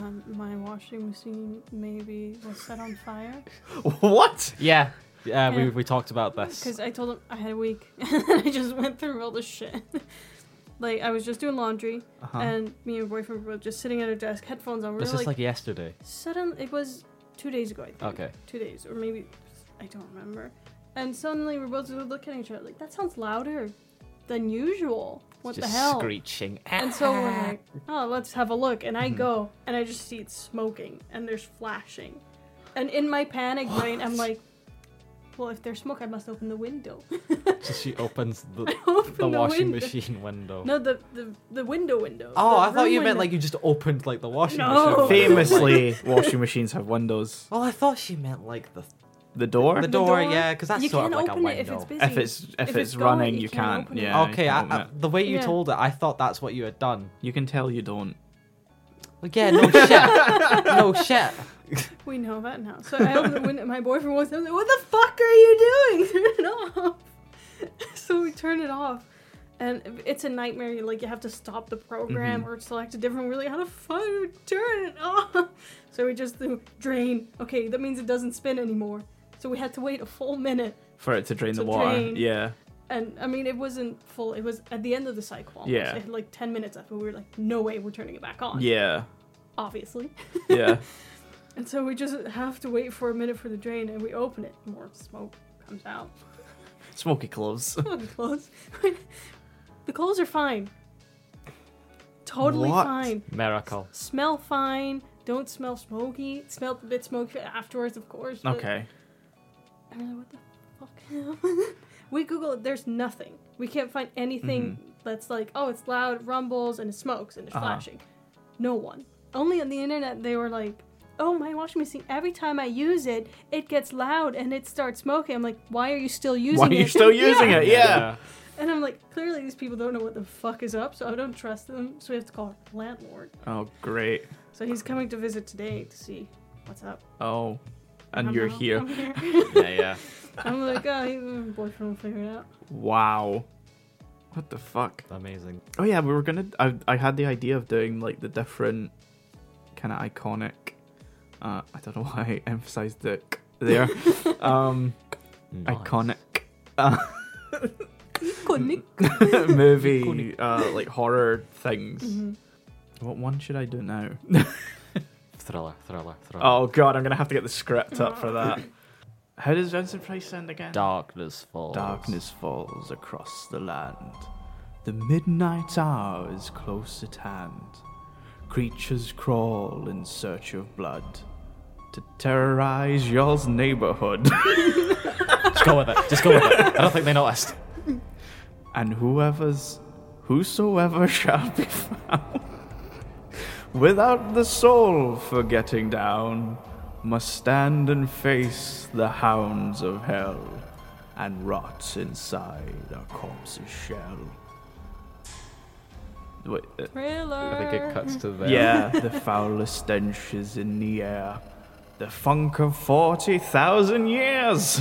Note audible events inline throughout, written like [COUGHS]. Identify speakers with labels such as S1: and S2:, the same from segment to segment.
S1: Um, washing machine maybe was set on fire
S2: [LAUGHS]
S3: what?
S2: Yeah. Yeah,
S1: Yeah.
S2: We, we talked about this.
S1: because I told him I had a week [LAUGHS] and I just went through all this shit. [LAUGHS] like I was just doing laundry
S2: Uh-huh.
S1: and me and boyfriend were just sitting at our desk, headphones on. We
S2: this
S1: were
S2: is
S1: like,
S2: like yesterday.
S1: sudden it was two days ago. I think.
S2: Okay.
S1: Two days or maybe I don't remember. And suddenly we're both looking at each other like that sounds louder than usual. What
S2: Just
S1: the hell?
S2: screeching.
S1: And so we're like, oh, let's have a look. And
S2: Mm-hmm.
S1: I go and I just see it smoking and there's flashing. And in my panic brain, I'm like, well, if there's smoke, I must open the window.
S2: [LAUGHS]
S1: [LAUGHS]
S2: So she opens the,
S1: open
S2: the washing
S1: window.
S2: machine window.
S1: No, the, the, the window window.
S2: Oh,
S1: The
S2: I thought
S1: room
S2: you meant
S1: window.
S2: like you just opened like the washing
S1: No.
S2: machine. window.
S3: Famously, [LAUGHS] washing machines have windows.
S2: [LAUGHS] Well, I thought she meant like the
S3: The door.
S2: The door, yeah, 'cause that's
S1: you
S2: sort of
S1: can't
S2: like a
S1: open it if
S2: window.
S1: it's busy.
S3: if it's if, it's,
S1: gone,
S3: running, you, can't.
S1: open it.
S3: yeah. you
S2: okay, I,
S3: can't
S2: I,
S3: open it.
S2: the way you
S1: Yeah.
S2: told it, I thought that's what you had done.
S3: you can tell you don't.
S2: Well,
S1: [LAUGHS]
S2: yeah, no shit, no shit.
S1: We know that now. So I opened the window. My boyfriend was like, "What the fuck are you doing? [LAUGHS] Turn it off!" so we turn it off, and it's a nightmare. You like you have to stop the program
S3: Mm-hmm.
S1: or select a different. We're like, "How the fuck do we turn it off?" [LAUGHS] So we just do drain. Okay, that means it doesn't spin anymore. So we had to wait a full minute.
S3: For it to drain
S1: To
S3: the water.
S1: drain.
S3: Yeah.
S1: And I mean, it wasn't full. It was at the end of the cycle. almost.
S3: Yeah.
S1: It had like 10 minutes left, but we were like, no way, we're turning it back on.
S3: Yeah.
S1: Obviously.
S3: Yeah.
S1: And so we just have to wait for a minute for the drain, and we open it. More smoke comes
S3: [LAUGHS]
S1: out. [LAUGHS]
S3: Smoky clothes.
S1: the clothes, [LAUGHS] the clothes are fine. Totally
S3: What?
S1: fine.
S2: Miracle.
S1: Smell fine. Don't smell smoky. It smelled a bit smoky afterwards, of course. but-
S3: Okay.
S1: I'm like, what the fuck? [LAUGHS] we Google it. There's nothing. We can't find anything that's like, oh, it's loud, rumbles, and it smokes and it's
S3: Mm-hmm. Uh-huh.
S1: flashing. No one. Only on the internet they were like, oh, my washing machine. Every time I use it, it gets loud and it starts smoking. I'm like, why are you still using
S3: Why are
S1: it? [LAUGHS]
S3: you still using
S1: Yeah.
S3: it? Yeah.
S1: And I'm like, clearly these people don't know what the fuck is up, so I don't trust them. So we have to call our landlord.
S3: Oh great.
S1: So he's coming to visit today to see what's up.
S3: Oh, and
S1: I'm
S3: you're
S1: out.
S3: here.
S1: I'm here.
S3: [LAUGHS]
S2: yeah, yeah.
S1: I'm like, oh, your boyfriend will figure it out.
S3: Wow. What the fuck?
S2: Amazing.
S3: Oh yeah, we were gonna. I, I had the idea of doing like the different kind of iconic. Uh, I don't know why I [LAUGHS] emphasized the k there. um,
S2: Nice.
S3: iconic uh,
S1: Couldn't
S3: [LAUGHS] movie uh, like horror things. Mm-hmm. What one should I do now?
S2: Thriller, thriller, thriller.
S3: [LAUGHS] oh god, I'm gonna have to get the script up for that. [LAUGHS] How does Vincent Price sound again?
S2: Darkness falls.
S3: Darkness falls across the land. The midnight hour is close at hand. Creatures crawl in search of blood to terrorize your neighborhood. [LAUGHS]
S2: Just go with it. Just go with it. I don't think they noticed.
S3: and whoever's whosoever [LAUGHS] shall be found without the soul for getting down must stand and face the hounds of hell and rot inside a corpse's shell Wait, uh,
S1: Thriller.
S2: I think it cuts to there.
S3: yeah the foulest stench is in the air the funk of 40,000 years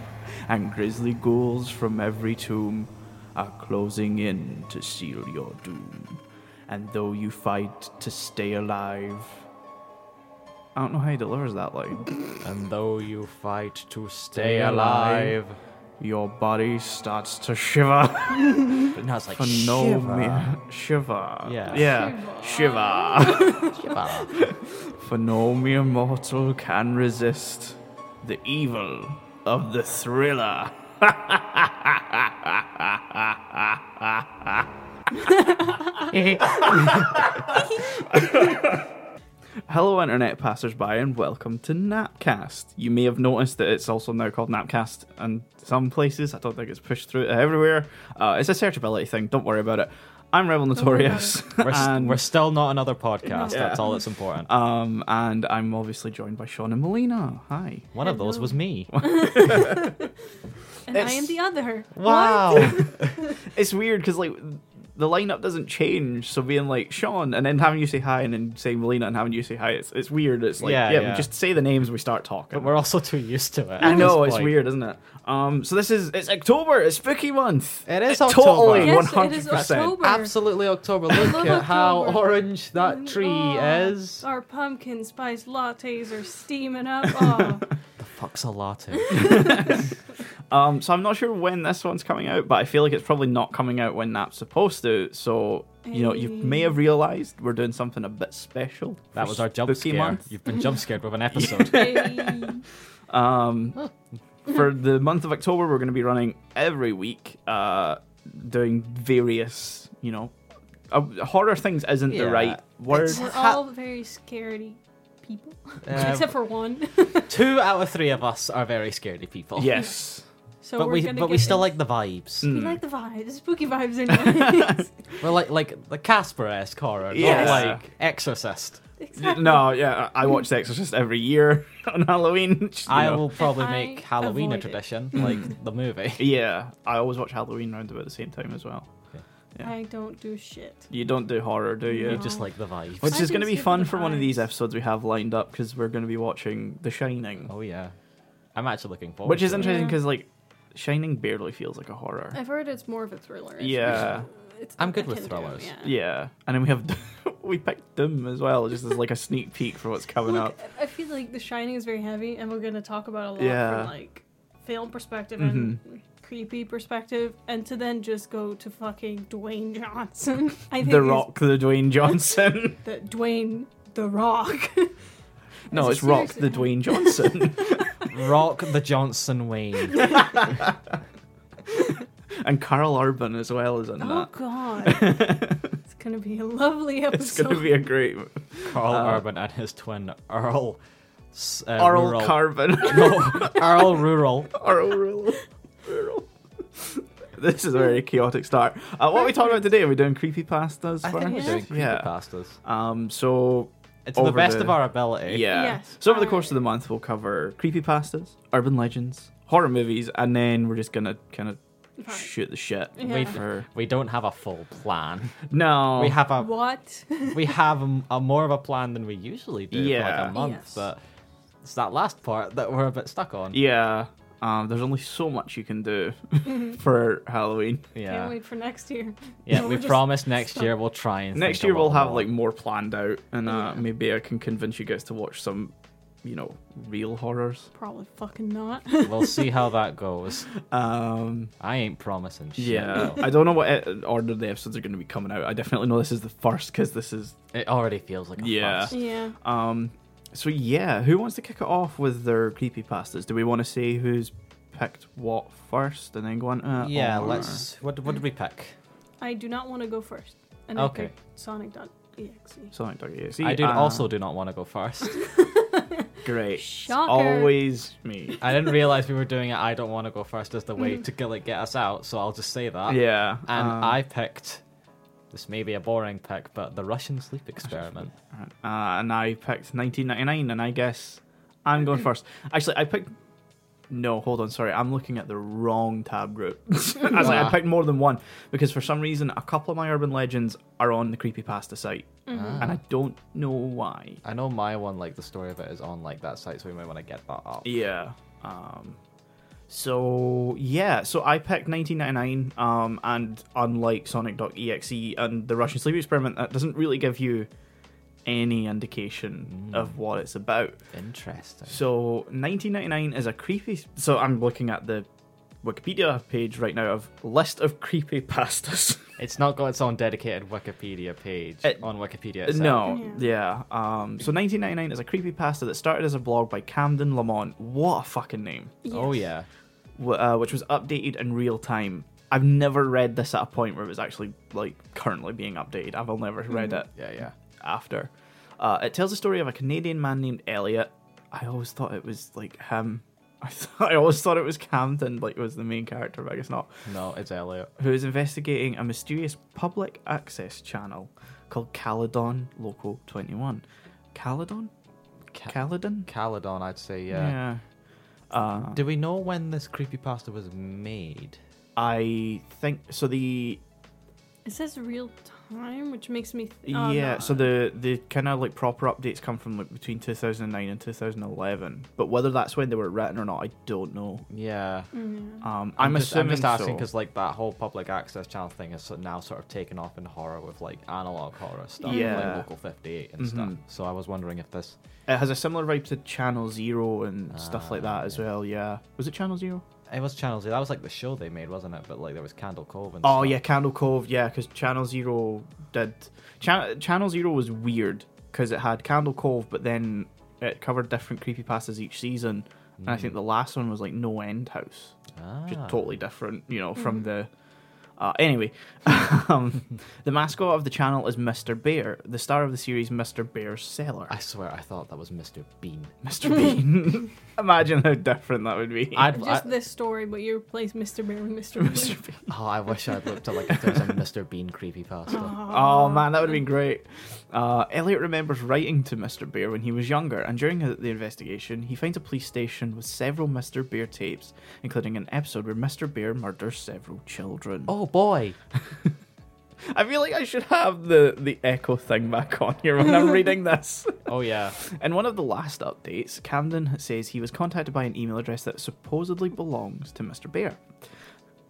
S3: [LAUGHS] and grisly ghouls from every tomb are closing in to seal your doom. And though you fight to stay alive, I don't know how he delivers that line.
S2: And though you fight to stay
S3: Stay
S2: alive,
S3: alive. Your body starts to shiver [LAUGHS]
S2: but now it's like
S3: for no mere shiver.
S2: Yeah.
S3: yeah, shiver.
S2: shiver.
S3: For no mere mortal can resist the evil of the thriller. Hello, internet passersby, and welcome to Napcast. You may have noticed that it's also now called Napcast in some places. I don't think it's pushed through everywhere. Uh, it's a searchability thing. Don't worry about it. I'm Rebel
S1: worry about
S3: Notorious.
S2: We're, s-
S3: [LAUGHS] and-
S2: we're still not another podcast.
S1: No.
S2: That's all that's important.
S3: um, and I'm obviously joined by Sean and Molina. Hi.
S2: One of those was me.
S1: And I am the other.
S2: Wow.
S3: [LAUGHS] It's weird because like the lineup doesn't change. So being like Sean and then having you say hi and then saying Melina and having you say hi, it's it's weird. It's like
S4: Yeah,
S3: yeah,
S4: yeah.
S3: we just say the names. We start talking.
S4: But we're also too used to it.
S3: I
S4: at
S3: know
S4: this
S3: it's
S4: point.
S3: weird, isn't it? Um, so this is it's October. It's spooky month.
S4: It is
S3: It
S4: October.
S3: Totally,
S1: Yes,
S3: one
S1: it
S3: hundred
S1: is
S3: percent.
S1: October.
S4: Absolutely October. Look
S1: love
S4: at how
S1: October.
S4: orange that tree
S1: Oh,
S4: is.
S1: Our pumpkin spice lattes are steaming up. Oh,
S4: [LAUGHS] The fuck's a latte?
S3: Um, so I'm not sure when this one's coming out, but I feel like it's probably not coming out when that's supposed to. So you know, you may have realised we're doing something a bit special.
S4: [LAUGHS] That
S3: for
S4: was our jump
S3: spooky
S4: scare.
S3: month.
S4: You've been jump scared with an
S3: [LAUGHS]
S4: episode.
S1: hey.
S3: Um, for the month of October, we're going to be running every week, uh, doing various, you know, uh, horror things isn't
S4: Yeah,
S3: the right word.
S4: it's-
S1: We're
S4: Ha-
S1: all very scaredy people,
S4: Uh,
S1: [LAUGHS] except for one.
S4: Two out of three of us are very scaredy people.
S3: Yes.
S1: so
S4: But
S1: we're
S4: we
S1: gonna
S4: but we
S1: get
S4: still
S1: in-
S4: like the vibes.
S3: Mm.
S1: we like the vibes, spooky
S4: [LAUGHS]
S1: vibes anyway.
S4: We're like like the Casper esque horror,
S3: Yeah.
S4: not like Exorcist.
S1: exactly.
S3: No, yeah, I I watch The Exorcist every year [LAUGHS] on Halloween. [LAUGHS] just, you
S4: I
S3: know.
S4: will probably
S1: I
S4: make Halloween
S1: avoid
S4: a
S1: it. Mm.
S4: tradition, like the
S3: [LAUGHS]
S4: movie.
S3: Yeah, I always watch Halloween round about the same time as well. Yeah.
S1: I don't do shit.
S3: You don't do horror, do you?
S4: You just like the vibes.
S3: Which
S1: I
S3: is
S1: do
S3: going to be
S1: skip
S3: fun
S1: the
S3: for one of
S1: vibes.
S3: these episodes we have lined up because we're going to be watching The Shining,
S4: Oh yeah, I'm actually looking forward.
S3: which is
S4: to it.
S3: interesting
S1: Yeah.
S3: because like Shining barely feels like a horror.
S1: I've heard it's more of a thriller.
S3: Yeah.
S1: It's-
S4: I'm good
S1: I
S4: with
S1: can do,
S4: thrillers.
S1: yeah.
S3: Yeah, and then we have [LAUGHS] we picked Doom as well, just as like a sneak peek for what's coming
S1: Look,
S3: up.
S1: I I feel like The Shining is very heavy, and we're going to talk about it a lot
S3: Yeah. Mm-hmm.
S1: from like film perspective and creepy perspective, and to then just go to fucking Dwayne Johnson. [LAUGHS] I think
S3: The
S1: he's-
S3: Rock, the Dwayne
S1: [LAUGHS]
S3: Johnson.
S1: the Dwayne the Rock.
S3: [LAUGHS] no,
S1: Is it
S3: it's Rock,
S1: seriously?
S3: the Dwayne Johnson, [LAUGHS]
S4: Rock the Johnson Wayne.
S3: and Carl Urban as well is in
S1: oh god,
S3: that. [LAUGHS]
S1: it's gonna be a lovely episode.
S3: it's gonna be
S1: [LAUGHS]
S3: a great
S4: Carl
S3: Uh,
S4: Urban and his twin Earl. S- Uh,
S3: Earl
S4: Rural.
S3: Carbon.
S4: [LAUGHS]
S3: [LAUGHS]
S4: no, Earl Rural.
S3: Earl Rural. Rural. [LAUGHS] This is a very chaotic start. Uh, what are we talking about today? Are we doing creepy pastas?
S4: I think we're
S1: Yeah.
S4: doing
S3: Yeah.
S4: creepypastas.
S3: Um, so
S4: It's to the
S3: Over
S4: best
S3: the-
S4: of our
S3: [LAUGHS]
S4: ability.
S3: Yeah.
S1: Yes.
S3: So over the course of the month, we'll cover creepypastas, urban legends, horror movies, and then we're just gonna kind of
S1: Right.
S3: shoot the shit
S1: Yeah. Wait.
S3: for.
S4: We don't have a full plan.
S3: No.
S4: We have a
S1: [LAUGHS] what?
S4: we have a, a more of a plan than we usually do for like
S3: Yeah.
S4: a month,
S1: Yes.
S4: but it's that last part that we're a bit stuck on.
S3: Yeah. Um, there's only so much you can do [LAUGHS]
S1: Mm-hmm.
S3: for Halloween.
S1: Can't
S4: Yeah,
S1: wait for next year.
S4: yeah.
S1: No,
S4: we
S1: we're just-
S4: promise next
S1: stuck.
S4: year we'll try and.
S3: Next
S4: think a
S3: year we'll
S4: little
S3: have
S4: more.
S3: like more planned out, and uh,
S1: Yeah.
S3: maybe I can convince you guys to watch some, you know, real horrors.
S1: Probably fucking not.
S4: We'll see how that goes.
S3: Um,
S4: I ain't promising shit.
S3: yeah,
S4: though.
S3: I don't know what e- order the episodes are going to be coming out. I definitely know this is the first because this is
S4: It already feels like a
S3: Yeah.
S1: [LAUGHS]
S4: fuss.
S1: yeah.
S3: Um, so yeah, who wants to kick it off with their creepy pastas? Do we want to see who's picked what first and then go on? Uh,
S4: Yeah,
S3: or-
S4: let's. What, what did we pick?
S1: I do not want to go first. And
S4: Okay.
S1: I picked Sonic.exe.
S3: Sonic Dog EXE.
S4: I do
S3: Ah,
S4: also do not want to go first.
S3: great.
S1: Shocker.
S3: Always me.
S4: I didn't realize we were doing it. I don't want to go first as the
S1: Hmm.
S4: way to get, like get us out. So I'll just say that.
S3: Yeah,
S4: Uh, And
S3: um,
S4: I picked. This may be a boring pick, but the Russian sleep experiment.
S3: uh, and I picked 1999, and I guess I'm going first. Actually, I picked. No, hold on. Sorry, I'm looking at the wrong tab group. [LAUGHS] I was like, I
S4: Ah.
S3: picked more than one because for some reason, a couple of my urban legends are on the creepypasta site, and
S4: Uh-huh.
S3: I don't know why.
S4: I know my one, like the story of it, is on like that site, so we might want to get that up.
S3: Yeah. Um, so yeah, so I picked 1999, um, and unlike Sonic.exe E and the Russian Sleep Experiment, that doesn't really give you any indication of what it's about.
S4: Interesting.
S3: So 1999 is a creepy. So I'm looking at the Wikipedia page right now of list of creepy pastas.
S4: It's not got its own dedicated Wikipedia page
S3: It-
S4: on Wikipedia. itself.
S3: [LAUGHS] No, yeah. Um, so 1999 is a creepy pasta that started as a blog by Camden Lamont. What a fucking name!
S4: Oh
S1: Yes.
S4: yeah.
S3: wh- uh, which was updated in real time. I've never read this at a point where it was actually like currently being updated. I've only ever read it
S4: Yeah, yeah.
S3: after. Uh, it tells the story of a Canadian man named Elliot. I always thought it was like him. [LAUGHS] I, thought, I always thought it was Camden, like it was the main character, but I guess not.
S4: No, it's Elliot.
S3: Who is investigating a mysterious public access channel called Caledon Local 21. Caledon?
S4: Ca-
S3: Caledon?
S4: Caledon, I'd say. Yeah.
S3: Yeah. Uh,
S4: Do we know when this creepypasta was made?
S3: I think so. The
S1: It says real time, which makes me. Th- oh,
S3: yeah,
S1: no.
S3: so the the kind of like proper updates come from like between 2009 and 2011, but whether that's when they were written or not, I don't know.
S4: Yeah.
S1: Mm, yeah.
S3: Um, I'm,
S4: just,
S3: assuming
S4: I'm just asking
S3: so.
S4: because like that whole public access channel thing is so- now sort of taken off in horror with like analog horror stuff,
S3: Yeah.
S4: like local 58 and stuff.
S3: Mhm.
S4: So I was wondering if this
S3: it has a similar vibe to Channel Zero and stuff like
S4: Ah,
S3: that as
S4: yeah.
S3: well. Yeah, was it Channel Zero?
S4: it was Channel Z. That was like the show they made, wasn't it? But like there was Candle Cove and
S3: Oh
S4: stuff.
S3: yeah, Candle Cove. Yeah, because Channel Zero did. Chan- Channel Zero was weird because it had Candle Cove, but then it covered different creepy passes each season. And I think
S4: Mm.
S3: the last one was like No End House,
S4: Hmm. Ah. Mm-hmm.
S3: which is totally different, you know, from the. Uh, anyway, [LAUGHS] um, the mascot of the channel is Mr. Bear, the star of the series Mr. Bear's Cellar.
S4: I swear, I thought that was Mr. Bean.
S3: Mr. Bean. [LAUGHS] Imagine how different that would be. [LAUGHS]
S4: I'd, I,
S1: Just this story, but you replace Mr. Bear with Mr. Bean. [LAUGHS]
S3: Mr. Bean.
S4: oh, I wish I'd looked at like if there [LAUGHS] was a Mr. Bean creepypasta.
S3: Oh man, that would have been great. Uh, Elliot remembers writing to Mr. Bear when he was younger, and during the investigation, he finds a police station with several Mr. Bear tapes, including an episode where Mr. Bear murders several children.
S4: Oh boy!
S3: I feel like I should have the, the echo thing back on here
S4: [LAUGHS]
S3: when I'm reading this.
S4: Oh yeah.
S3: In one of the last updates, Camden says he was contacted by an email address that supposedly belongs to Mr. Bear.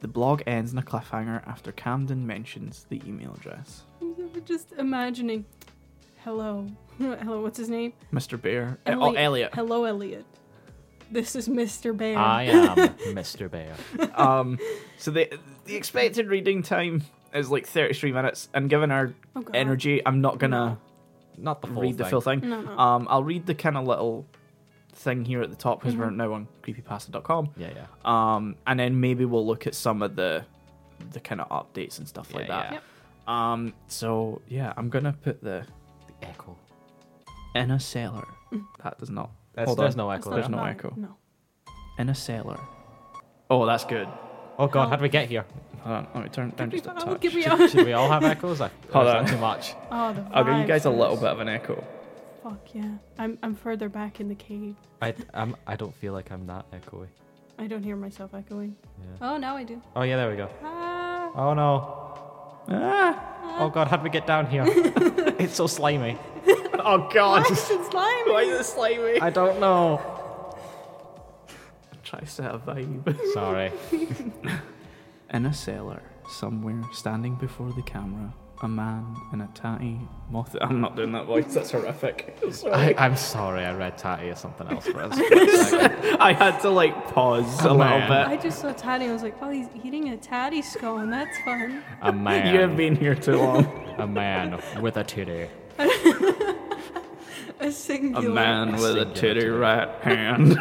S3: The blog ends in a cliffhanger after Camden mentions the email address.
S1: I'm just imagining. Hello. [LAUGHS] Hello, what's his name?
S3: Mr. Bear. Oh, Elliot.
S1: Hello, Elliot. This is Mr. Bear.
S4: I am Mr. Bear.
S3: [LAUGHS] um, so the the expected reading time is like 33 minutes, and given our
S1: [LAUGHS] Oh, God.
S3: energy, I'm not gonna
S4: Not the full
S3: read the
S4: thing.
S3: full thing.
S1: No, no.
S3: Um, I'll read the kind of little thing here at the top because
S1: Mm-hmm.
S3: we're now on creepypasta.com.
S4: Yeah, yeah.
S3: Um, and then maybe we'll look at some of the the kind of updates and stuff like
S4: Yeah,
S3: that.
S4: yeah.
S3: Um, so yeah, I'm gonna put the
S4: The echo.
S3: in a cellar. That does not.
S4: That's,
S3: hold
S4: there's
S3: on.
S4: no
S1: That's
S4: echo.
S1: not
S3: there's
S4: There.
S3: no
S1: bad.
S3: echo.
S1: No.
S3: In a cellar. Oh, that's good.
S4: Oh god,
S1: Oh.
S4: how did we get [LAUGHS] here?
S3: Hold on, let me turn it down just a
S1: I would
S3: touch.
S1: give you
S4: Should, should we all have echoes? I, or
S3: Hold
S4: is
S3: on.
S4: that too much?
S1: Oh, the
S3: I'll give you
S1: vibes
S3: guys a
S1: first.
S3: little bit of an echo.
S1: Fuck yeah. I'm, I'm further back in the cave.
S4: I, I'm, I don't feel like I'm that echoey.
S1: I don't hear myself echoing.
S4: Yeah.
S1: Oh, now I do.
S4: Oh yeah, there we go.
S1: Ah,
S4: Oh no.
S3: Ah.
S4: Oh god, how did we get down [LAUGHS] here? it's so slimy.
S3: [LAUGHS] Oh god.
S1: Ah, [LAUGHS] it's
S3: [LAUGHS]
S1: slimy.
S3: Why is it slimy?
S4: I don't know.
S3: Try to set a vibe. [LAUGHS]
S4: Sorry.
S3: In a cellar, somewhere, standing before the camera, a man in a tatty moth. I'm not doing that voice. That's horrific.
S4: I,
S3: Sorry. I,
S4: I'm sorry. I read Tatty or something else for us.
S3: [LAUGHS] had to like pause a
S4: A
S3: little
S4: man.
S1: I just saw Taddy. I was like, oh, he's eating a Taddy scone. That's fun.
S4: A
S3: bit. You have
S4: man.
S3: been here too long.
S4: A man with a titty.
S1: A singular.
S3: with
S4: a titty
S3: right hand.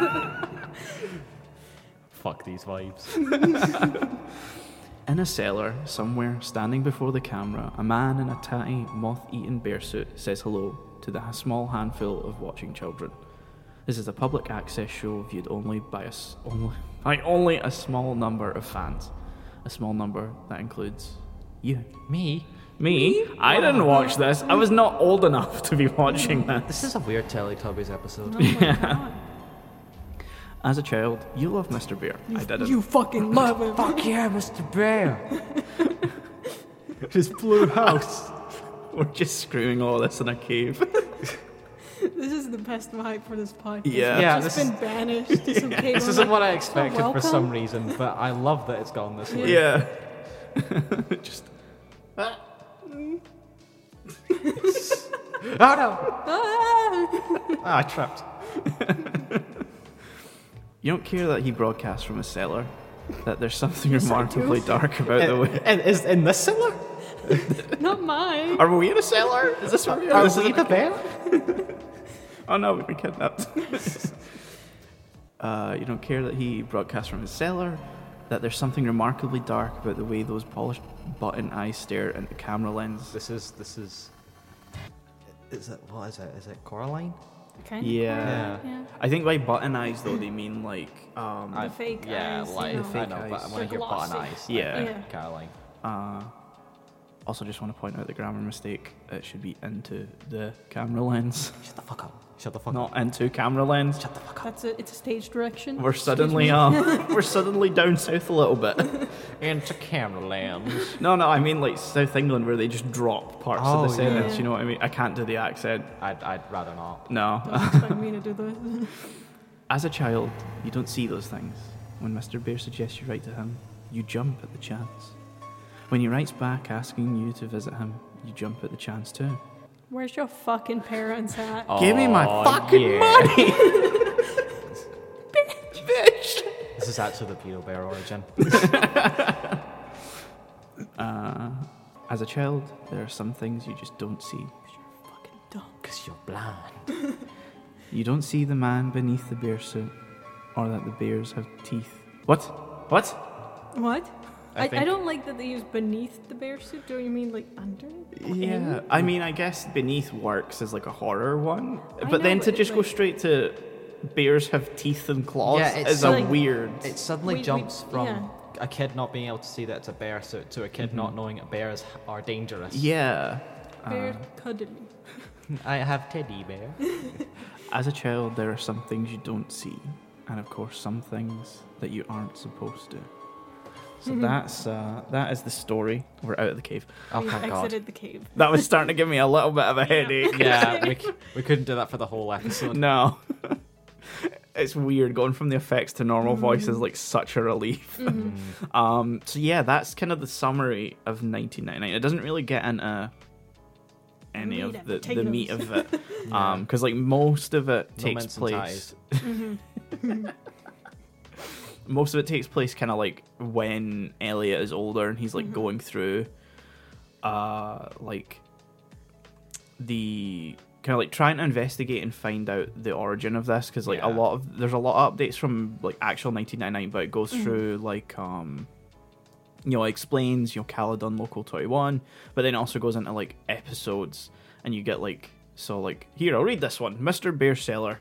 S4: Fuck these vibes.
S3: In a cellar, somewhere, standing before the camera, a man in a tatty, moth eaten bear suit says hello to the small handful of watching children. This is a public access show viewed only by, a s- only, [LAUGHS] by only a small number of fans. A small number that includes you.
S4: Me?
S3: Me? I didn't watch this. I was not old enough to be watching this.
S4: This is a weird Teletubbies episode.
S3: [LAUGHS]
S1: Oh my god.
S3: As a child, you love Mr. Bear. I didn't.
S1: You fucking love
S3: [LAUGHS]
S1: him.
S4: Fuck yeah, Mr. Bear. His blue house.
S3: We're just screwing all this in a cave.
S1: This is the best vibe for this podcast.
S3: Yeah.
S1: We've
S4: Yeah,
S1: just
S4: this
S1: been banished to some cave.
S4: This
S1: We're
S4: isn't
S1: like,
S4: what I expected
S1: "Oh,
S4: for some
S1: welcome."
S4: reason, but I love that it's gone this way.
S3: [LAUGHS] yeah. just. ah.
S4: Oh no!
S1: Ah! [LAUGHS]
S4: Ah, I trapped.
S3: You don't care that he broadcasts from a cellar, that there's something remarkably dark about the way.
S4: And is in this cellar?
S1: Not mine.
S3: Are we in a cellar? Is this what we are?
S4: Are
S3: This
S4: we
S3: isn't
S4: the
S3: a-
S4: bear?
S3: Oh no, we've been kidnapped. [LAUGHS] uh, you don't care that he broadcasts from his cellar, that there's something remarkably dark about the way those polished button eyes stare into camera lens.
S4: This is this is. Is it what is it? Is it Coraline?
S1: Kind of
S3: Yeah.
S1: Yeah.
S3: I think by button eyes though they mean like um,
S1: The fake
S4: yeah,
S1: eyes, you
S4: like
S1: know.
S3: The fake
S4: I know,
S3: eyes.
S4: but I want
S1: They're
S4: to hear button
S1: glossy.
S4: eyes.
S3: Yeah.
S1: Yeah.
S4: Caroline.
S3: Uh, also, just want to point out the grammar mistake. It should be into the camera lens.
S4: Shut the fuck up.
S2: Shut the fuck
S3: Not
S2: up.
S3: into camera lens.
S1: That's a, it's a stage direction.
S3: We're suddenly um, we're suddenly down south a little bit. [LAUGHS]
S2: Into camera lens.
S3: No, no, I mean like South England where they just drop parts of
S2: Oh,
S3: the
S2: yeah.
S3: sentence.
S1: Yeah.
S3: You know what I mean? I can't do the accent.
S2: I'd, I'd rather not.
S1: [LAUGHS]
S3: No.
S1: Don't expect me to do this. [LAUGHS]
S3: As a child, you don't see those things. When Mr. Bear suggests you write to him, you jump at the chance. When he writes back asking you to visit him, you jump at the chance too.
S1: Where's your fucking parents at?
S3: Give me my
S2: Aw,
S3: fucking
S2: Oh, yeah.
S3: money! Bitch!
S2: This is actually the Beetle Bear
S3: [LAUGHS]
S2: origin.
S3: Uh, as a child, there are some things you just don't see.
S1: Fucking dumb.
S2: Because you're blind.
S3: You don't see the man beneath the bear suit, or that the bears have teeth. What? What?
S1: What?
S2: I
S1: I, I,
S2: think-
S1: don't like that they use beneath the bear suit. Do you mean like under? Or in?
S3: Yeah, I mean, I guess beneath works as like a horror one,
S1: I
S3: but then
S1: know,
S3: to
S1: but
S3: just go
S1: like-
S3: straight to bears have teeth and claws
S2: Yeah, it's
S3: is a
S1: like-
S3: weird.
S2: It suddenly
S1: We- we-
S2: jumps from
S1: yeah.
S2: a kid not being able to see that it's a bear suit to a kid not knowing that bears are dangerous.
S3: Mm-hmm. Yeah. Uh,
S1: Bear cuddly.
S2: I have teddy
S1: [LAUGHS]
S2: bear.
S3: As a child, there are some things you don't see, and of course, some things that you aren't supposed to. So
S1: Mm-hmm.
S3: that's uh, that is the story. We're out of the cave.
S2: oh,
S1: We've
S2: thank God.
S1: exited the cave.
S3: That was starting to give me a little bit of a
S1: [LAUGHS]
S3: headache.
S2: Yeah, we, c- we couldn't do that for the whole episode.
S3: [LAUGHS] No. it's weird going from the effects to normal voice is like such a relief. um, so yeah, that's kind of the summary of 1999. It doesn't really get into any
S1: Meat
S3: of
S1: and
S3: the, the meat of it, because like most of it takes
S2: mince and
S3: place. [LAUGHS] most of it takes place kind of like when Elliot is older and he's like going through, uh, like the kind of like trying to investigate and find out the origin of this because like a
S2: Yeah.
S3: lot of there's a lot of updates from like actual 1999 but it goes
S1: Mm-hmm.
S3: through like um you know it explains you know caledon local 21 but then it also goes into like episodes and you get like so like here i'll read this one mr bear seller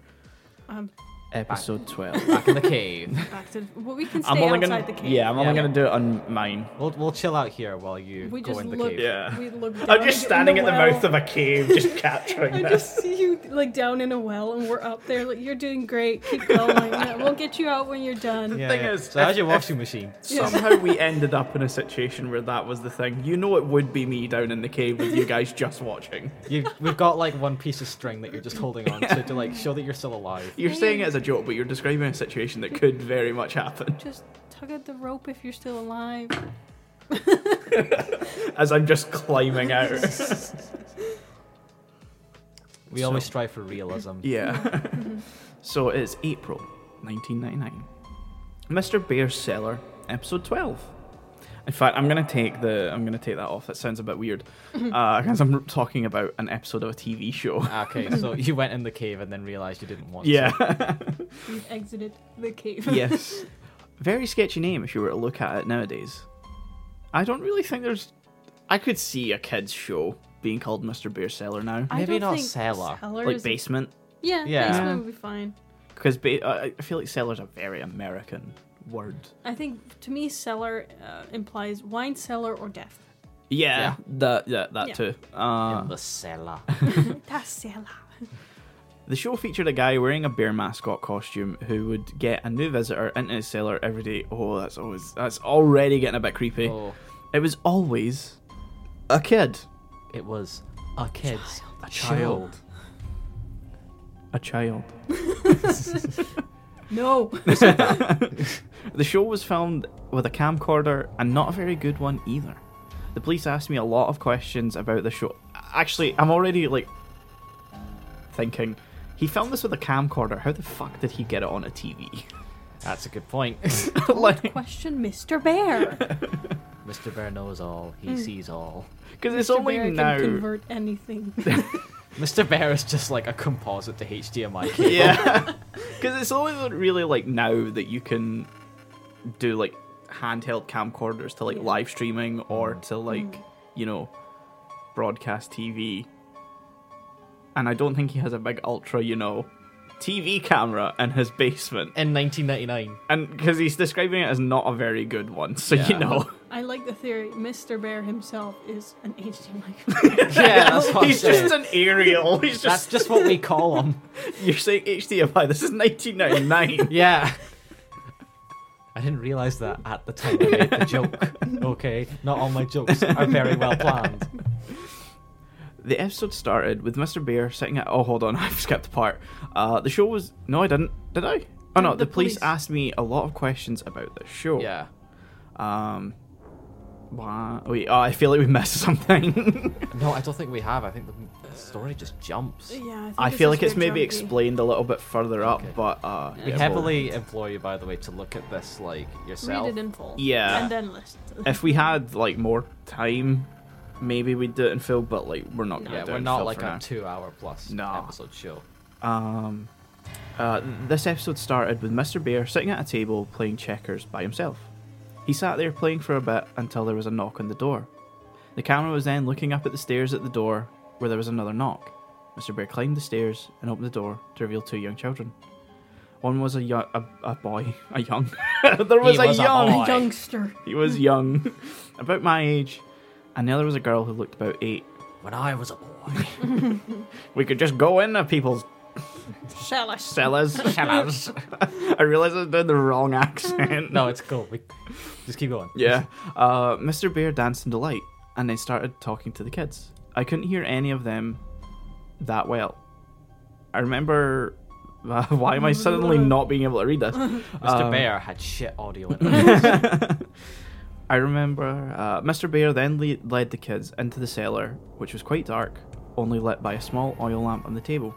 S1: Um,
S3: episode
S1: [LAUGHS]
S3: 12
S2: Back in the cave.
S1: back to. Well, we can stay
S3: i'm only
S1: outside
S3: gonna
S1: the cave.
S3: yeah i'm only
S2: Yeah.
S3: gonna do it on mine
S2: We'll, we'll chill out here while you
S1: We
S2: go
S1: just
S2: in the
S1: look.
S2: cave.
S3: Yeah.
S1: We look. Down
S3: [LAUGHS] i'm just standing at the
S1: well.
S3: mouth of a cave just [LAUGHS]
S1: I
S3: capturing this
S1: just see you like down in a well, and we're up there. Like you're doing great. Keep going. Yeah, we'll get you out when you're done.
S2: Yeah,
S3: Thing
S2: yeah.
S3: is,
S2: so
S3: if-
S2: how's your
S3: if-
S2: washing machine?
S1: Yeah.
S3: Somehow we ended up in a situation where that was the thing. You know, it would be me down in the cave with you guys just watching.
S2: You've, we've got like one piece of string that you're just holding on to to like show that you're still alive.
S3: You're saying it as a joke, but you're describing a situation that could very much happen. [LAUGHS]
S1: Just tug at the rope if you're still alive.
S3: As I'm just climbing out.
S2: We
S3: So-
S2: always strive for realism.
S3: [LAUGHS] Yeah. [LAUGHS] so it's April 1999. Mr. Bear's Cellar, episode 12. In fact, I'm gonna take the I'm gonna take that off. That sounds a bit [LAUGHS] weird, because I'm talking about an episode of a TV show.
S2: Okay, so you went in the cave and then realized you didn't want
S3: [LAUGHS] Yeah.
S2: to.
S1: We've exited the cave.
S3: yes. [LAUGHS] Very sketchy name if you were to look at it nowadays. I don't really think there's. I could see a kids' show being called Mr. Bear Cellar now,
S1: [LAUGHS] I
S2: Maybe
S1: don't
S2: not
S1: think
S2: cellar.
S1: cellar
S3: like
S1: is-
S3: basement,
S1: Yeah,
S2: Yeah.
S1: basement would be fine.
S3: because ba- I I feel like cellar's a very American word.
S1: I think to me, cellar uh, implies wine cellar or [LAUGHS] death.
S3: Yeah,
S2: Yeah.
S3: that yeah, that
S1: Yeah.
S3: too. Uh,
S2: In the
S3: [LAUGHS]
S2: cellar.
S1: That's cellar.
S3: The show featured a guy wearing a bear mascot costume who would get a new visitor into his cellar every day. Oh, that's always that's already getting a bit creepy.
S2: Oh,
S3: It was always a kid.
S2: it was a kid's
S3: A child. A child.
S1: No.
S3: The show was filmed with a camcorder and not a very good one either. The police asked me a lot of questions about the show. Actually, I'm already like thinking he filmed this with a camcorder. How the fuck did he get it on a TV? [LAUGHS]
S2: That's a good point.
S3: like,
S1: [LAUGHS] Question, Mr. Bear. [LAUGHS]
S2: Mr. Bear knows all. He
S3: Mm.
S2: sees all.
S3: because it's
S1: Mr.
S3: only
S1: Bear
S3: now.
S1: can convert anything.
S2: Mr. Bear is just like a composite to HDMI.
S4: [LAUGHS]
S2: cable.
S3: [LAUGHS] Yeah, because it's only really like now that you can do like handheld camcorders to like
S1: Yeah.
S3: live streaming
S4: Mm.
S3: or to like you know broadcast TV. And I don't think he has a big ultra, you know, TV camera in his basement,
S4: Eh.
S2: In 1999.
S3: [LAUGHS] and because he's describing it as not a very good one, so you
S2: Yeah.
S3: know.
S1: I like the theory. Mr. Bear himself is an [LAUGHS] HD micro.
S2: [LAUGHS]
S4: [LAUGHS] yeah,
S3: [LAUGHS]
S4: that's what I'm
S3: He's
S4: saying.
S3: just an aerial. He's
S4: That's
S3: just.
S4: just what we call them.
S3: You're saying HDMI. This
S4: [LAUGHS]
S3: is 1999.
S4: Yeah. I didn't realize that at the time I made the [LAUGHS] joke. Okay, not all my jokes are very well planned.
S3: The episode started with Mr. Bear sitting at. Oh, hold on, [LAUGHS] I've skipped a part. Uh, the show was. No, I didn't. Did I? Oh no, the,
S1: The
S3: police.
S1: police.
S3: asked me a lot of questions about the show.
S4: Yeah.
S3: Um. Why? Wait, oh, I feel like we missed [LAUGHS] something.
S4: No, I don't think we have. I think the the story just jumps.
S1: yeah, I, think
S3: I
S1: it's
S3: feel
S1: just
S3: like it's
S1: weird
S3: maybe
S1: junkie.
S3: explained a little bit further up,
S4: Okay.
S3: but uh,
S4: We
S3: yeah,
S4: heavily employ you, by the way, to look at this like yourself.
S1: Read it in full.
S3: Yeah.
S1: And then listen. to
S3: well, if we
S1: [LAUGHS]
S3: had like more time, maybe we'd do it in full. But like, we're not gonna
S4: yeah,
S3: do it
S4: we're
S3: in
S4: not
S3: full
S4: like
S3: for now.
S4: a two-hour plus
S3: No.
S4: episode show.
S3: Um, uh, this episode started with Mr. Bear sitting at a table playing checkers by himself. He sat there playing for a bit until there was a knock on the door. The camera was then looking up at the stairs at the door where there was another knock. Mr. Bear climbed the stairs and opened the door to reveal two young children. One was a young, a, a boy, a young. [LAUGHS] there was,
S4: was
S3: a
S4: a
S3: young.
S4: boy.
S1: Youngster.
S3: He was young, [LAUGHS] about my age, and the other was a girl who looked about eight.
S4: When I was a boy,
S3: We could just go into people's
S1: Shall I sell?
S3: Sellers. Sellers. [LAUGHS] I realize I did the wrong
S4: [LAUGHS]
S3: accent.
S4: no, it's cool. We just keep going.
S3: Yeah. Uh, Mr. Bear danced in delight and then started talking to the kids. I couldn't hear any of them that well. I remember. [LAUGHS] Uh, why am I suddenly not being able to read this?
S4: Mr.
S3: Um,
S4: Bear had shit audio in it.
S3: I remember uh, Mr. Bear then le- led the kids into the cellar, which was quite dark, only lit by a small oil lamp on the table.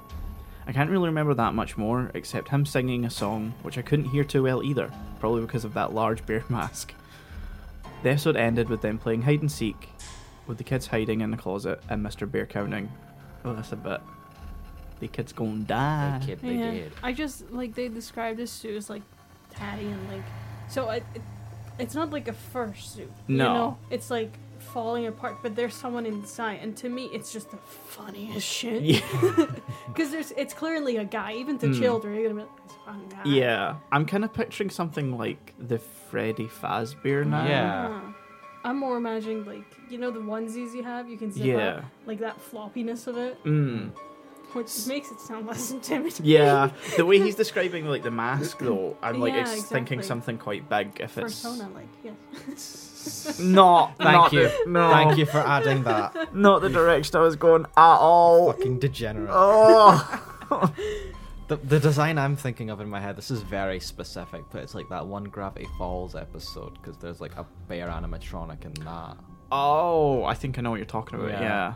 S3: I can't really remember that much more, except him singing a song, which I couldn't hear too well either, probably because of that large bear [LAUGHS] mask. The episode ended with them playing hide and seek, with the kids hiding in the closet and Mr. Bear counting. Oh, that's a bit. The kids gonna die.
S4: The kid they
S1: Yeah.
S4: did.
S1: I just like they described his suit as like tatty and like so it, it, it's not like a fursuit. suit. You
S3: No.
S1: know? It's like falling apart, but there's someone inside, and to me, it's just the funniest shit.
S3: Yeah.
S1: [LAUGHS] Because there's, it's clearly a guy. Even to
S3: Mm.
S1: children, you're gonna be like, it's a fucking guy.
S3: Yeah, I'm kind of picturing something like the Freddy Fazbear now.
S4: Yeah.
S1: Uh-huh. I'm more imagining like you know the onesies you have, you can zip
S3: Yeah.
S1: up, like that floppiness of it,
S3: Mm.
S1: which makes it sound
S3: [LAUGHS]
S1: less intimidating.
S3: Yeah, the way he's describing like the mask though, I'm like
S1: Yeah,
S3: it's thinking
S1: exactly.
S3: something quite big. If it's
S1: Persona, like yeah.
S3: not,
S4: Thank
S3: not
S4: you.
S3: the, no,
S4: Thank you for adding that.
S3: not the direction I was going at all.
S4: Fucking degenerate.
S3: Oh,
S4: The, the design I'm thinking of in my head, this is very specific, but it's like that one Gravity Falls episode because there's like a bear animatronic in that.
S3: oh, I think I know what you're talking about. Yeah,
S4: Yeah.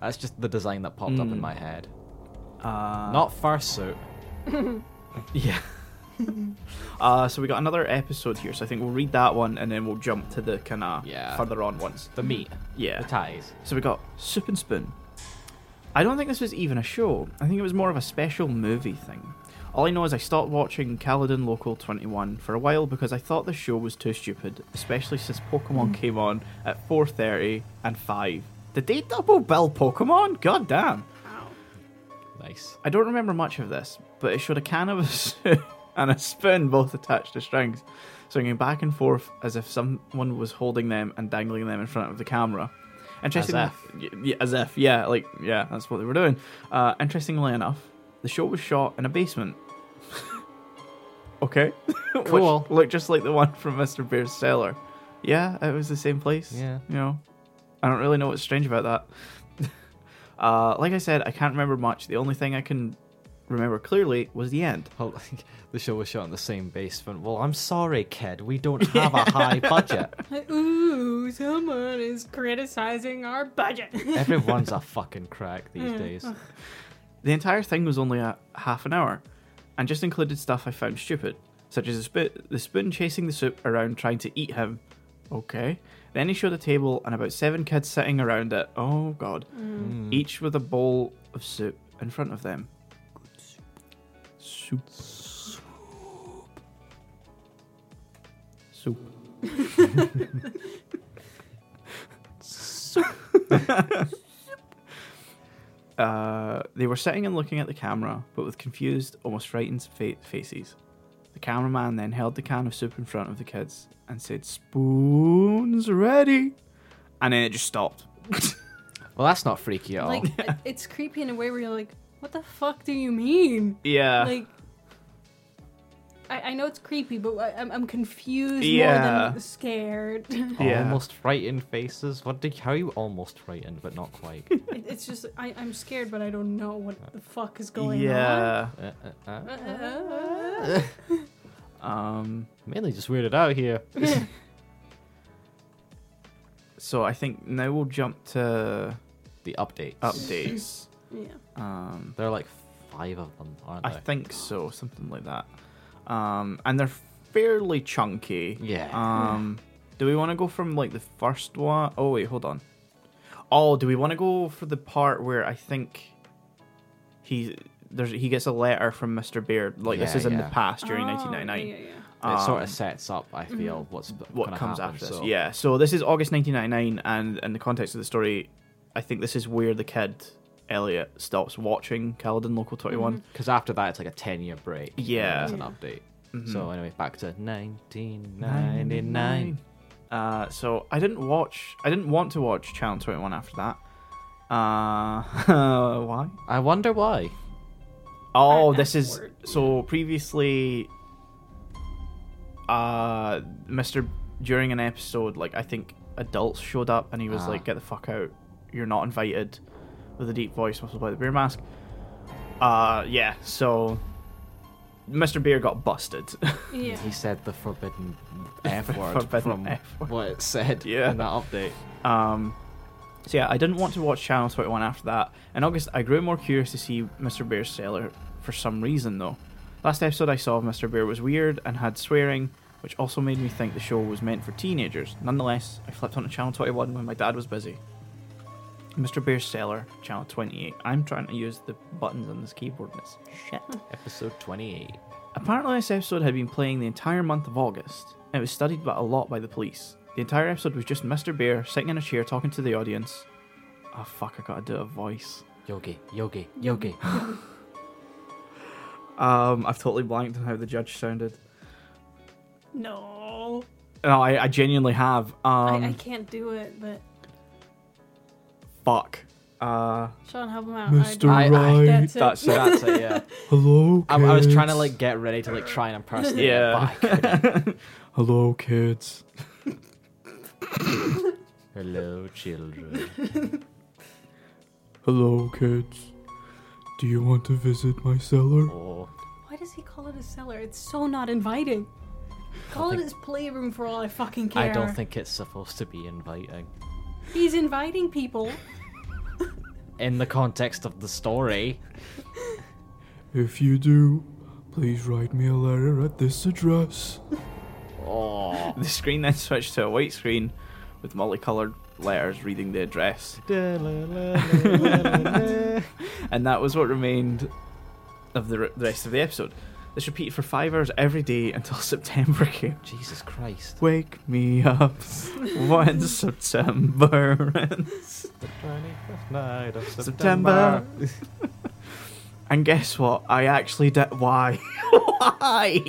S4: That's just the design that popped up
S3: Mm.
S4: in my head.
S3: Uh,
S4: Not fursuit.
S3: [LAUGHS] yeah. uh, so we got another episode here, so I think we'll read that one and then we'll jump to the kind of
S4: Yeah.
S3: further on ones.
S4: The meat.
S3: Yeah,
S4: The ties.
S3: So we got Soup and Spoon. I don't think this was even a show. I think it was more of a special movie thing. All I know is I stopped watching Caledon Local 21 for a while because I thought the show was too stupid, especially since Pokemon came on at 4:30 and 5. Did they double bill Pokemon? God damn.
S1: Ow.
S4: Nice.
S3: I don't remember much of this, but it showed a can of [LAUGHS] a soup and a spoon both attached to strings, swinging back and forth as if someone was holding them and dangling them in front of the camera. Interestingly,
S4: As
S3: Y- yeah, as if, yeah, like, yeah, that's what they were doing. Uh, interestingly enough, the show was shot in a basement. [LAUGHS] okay, [LAUGHS] Which
S4: Cool.
S3: looked just like the one from Mr. Bear's cellar. Yeah, it was the same place.
S4: Yeah.
S3: you know, I don't really know what's strange about that. [LAUGHS] Uh, like I said, I can't remember much. The only thing I can remember clearly was the end.
S4: Well, like, [LAUGHS] the show was shot in the same basement. Well, I'm sorry, kid. We don't have a
S3: [LAUGHS]
S4: high budget.
S1: Like, Ooh, someone is criticizing our budget. Hmm.
S4: Everyone's a fucking
S1: [LAUGHS]
S4: crack these
S3: Hmm.
S4: days.
S3: The entire thing was only a half an hour, and just included stuff I found stupid, such as the, sp- the spoon chasing the soup around trying to eat him. Okay. Then he showed a table and about seven kids sitting around it. Oh god. Each with a bowl of soup in front of them. Soup. Soup. Soup. Uh, they were sitting and looking at the camera, but with confused, almost frightened fa- faces. The The cameraman then held the can of soup in front of the kids and said, Spoons ready. And then it
S1: [LAUGHS]
S3: just stopped.
S4: Well, that's not freaky
S3: Oh.
S4: at all.
S1: Like it- it's creepy in a way where you're like, what the fuck do you mean?
S3: yeah.
S1: like I, I know it's creepy, but I, I'm, I'm confused more
S3: Yeah.
S1: than scared. [LAUGHS]
S3: yeah.
S4: Almost frightened faces. What did? How are you almost frightened but not quite?
S3: [LAUGHS]
S1: It- it's just I, I'm scared, but I don't know what the fuck is going
S3: yeah.
S4: uh, uh,
S1: on.
S3: [LAUGHS]
S4: uh.
S1: Uh,
S3: Um,
S4: Mainly just weirded out here.
S3: so I think now we'll jump to
S4: The updates.
S3: updates.
S1: yeah.
S3: um,
S4: There are like five of them, aren't
S3: I
S4: there?
S3: think so, something like that. Um, and they're fairly chunky.
S4: Yeah.
S3: Um, do we want to go from like the first one? Oh wait, hold on. Oh, do we want to go for the part where I think he there's he gets a letter from Mr. Beard? Like this
S4: Yeah,
S3: is in
S4: yeah.
S3: the past during
S1: Oh,
S3: 1999.
S1: Yeah, yeah, yeah.
S4: it sort
S3: Um,
S4: of sets up. I feel what's b-
S3: what
S4: gonna
S3: comes
S4: happen,
S3: after this.
S4: so-
S3: Yeah. So this is August 1999, and in the context of the story, I think this is where the kid Elliot stops watching Caledon Local 21.
S1: Mm-hmm.
S4: Because after that, it's like a 10 year break. and then
S3: Yeah. Mm-hmm.
S4: There's an update. So, anyway, back to 1999.
S3: Uh, so I didn't watch. I didn't want to watch Channel 21 after that. Uh, [LAUGHS] why?
S4: I wonder why.
S3: Oh,
S1: Uh,
S3: this
S1: F
S3: is
S1: word.
S3: so previously. Uh, Mr. During an episode, like I think adults showed up and he was
S4: Ah.
S3: like, "Get the fuck out! You're not invited." With a deep voice, muffled by the beer mask. Uh, yeah. So, Mr. Beer got busted. [LAUGHS]
S1: Yeah.
S4: He said the forbidden F word
S3: Forbidden
S4: from
S3: F word.
S4: what it said
S3: Yeah.
S4: in that update.
S3: Um, so yeah, I didn't want to watch Channel 21 after that. In August, I grew more curious to see Mr. Bear's cellar for some reason, though. Last episode I saw of Mr. Bear was weird and had swearing, which also made me think the show was meant for teenagers. Nonetheless, I flipped onto Channel 21 when my dad was busy. Mr. Bear's cellar, Channel 28. I'm trying to use the buttons on this keyboard, and it's shit.
S4: Episode 28.
S3: Apparently, this episode had been playing the entire month of August. It was studied by a lot by the police. The entire episode was just Mr. Bear sitting in a chair talking to the audience. Oh fuck, I gotta do a voice.
S4: Yogi, yogi, yogi.
S3: Um, I've totally blanked on how the judge sounded.
S1: No.
S3: No, I, I genuinely have. Um,
S1: I, I can't do it, but
S3: fuck. Uh,
S1: Sean, help him out.
S3: Mr.
S1: I,
S4: I-
S1: don't-
S3: Right.
S1: that's it.
S3: That's it.
S4: That's it, yeah.
S3: hello.
S4: I, I was trying to like get ready to like try and impersonate
S3: Yeah.
S4: it, but I couldn't.
S3: [LAUGHS] hello, kids.
S4: Hello,
S1: [LAUGHS]
S4: children.
S3: Hello, kids. Do you want to visit my cellar?
S4: Oh,
S1: Why does he call it a cellar? It's so not inviting. Call it his playroom for all I fucking care.
S4: I don't think it's supposed to be inviting.
S1: he's inviting people.
S4: In the context of the story,
S3: If you do, please write me a letter at this address.
S4: oh.
S3: The screen then switched to a white screen with multicolored letters reading the address. and that was what remained of the, re- the rest of the episode. This repeated for five hours every day until [LAUGHS] September came.
S4: [LAUGHS] Jesus Christ.
S3: Wake me up
S4: [LAUGHS]
S3: when September ends.
S4: The 25th night of
S3: September. and guess what? I actually did. Why? [LAUGHS] Why?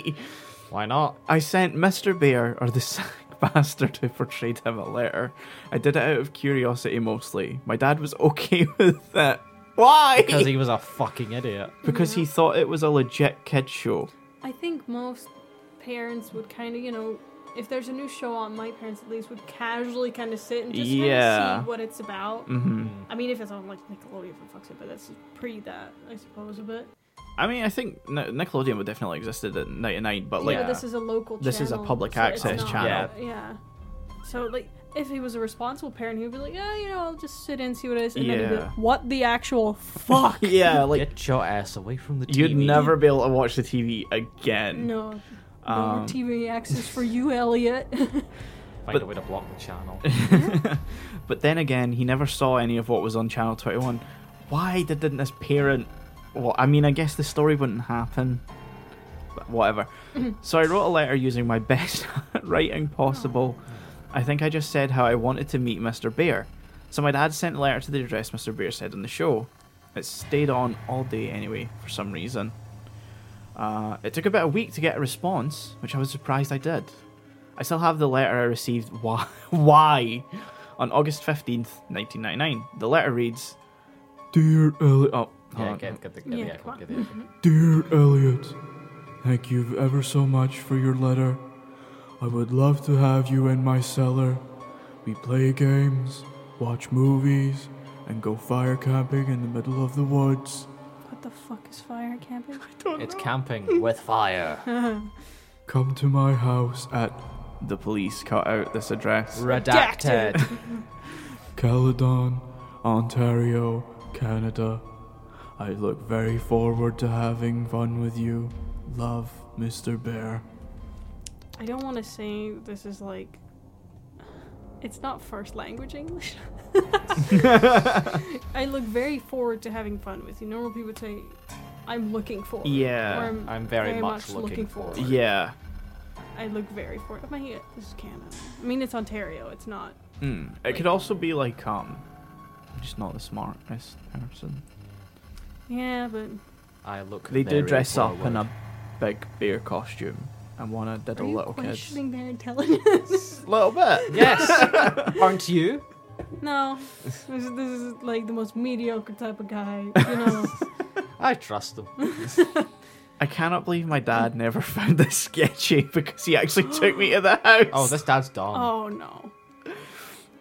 S4: Why not?
S3: I sent Mr. Bear, or the [LAUGHS] sack bastard who portrayed him, a letter. I did it out of curiosity mostly. My dad was [LAUGHS] okay with it. Why?
S4: Because he was a fucking idiot.
S3: Because he thought it was a legit kid show.
S1: I think most parents would kind of, you know, if there's a new show on, my parents at least would casually kind of sit and just kind
S3: Yeah.
S1: of see what it's about.
S3: hmm
S4: Mm.
S1: I mean, if it's on like Nickelodeon, for fuck's sake, but that's pre that, I suppose, a bit.
S3: I mean, I think Ni- Nickelodeon would definitely existed at 99, but like,
S1: yeah, but this is a local.
S3: This is a
S1: channel,
S3: public
S1: so it's
S3: access
S1: not-
S3: channel.
S1: Yeah. So like, if he was a responsible parent, he would be like, yeah, you know, I'll just sit in, see what it is, and then he'd be
S3: Yeah.
S1: like, what the actual fuck?
S3: [LAUGHS] yeah, like
S4: Get your ass away from the TV.
S3: you'd never be able to watch the TV again.
S1: no, no more
S3: Um,
S1: TV access for
S3: [LAUGHS]
S1: you, Elliot. [LAUGHS]
S4: Find
S3: but-
S4: a way to block the
S3: [LAUGHS]
S4: channel.
S3: But then again, he never saw any of what was on Channel 21. Why did- didn't this parent? Well, I mean, I guess the story wouldn't happen. But whatever. so I wrote a letter using my [LAUGHS] best writing possible. I think I just said how I wanted to meet Mr. Bear. So my dad sent a letter to the address Mr. Bear said on the show. It stayed on all day anyway, for some reason. Uh, it took about a week to get a response, which I was surprised I did. I still have the letter I received why, [LAUGHS] why on August 15th, 1999. The letter reads Dear Elliot. Oh, hold
S4: Yeah,
S3: on.
S4: get, get the, get
S1: Yeah,
S4: the
S1: come
S4: icon.
S1: on.
S4: Get the icon.
S3: Dear Elliot, thank you ever so much for your letter. I would love to have you in my cellar. We play games, watch movies, and go fire camping in the middle of the woods.
S1: What the fuck is fire camping?
S4: It's camping
S1: [LAUGHS]
S4: with fire.
S3: Come to my house at. The police cut out this address.
S1: Redacted.
S4: Redacted.
S3: Caledon, Ontario, Canada. I look very forward to having fun with you. Love, Mr. Bear.
S1: I don't want to say this is like. It's not first language
S3: [LAUGHS]
S1: English. I look very forward to having fun with you. Normal people would say, "I'm looking forward."
S3: Yeah,
S1: or I'm,
S4: I'm very, much, looking,
S1: forward.
S4: forward.
S3: Yeah.
S1: I look very forward. Am I? This is Canada. I mean, it's Ontario. It's not.
S3: Mm. It could also be like, um, I'm just not the smartest person.
S1: Yeah, but
S4: I look.
S3: They do
S4: very
S3: dress up in
S4: forward.
S3: a big bear costume and want to
S1: are
S3: diddle
S1: you
S3: little kids.
S1: questioning their intelligence? [LAUGHS]
S3: A little bit.
S4: Yes.
S3: [LAUGHS]
S4: Aren't you?
S1: no, this, is- this is like the most mediocre type of guy. You
S3: [LAUGHS]
S1: know,
S4: I trust them.
S3: I cannot believe my dad never [LAUGHS] found this sketchy because he actually took me to the house.
S4: Oh, this dad's Don.
S1: oh no.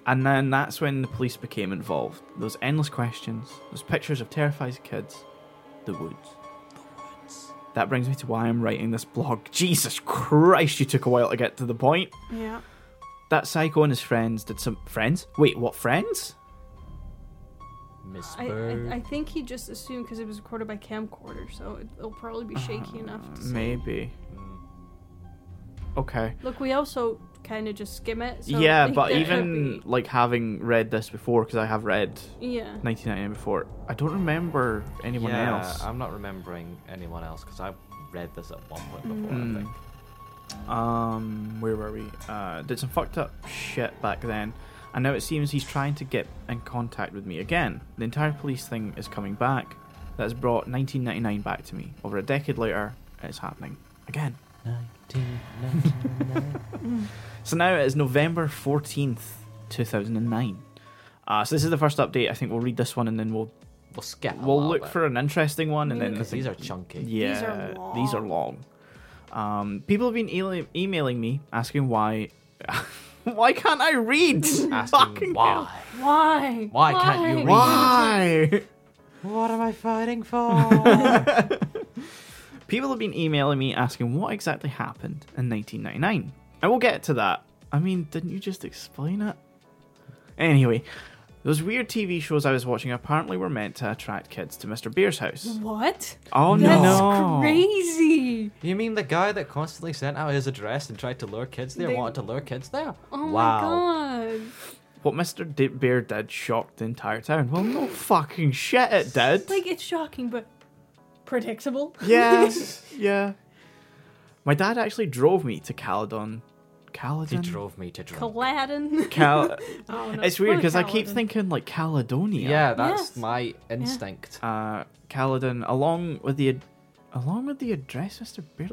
S3: And then that's when the police became involved. Those endless questions, those pictures of terrified kids, the woods. That brings me to why I'm writing this blog. Jesus Christ, you took a while to get to the point.
S1: Yeah.
S3: That psycho and his friends did some friends. Wait, what friends?
S4: Miss
S1: I,
S4: Bird.
S1: I, I think he just assumed because it was recorded by camcorder, so it, it'll probably be
S3: Uh,
S1: shaky enough. To say.
S3: Maybe.
S4: Mm.
S3: Okay.
S1: Look, we also kind of just skim it. So
S3: yeah,
S1: like,
S3: but
S1: there
S3: even
S1: could
S3: like having read this before, because I have read
S1: be- yeah,
S3: 1999 before, I don't remember anyone
S4: yeah,
S3: else.
S4: I'm not remembering anyone else because I read this at one point before.
S3: Mm.
S4: I think.
S3: Um, where were we? Uh, did some fucked up shit back then, and now it seems he's trying to get in contact with me again. The entire police thing is coming back. That has brought 1999 back to me. Over a decade later, it's happening
S4: [LAUGHS]
S3: again. So now it is November 14th, 2009. Uh, so this is the first update. I think we'll read this one and then we'll
S4: We'll skip. a
S3: we'll
S4: little
S3: look
S4: bit,
S3: for an interesting one and then
S4: because these are chunky.
S3: yeah,
S1: These are
S3: these are long. Um, people have been e- emailing me asking why. [LAUGHS] why can't I read? Fucking
S4: Asking why?
S1: why?
S4: Why can't you read?
S3: hell. Why?
S2: What am I fighting
S4: [LAUGHS]
S2: for?
S3: People have been emailing me asking what exactly happened in 1999. And we'll get to that. I mean, didn't you just explain it? Anyway, those weird TV shows I was watching apparently were meant to attract kids to Mr. Beer's house.
S1: What?
S3: Oh
S1: That's
S3: no!
S1: crazy.
S2: you mean the guy that constantly sent out his address and tried to lure kids there?
S1: They-
S2: Wanted to lure kids there?
S1: Oh
S2: wow.
S1: my god.
S3: What Mr. D- Bear did shocked the entire town. Well, no fucking shit, it did.
S1: Like it's shocking, but predictable.
S3: yeah, yeah. My dad actually drove me to Caledon.
S4: He
S3: Caledon.
S4: drove me to drink.
S1: Aladdin.
S3: Cal-
S1: [LAUGHS] oh, no.
S3: it's
S1: What
S3: weird
S1: a
S3: because I keep
S1: Aladdin.
S3: thinking like Caledonia.
S4: Yeah, that's
S1: Yes.
S4: my
S1: [LAUGHS]
S4: instinct.
S3: uh, Caledon, along with the, ad- along with the address, Mister Bear.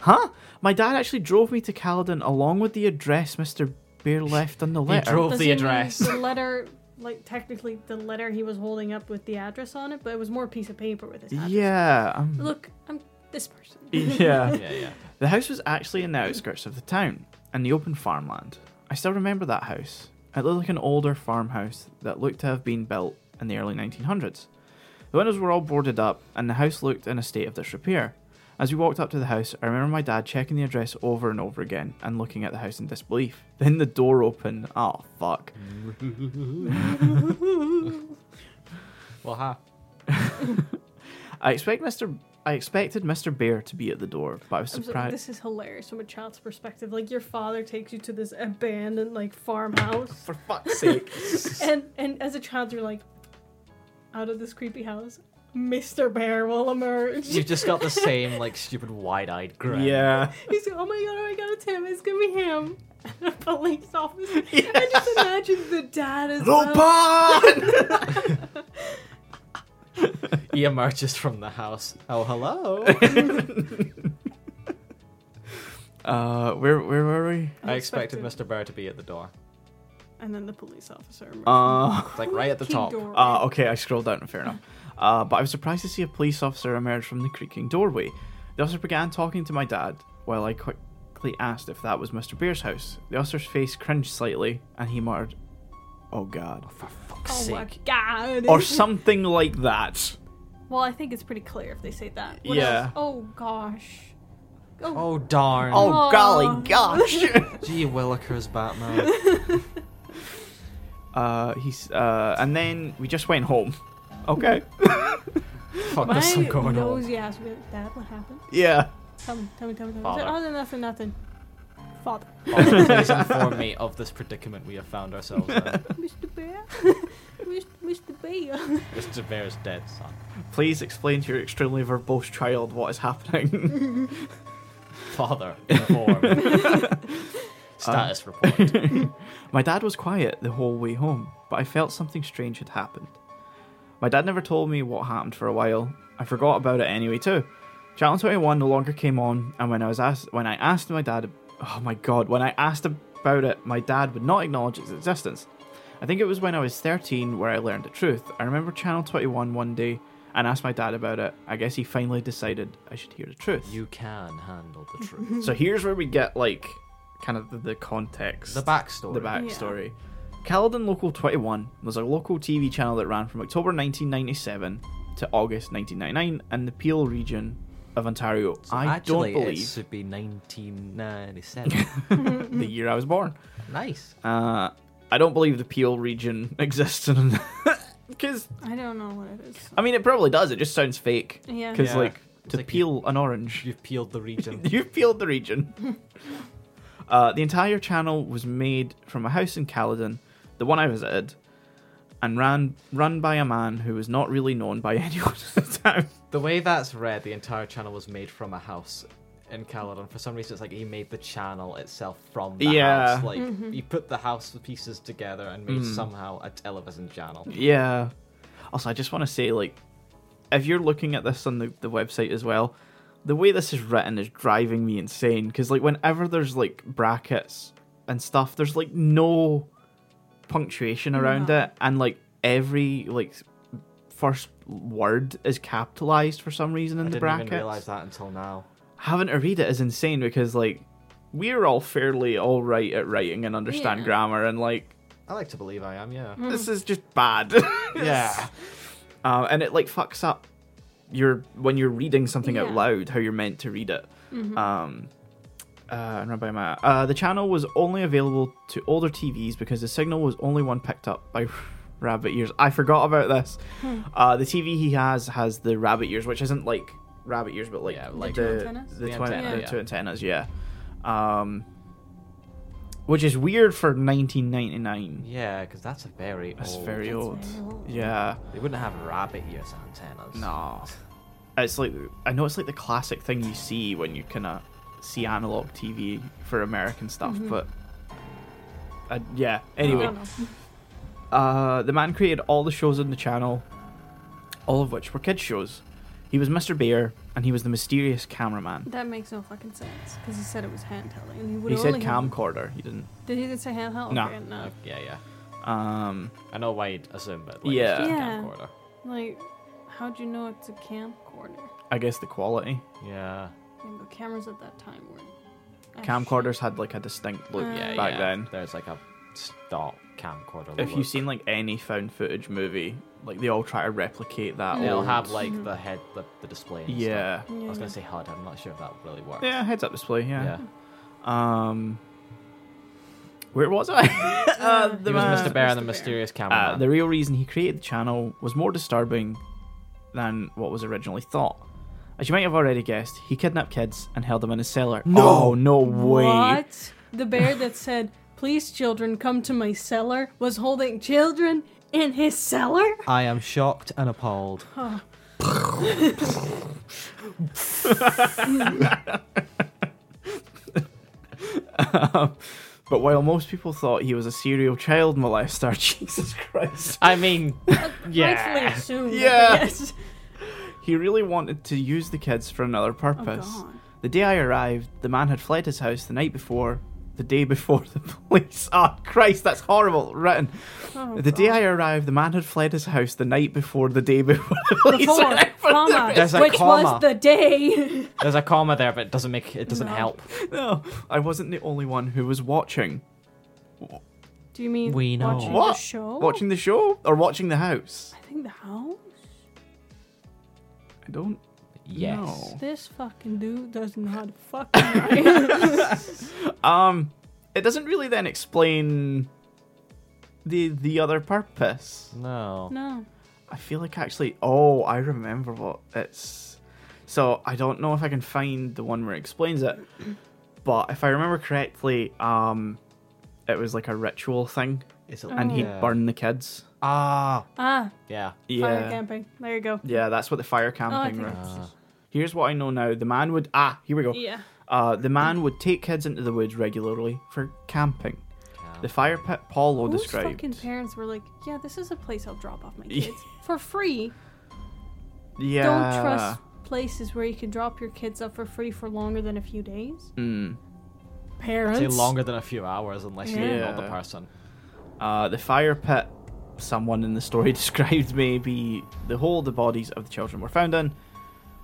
S3: Huh? My dad actually drove me to Caledon along with the address Mister Bear left on the letter.
S4: drove-
S1: Does
S4: the
S1: he mean
S4: address.
S1: The letter, like technically the letter he was holding up with the address on it, but it was more a piece of paper with his address.
S3: Yeah. um,
S1: Look, I'm this person. [LAUGHS]
S3: yeah.
S4: Yeah, yeah.
S3: The house was actually in the outskirts of the town, in the open farmland. I still remember that house. It looked like an older farmhouse that looked to have been built in the early 1900s. The windows were all boarded up, and the house looked in a state of disrepair. As we walked up to the house, I remember my dad checking the address over and over again and looking at the house in disbelief. [LAUGHS] Then the door opened. Oh, fuck.
S4: Well, ha.
S3: I expect Mr. I expected Mr. Bear to be at the door, but I [LAUGHS] was
S1: I'm sorry,
S3: surprised.
S1: this is hilarious from a child's perspective. Like your father takes you to this abandoned like farmhouse,
S3: [LAUGHS] For fuck's sake.
S1: and and as a child you're like, out of this creepy house, Mr. Bear will emerge.
S4: You've just got the same like stupid wide-eyed grin.
S3: yeah.
S1: He's like, oh my god, oh my god, it's him, it's gonna be him. [LAUGHS] And a police
S3: [LAUGHS]
S1: officer. I just imagine the dad as well.
S3: Lupin!
S4: he emerges from the house. Oh, [LAUGHS] hello.
S3: Uh, where where were we?
S4: I expected Mr. Bear to be at the door.
S1: And then the police officer. emerged.
S3: Uh,
S4: It's like right at the
S1: Creaky
S4: top.
S1: doorway.
S3: uh, okay, I scrolled down. Fair enough. Uh, but I was surprised to see a police officer emerge from the creaking doorway. The officer began talking to my dad while I quickly asked if that was Mr. Bear's house. The officer's face cringed slightly, and he muttered, "Oh God,"
S1: oh my god.
S3: or something like that.
S1: Well, I think it's pretty clear if they say that. What
S3: Yeah.
S1: else? Oh gosh.
S4: Oh darn.
S3: Oh
S1: Aw.
S3: golly [LAUGHS] gosh!
S4: Gee Willikers, Batman.
S3: uh, he's uh, and then we just went home. Okay.
S4: Fuck,
S1: My
S4: there's
S1: [LAUGHS]
S4: some going on.
S1: nosy ass bit. Dad, what happened?
S3: yeah.
S1: Tell me, tell me, tell me, tell me.
S5: Father.
S1: I said, Oh, no, nothing, nothing.
S3: [LAUGHS]
S1: Father.
S4: Father, please inform me of this predicament we have found ourselves
S1: [LAUGHS]
S4: in.
S1: Mr.
S3: [LAUGHS]
S1: Bear? Mr. Mr. Bear. [LAUGHS]
S4: Mr. Bear's dead, son.
S3: Please explain to your extremely verbose child what is happening. [LAUGHS]
S4: Father, inform. Status report.
S3: My dad was quiet the whole way home, but I felt something strange had happened. My dad never told me what happened for a while. I forgot about it anyway too. Channel 21 no longer came on, and when I was asked when I asked my dad oh my god, when I asked about it, my dad would not acknowledge its existence. I think it was when I was 13 where I learned the truth. I remember Channel 21 one day and asked my dad about it. I guess he finally decided I should hear the truth.
S4: You can handle the truth.
S3: So here's where we get like kind of the, the context, [LAUGHS]
S4: The backstory.
S3: the backstory. Caledon Local 21 was a local TV channel that ran from October 1997 to August 1999 in the Peel region of Ontario. I
S4: Actually,
S3: don't
S4: it
S3: believe
S4: should be 1997. [LAUGHS]
S3: the year I was born.
S4: nice.
S3: Uh, I don't believe the Peel region [LAUGHS] exists in because
S1: I don't know what it is.
S3: I mean it probably does. It just sounds fake.
S1: Yeah.
S3: Because
S4: Yeah.
S3: like
S4: It's
S3: to
S4: like you-
S3: peel an orange.
S4: You've peeled the
S3: [LAUGHS]
S4: region.
S3: You've peeled the region. [LAUGHS] uh, the entire channel was made from a house in Caledon, the one I visited, and ran run by a man who was not really known by [LAUGHS] anyone at the time.
S4: The way that's read, the entire channel was made from a house in Caledon. For some reason, it's like he made the channel itself from the
S3: Yeah. Mm.
S4: house. Like he put the house pieces together and made somehow a television channel.
S3: Yeah. Also, I just want to say, like, if you're looking at this on the, the website as well, the way this is written is driving me insane. Because, like, whenever there's, like, brackets and stuff, there's, like, no punctuation around
S1: No.
S3: it. And, like, every, like, first word is capitalized for some reason in
S4: I
S3: the
S4: didn't
S3: brackets.
S4: even realize that until now.
S3: Having to read it is insane because, like, we're all fairly all right at writing and understand
S1: Yeah.
S3: grammar. And, like,
S4: I like to believe I am, yeah.
S3: this is just bad. [LAUGHS]
S4: Yeah.
S3: Uh, and it like fucks up your when you're reading something out
S1: Yeah.
S3: loud how you're meant to read it. Um, uh, I remember my uh, the channel was only available to older TVs because the signal was only one picked up by [LAUGHS] rabbit ears. I forgot about this. Uh, the TV he has has the rabbit ears, which isn't like rabbit ears, but like
S4: Yeah,
S3: like
S4: like-
S3: the
S1: The two
S3: the,
S1: antennas?
S3: the
S4: The
S3: twi-
S4: antenna,
S3: the
S4: yeah.
S3: two antennas, yeah. Um, which is weird for 1999.
S4: Yeah, because that's a very
S3: That's
S4: old.
S3: very old.
S1: very old.
S3: Yeah.
S4: They wouldn't have rabbit ears antennas.
S3: No. It's like I know it's like the classic thing you see when you kind of see analog TV for American stuff,
S4: Mm-hmm.
S3: but uh, yeah.
S1: I
S3: Anyway,
S1: don't know.
S3: uh, the man created all the shows on the channel, all of which were kids shows. He was Mr. Bear, and he was the mysterious cameraman.
S1: That makes no fucking sense. Because he said it was handheld. And he, would
S3: He said
S1: only have-
S3: camcorder. He didn't.
S1: Did he say handheld?
S3: No.
S1: Okay, no.
S4: Uh, yeah, yeah.
S3: Um,
S4: I know why you'd assume, but like,
S3: Yeah.
S4: yeah. It's just a
S1: Yeah.
S4: camcorder.
S1: Like, how'd you know it's a camcorder?
S3: I guess the quality.
S4: Oh, Yeah.
S1: Yeah, but cameras at that time were. Ah, shit.
S3: Camcorders had like a distinct look
S1: Uh,
S4: Yeah, Ah,
S3: back
S4: yeah.
S3: then.
S4: There's like a stock camcorder.
S3: If
S4: look.
S3: you've seen like any found footage movie, like they all try to replicate that.
S4: They'll
S3: old-
S4: have like the head, the, the display. And
S3: Oh. Yeah.
S4: Stuff. I was
S1: Yeah.
S4: gonna say HUD. I'm not sure if that really works.
S3: Yeah, heads up display.
S4: Yeah.
S3: Yeah. Um, where was I? [LAUGHS] uh, the,
S4: He
S3: man-
S4: was Mr. Bear
S1: Mr.
S4: and the
S1: Bear.
S4: mysterious camera.
S3: uh, the real reason he created the channel was more disturbing than what was originally thought. As you might have already guessed, he kidnapped kids and held them in his cellar. No, no way.
S1: What? The bear that said, Please, children, come to my cellar, was holding children in his cellar?
S4: I am shocked and appalled.
S3: [LAUGHS] But while most people thought he was a serial child molester, [LAUGHS] Jesus Christ,
S4: I mean,
S1: [LAUGHS] Rightfully
S4: yeah.
S1: assumed.
S3: Yeah.
S1: Yes.
S3: he really wanted to use the kids for another
S1: Oh
S3: purpose.
S1: god.
S3: The day I arrived, the man had fled his house the night before, the day before the [LAUGHS] police. Ah, Christ, that's horrible written.
S1: Oh,
S3: the day
S1: God.
S3: I arrived, the man had fled his house the night before the day [LAUGHS] before the police.
S1: Before,
S3: arrived.
S1: comma,
S2: There's a
S1: which
S2: comma.
S1: was the day. [LAUGHS]
S4: There's a comma there, but it doesn't make it doesn't
S1: No.
S4: help.
S3: No, I wasn't the only one who was watching.
S1: Do you mean
S4: We know.
S1: watching
S3: What?
S1: the show?
S3: Watching the show or watching the house?
S1: I think the house.
S3: I don't
S4: Yes.
S3: know.
S1: This fucking dude does not fucking right.
S3: Um, it doesn't really then explain the the other purpose.
S1: [LAUGHS]
S4: No.
S1: no.
S3: I feel like actually, oh, I remember what it's. So I don't know if I can find the one where it explains it, but if I remember correctly, um, it was like a ritual thing,
S2: Is it
S3: and he'd
S4: Oh,
S2: Yeah.
S3: burn the kids.
S2: Ah,
S1: Ah,
S4: Yeah.
S1: fire
S3: Yeah,
S1: camping. There you go.
S3: yeah, that's what the fire
S1: Oh, I
S3: camping.
S1: think
S3: were.
S1: it's
S4: Uh,
S1: just,
S3: Here's what I know now: the man would ah, here we go.
S1: yeah.
S3: Uh, the man would take kids into the woods regularly for camping. The fire pit Paulo
S1: Whose
S3: described.
S1: fucking parents were like, yeah, this is a place I'll drop off my
S3: Yeah.
S1: kids for
S3: [LAUGHS]
S1: free.
S3: yeah.
S1: Don't trust places where you can drop your kids up for free for longer than a few days.
S3: Mm.
S1: Parents.
S4: Say longer than a few hours unless you
S3: Yeah.
S4: know the person.
S3: Uh, the fire pit someone in the story [LAUGHS] described maybe the hole the bodies of the children were found in.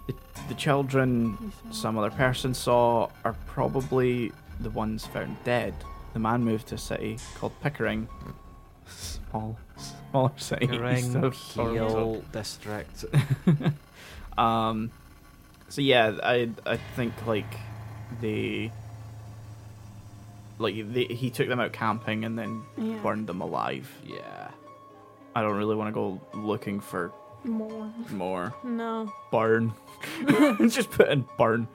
S3: The, the children some other person saw are probably the ones found dead. The man moved to a city called Pickering. Small, smaller city. east
S2: Grang
S3: of Toronto.
S2: Peel
S3: [LAUGHS]
S2: District.
S3: Um, so yeah, I I think like they like they, he took them out camping and then
S1: Yeah.
S3: burned them alive.
S2: yeah.
S3: I don't really want to go looking for
S1: More.
S3: more
S1: No.
S3: burn. [LAUGHS] Just put in burn.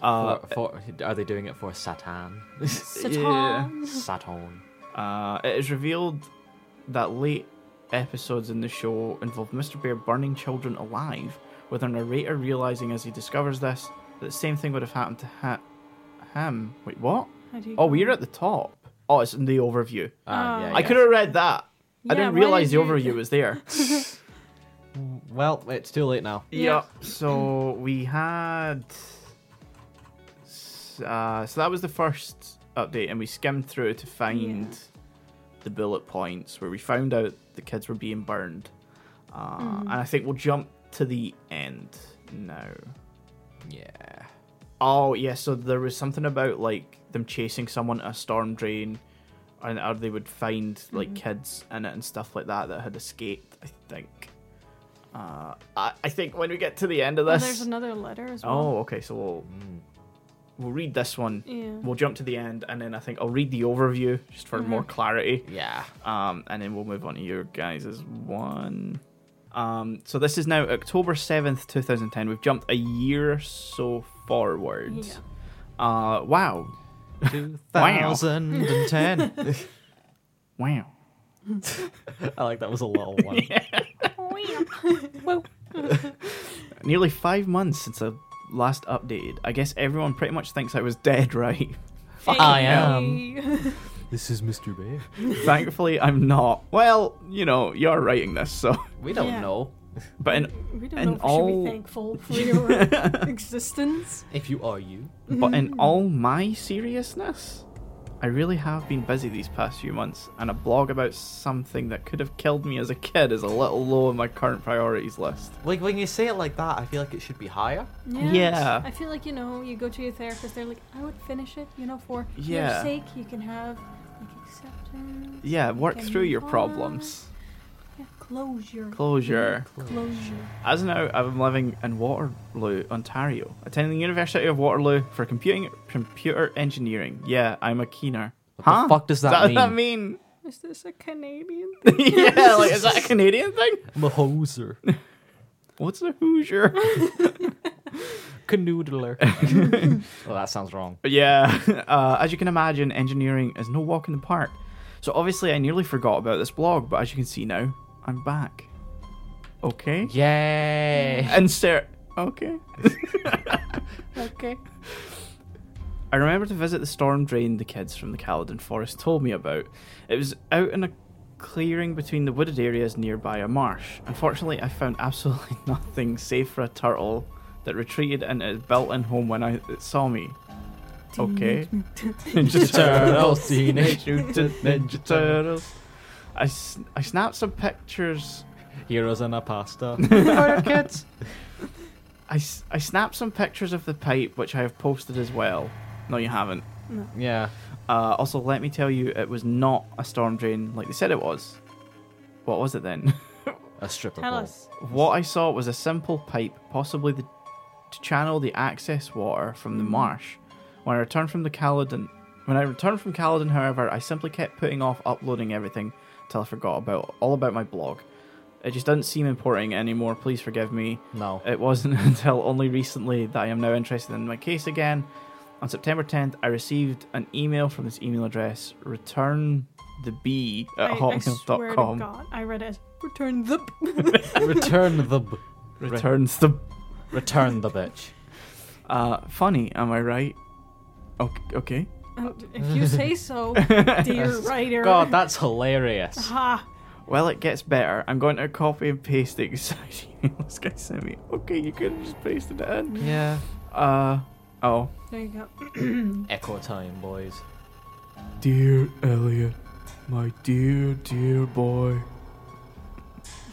S3: Uh,
S4: for, for, are they doing it for Satan? [LAUGHS]
S1: Satan.
S4: Saturn.
S3: uh, it is revealed that late episodes in the show involve Mr. Bear burning children alive, with our narrator realizing as he discovers this that the same thing would have happened to ha- him. Wait, what?
S1: How do you
S3: Oh,
S1: go?
S3: we're at the top. Oh, it's in the overview.
S4: Ah,
S1: Oh.
S4: yeah,
S3: I
S4: yeah.
S3: could have read that. I
S1: Yeah,
S3: didn't
S1: why
S3: realize the
S1: did you-
S3: overview was
S1: [LAUGHS]
S3: there.
S2: Well, it's too late now.
S1: Yeah.
S3: Yep. So we had. s- Uh, so that was the first update, and we skimmed through to find the bullet points where we found out the kids were being burned. Uh,
S1: Mm-hmm.
S3: And I think we'll jump to the end now.
S2: Yeah.
S3: Oh, yeah. So there was something about like them chasing someone at a storm drain, and or they would find like
S1: Mm-hmm.
S3: kids in it and stuff like that that had escaped. I think. Uh, I, I think when we get to the end of
S1: Oh,
S3: this,
S1: there's another letter as well.
S3: Oh, okay. So we'll we'll read this one.
S1: Yeah.
S3: We'll jump to the end, and then I think I'll read the overview just for
S1: Mm-hmm.
S3: more clarity.
S4: Yeah.
S3: Um, and then we'll move on to your guys' one. Um, so this is now October seventh, two thousand ten. We've jumped a year or so forward.
S1: Yeah.
S3: Uh, wow,
S2: 2010.
S3: wow.
S4: [LAUGHS] I like that was a little one.
S1: [LAUGHS] well,
S3: Nearly five months since I last updated. I guess everyone pretty much thinks I was
S1: [LAUGHS]
S3: dead, [LAUGHS] right?
S4: I am.
S1: am.
S2: this is Mr. Bear.
S3: Thankfully, I'm not. Well, you know, you're writing this, so.
S4: We don't
S1: Yeah.
S4: know.
S3: But in
S1: [LAUGHS] We
S3: And
S1: don't know if we
S3: all-
S1: should be
S3: [LAUGHS]
S1: thankful for your existence.
S4: If you are you.
S3: But
S1: Hmm.
S3: in all my seriousness, I really have been busy these past few months, and a blog about something that could have killed me as a kid is a little low on my current priorities list.
S2: Like when you say it like that, I feel like it should be higher.
S1: Yeah.
S3: Yeah.
S1: I feel like, you know, you go to your therapist, they're like, I would finish it, you know, for your
S3: Yeah.
S1: sake, you can have like acceptance.
S3: Yeah,
S1: you
S3: work
S1: can
S3: through
S1: move
S3: your
S1: on."
S3: problems.
S1: Yeah, closure.
S3: Closure.
S1: Closure.
S3: As of now, I'm living in Waterloo, Ontario, attending the University of Waterloo for computing computer engineering. Yeah, I'm a keener.
S4: What the fuck does that
S3: Does that mean?
S1: Is this a Canadian [LAUGHS] thing?
S3: [LAUGHS] yeah, like is that a Canadian thing?
S4: I'm a hoser.
S3: What's a Hoosier?
S4: Canoodler. [LAUGHS] well, that sounds wrong.
S3: But yeah, [LAUGHS] uh, as you can imagine, engineering is no walk in the park. So obviously, I nearly forgot about this blog, but as you can see now, I'm back. Okay.
S4: [LAUGHS] Yay.
S3: Insert. Okay. okay. [LAUGHS] I remember to visit the storm drain the kids from the Caledon Forest told me about. It was out in a clearing between the wooded areas nearby a marsh. Unfortunately, I found [LAUGHS] absolutely nothing save for a turtle that retreated into its built-in home when I, it saw me. Okay. [LAUGHS] Just
S4: Turtles, [LAUGHS]
S3: [LAUGHS]
S4: Teenage
S3: Mutant
S4: Ninja
S3: Ninja Turtles. I, s- I snapped some pictures.
S4: Heroes in a pasta.
S3: Murder kids. I, s- I snapped some pictures of the pipe, which I have posted as well. No, you haven't.
S4: yeah.
S3: Uh, also, let me tell you, it was not a storm drain like they said it was. What was it then? [LAUGHS]
S4: A
S1: [LAUGHS]
S4: stripper
S1: Tell
S4: pole.
S1: us.
S3: what I saw was a simple pipe, possibly the, to channel the access water from
S1: Hmm.
S3: the marsh. When I returned from the Caledon, when I returned from Caledon, however, I simply kept putting off uploading everything till I forgot about all about my blog. It just doesn't seem important anymore. Please forgive me. [LAUGHS]
S4: No.
S3: It wasn't until only recently that I am now interested in my case again. On September 10th, I received an email from this email address return the bee at
S1: I, I swear to
S3: hotmail.com.
S1: God, I read it as return the.
S4: Return the b-
S3: Returns the.
S4: return the bitch.
S3: Uh, funny, am I right? Okay. okay.
S1: And [LAUGHS] if you say
S3: [LAUGHS]
S1: so, dear writer.
S4: God, that's hilarious.
S1: Ha.
S3: Well, it gets better. I'm going to copy and paste the exact [LAUGHS] email this guy sent me. Okay, you could have just pasted it in.
S4: Yeah.
S3: Uh, oh.
S1: There you go.
S6: Echo time, boys.
S3: Dear Elliot, my dear, dear boy.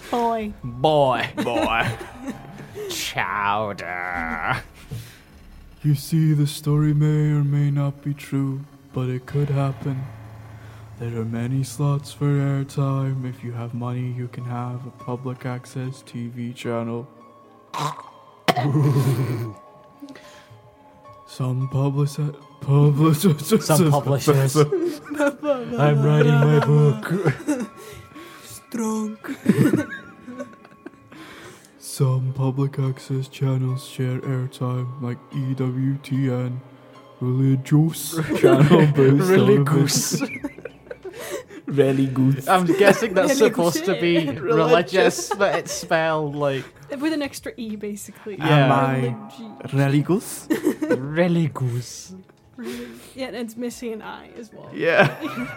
S1: Boy.
S4: Boy.
S3: [LAUGHS] Boy.
S4: [LAUGHS] Chowder.
S3: You see, the story may or may not be true, but it could happen. There are many slots for airtime. If you have money, you can have a public access TV channel. Some publici- publishers.
S4: Some publishers.
S3: [LAUGHS] I'm writing my book.
S1: Strong.
S3: Some public access channels share airtime, like E EWTN, Religious Channel Based on
S4: Religious. [LAUGHS]
S3: Really Goose.
S4: I'm guessing that's
S1: Religious.
S4: supposed to be religious, but it's spelled like
S1: With an extra E, basically.
S4: Yeah. Am
S3: I-
S1: Religi-
S3: Religus?
S4: religus.
S1: relig- Yeah, and it's missing an I as well. [LAUGHS]
S3: Yeah.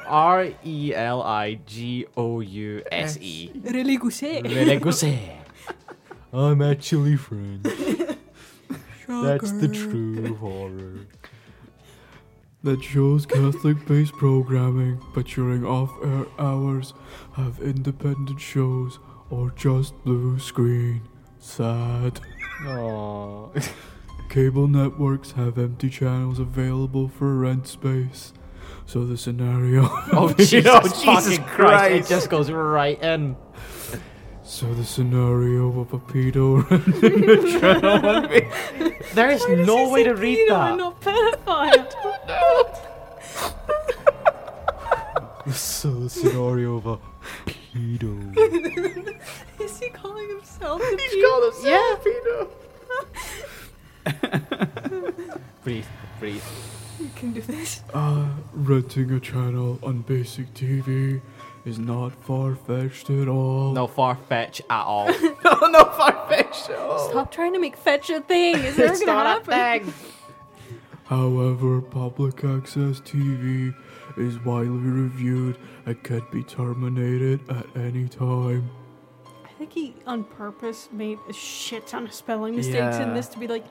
S4: R E L I G O U S E.
S1: Religuse. [LAUGHS]
S4: Religuse.
S7: I'm actually French. That's the true horror.
S3: That shows Catholic based programming, but during off air hours, have independent shows or just blue screen. Sad.
S4: Oh.
S3: Cable networks have empty channels available for rent space. So the scenario.
S4: [LAUGHS]
S3: [LAUGHS]
S4: Oh Jesus, fucking Christ.
S3: Christ.
S4: It just goes right in.
S3: So the scenario of a pedo [LAUGHS] renting a channel on me.
S4: There is
S1: Why does
S4: no
S1: he
S4: way
S1: say
S4: to read
S1: pedo
S4: that.
S1: and Not pedophile.
S7: So the scenario of a pedo.
S1: [LAUGHS] Is he calling himself? a
S3: He's
S1: pedo?
S3: called himself a pedo.
S1: [LAUGHS]
S4: Breathe, breathe.
S1: You can do this.
S3: Uh, renting a channel on basic TV is not far fetched at all.
S4: No far fetch at [LAUGHS] all.
S3: [LAUGHS] no, no far fetched at all.
S1: Stop trying to make fetch a thing. Is never gonna happen?
S3: However, public access TV is widely reviewed and can be terminated at any time.
S1: I think he on purpose made a shit ton of spelling mistakes
S3: Yeah.
S1: in this to be like,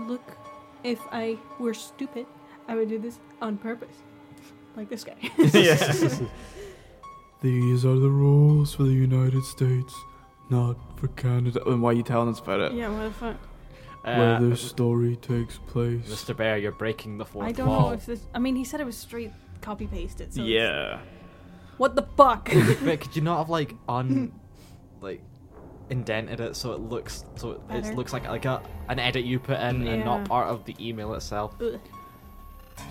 S1: look, if I were stupid, I would do this on purpose. Like this guy. [LAUGHS]
S4: [LAUGHS] Uh,
S3: These are the rules for the United States, not for Canada. And why are you telling us about
S1: yeah, what the fuck?
S4: Uh,
S3: story takes place.
S4: Mr. Bear, you're breaking the fourth
S1: I don't
S4: wall.
S1: know if this. I mean, he said it was straight copy pasted. So it's-
S3: yeah.
S1: What the [LAUGHS] fuck?
S4: [LAUGHS] But could you not have like un like indented it so it looks so it,
S1: Better.
S4: it looks like like a an edit you put in and
S1: Yeah.
S4: not part of the email itself? [LAUGHS]
S1: Ugh.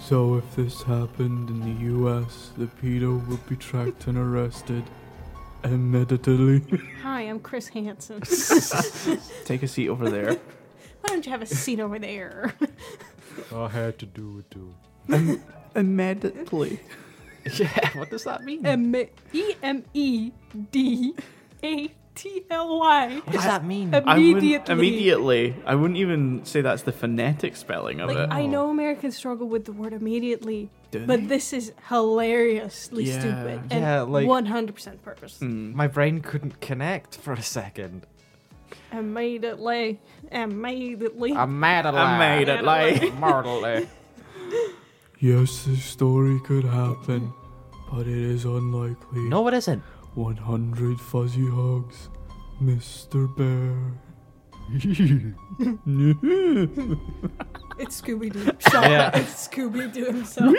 S3: So if this happened in the US, the pedo would be tracked and arrested immediately.
S1: Hi, I'm Chris Hansen.
S3: Take a seat
S1: [LAUGHS]
S3: over there.
S1: Why don't you have a seat over [LAUGHS] there?
S7: [LAUGHS] I had to do it too.
S3: immediately.
S4: yeah, what does that mean?
S1: M E M E D A T L Y.
S4: What does that mean?
S3: I wouldn't,
S1: Immediately.
S3: immediately. I wouldn't even say that's the phonetic spelling of
S1: Like
S3: it.
S1: I know Americans struggle with the word immediately,
S3: Do
S1: but
S3: they?
S1: this is hilariously
S3: Yeah.
S1: stupid and
S4: Yeah, like- hmm.
S1: 100% purpose.
S4: My brain couldn't connect for a second.
S1: Immediately, immediately.
S4: I'm mad at
S3: I made it like.
S4: Mortally. [LAUGHS]
S7: Yes, this story could happen, but it is unlikely.
S4: No, it isn't.
S7: 100 fuzzy hugs, Mr. Bear.
S1: [LAUGHS] It's Scooby Doo. Shut
S4: Yeah.
S1: up. It's Scooby Doo himself.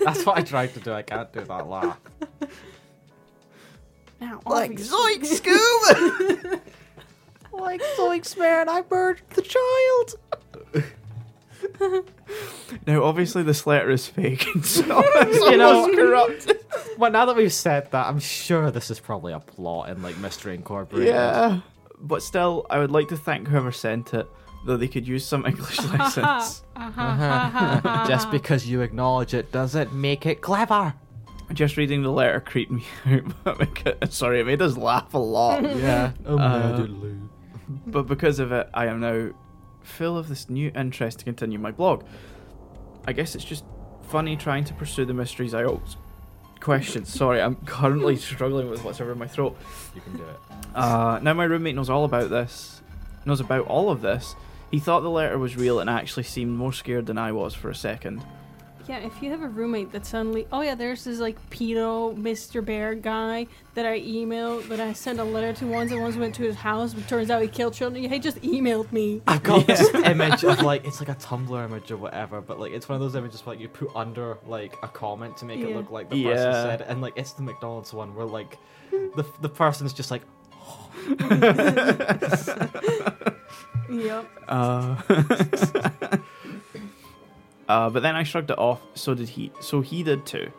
S4: That's what I tried to do. I can't do that [LAUGHS] laugh.
S1: now, obviously-
S4: zoinks, [LAUGHS] Scoob! [LAUGHS] like zoinks, man! I murdered the child.
S3: Now, obviously, the Slater is fake, and
S1: [LAUGHS]
S3: so
S4: You know-
S3: corrupt.
S4: Well, now that we've said that, I'm sure this is probably a plot in like Mystery Incorporated.
S3: Yeah. But still, I would like to thank whoever sent it, though they could use some [LAUGHS] English license.
S1: Ah,
S4: [LAUGHS] Uh-huh. Just because you acknowledge it doesn't make it clever.
S3: Just reading the letter creeped me [LAUGHS] out. because- Sorry, it made us laugh
S4: [LAUGHS]
S3: a lot.
S4: Yeah.
S7: Immediately.
S3: but because of it, I am now full of this new interest to continue my blog. I guess it's just funny trying to pursue the mysteries I always question. Sorry, I'm currently struggling with what's over my throat.
S8: You can do it.
S3: Uh, now my roommate knows all about this. Knows about all of this. He thought the letter was real and actually seemed more scared than I was for a second.
S1: Yeah, if you have a roommate that suddenly, oh yeah, there's this like pedo Mr. Bear guy that I emailed, that I sent a letter to once, and once went to his house, but turns out he killed children. He just emailed me.
S4: I've got [LAUGHS] this image of like it's like a Tumblr image or whatever, but like it's one of those images where, like you put under like a comment to make it
S1: Yeah.
S4: look like the person
S3: Yeah.
S4: said, it, and like it's the McDonald's one where like the the person's just like
S1: Yep.
S3: Uh, [LAUGHS] uh, but then I shrugged it off. So did he. So he did too.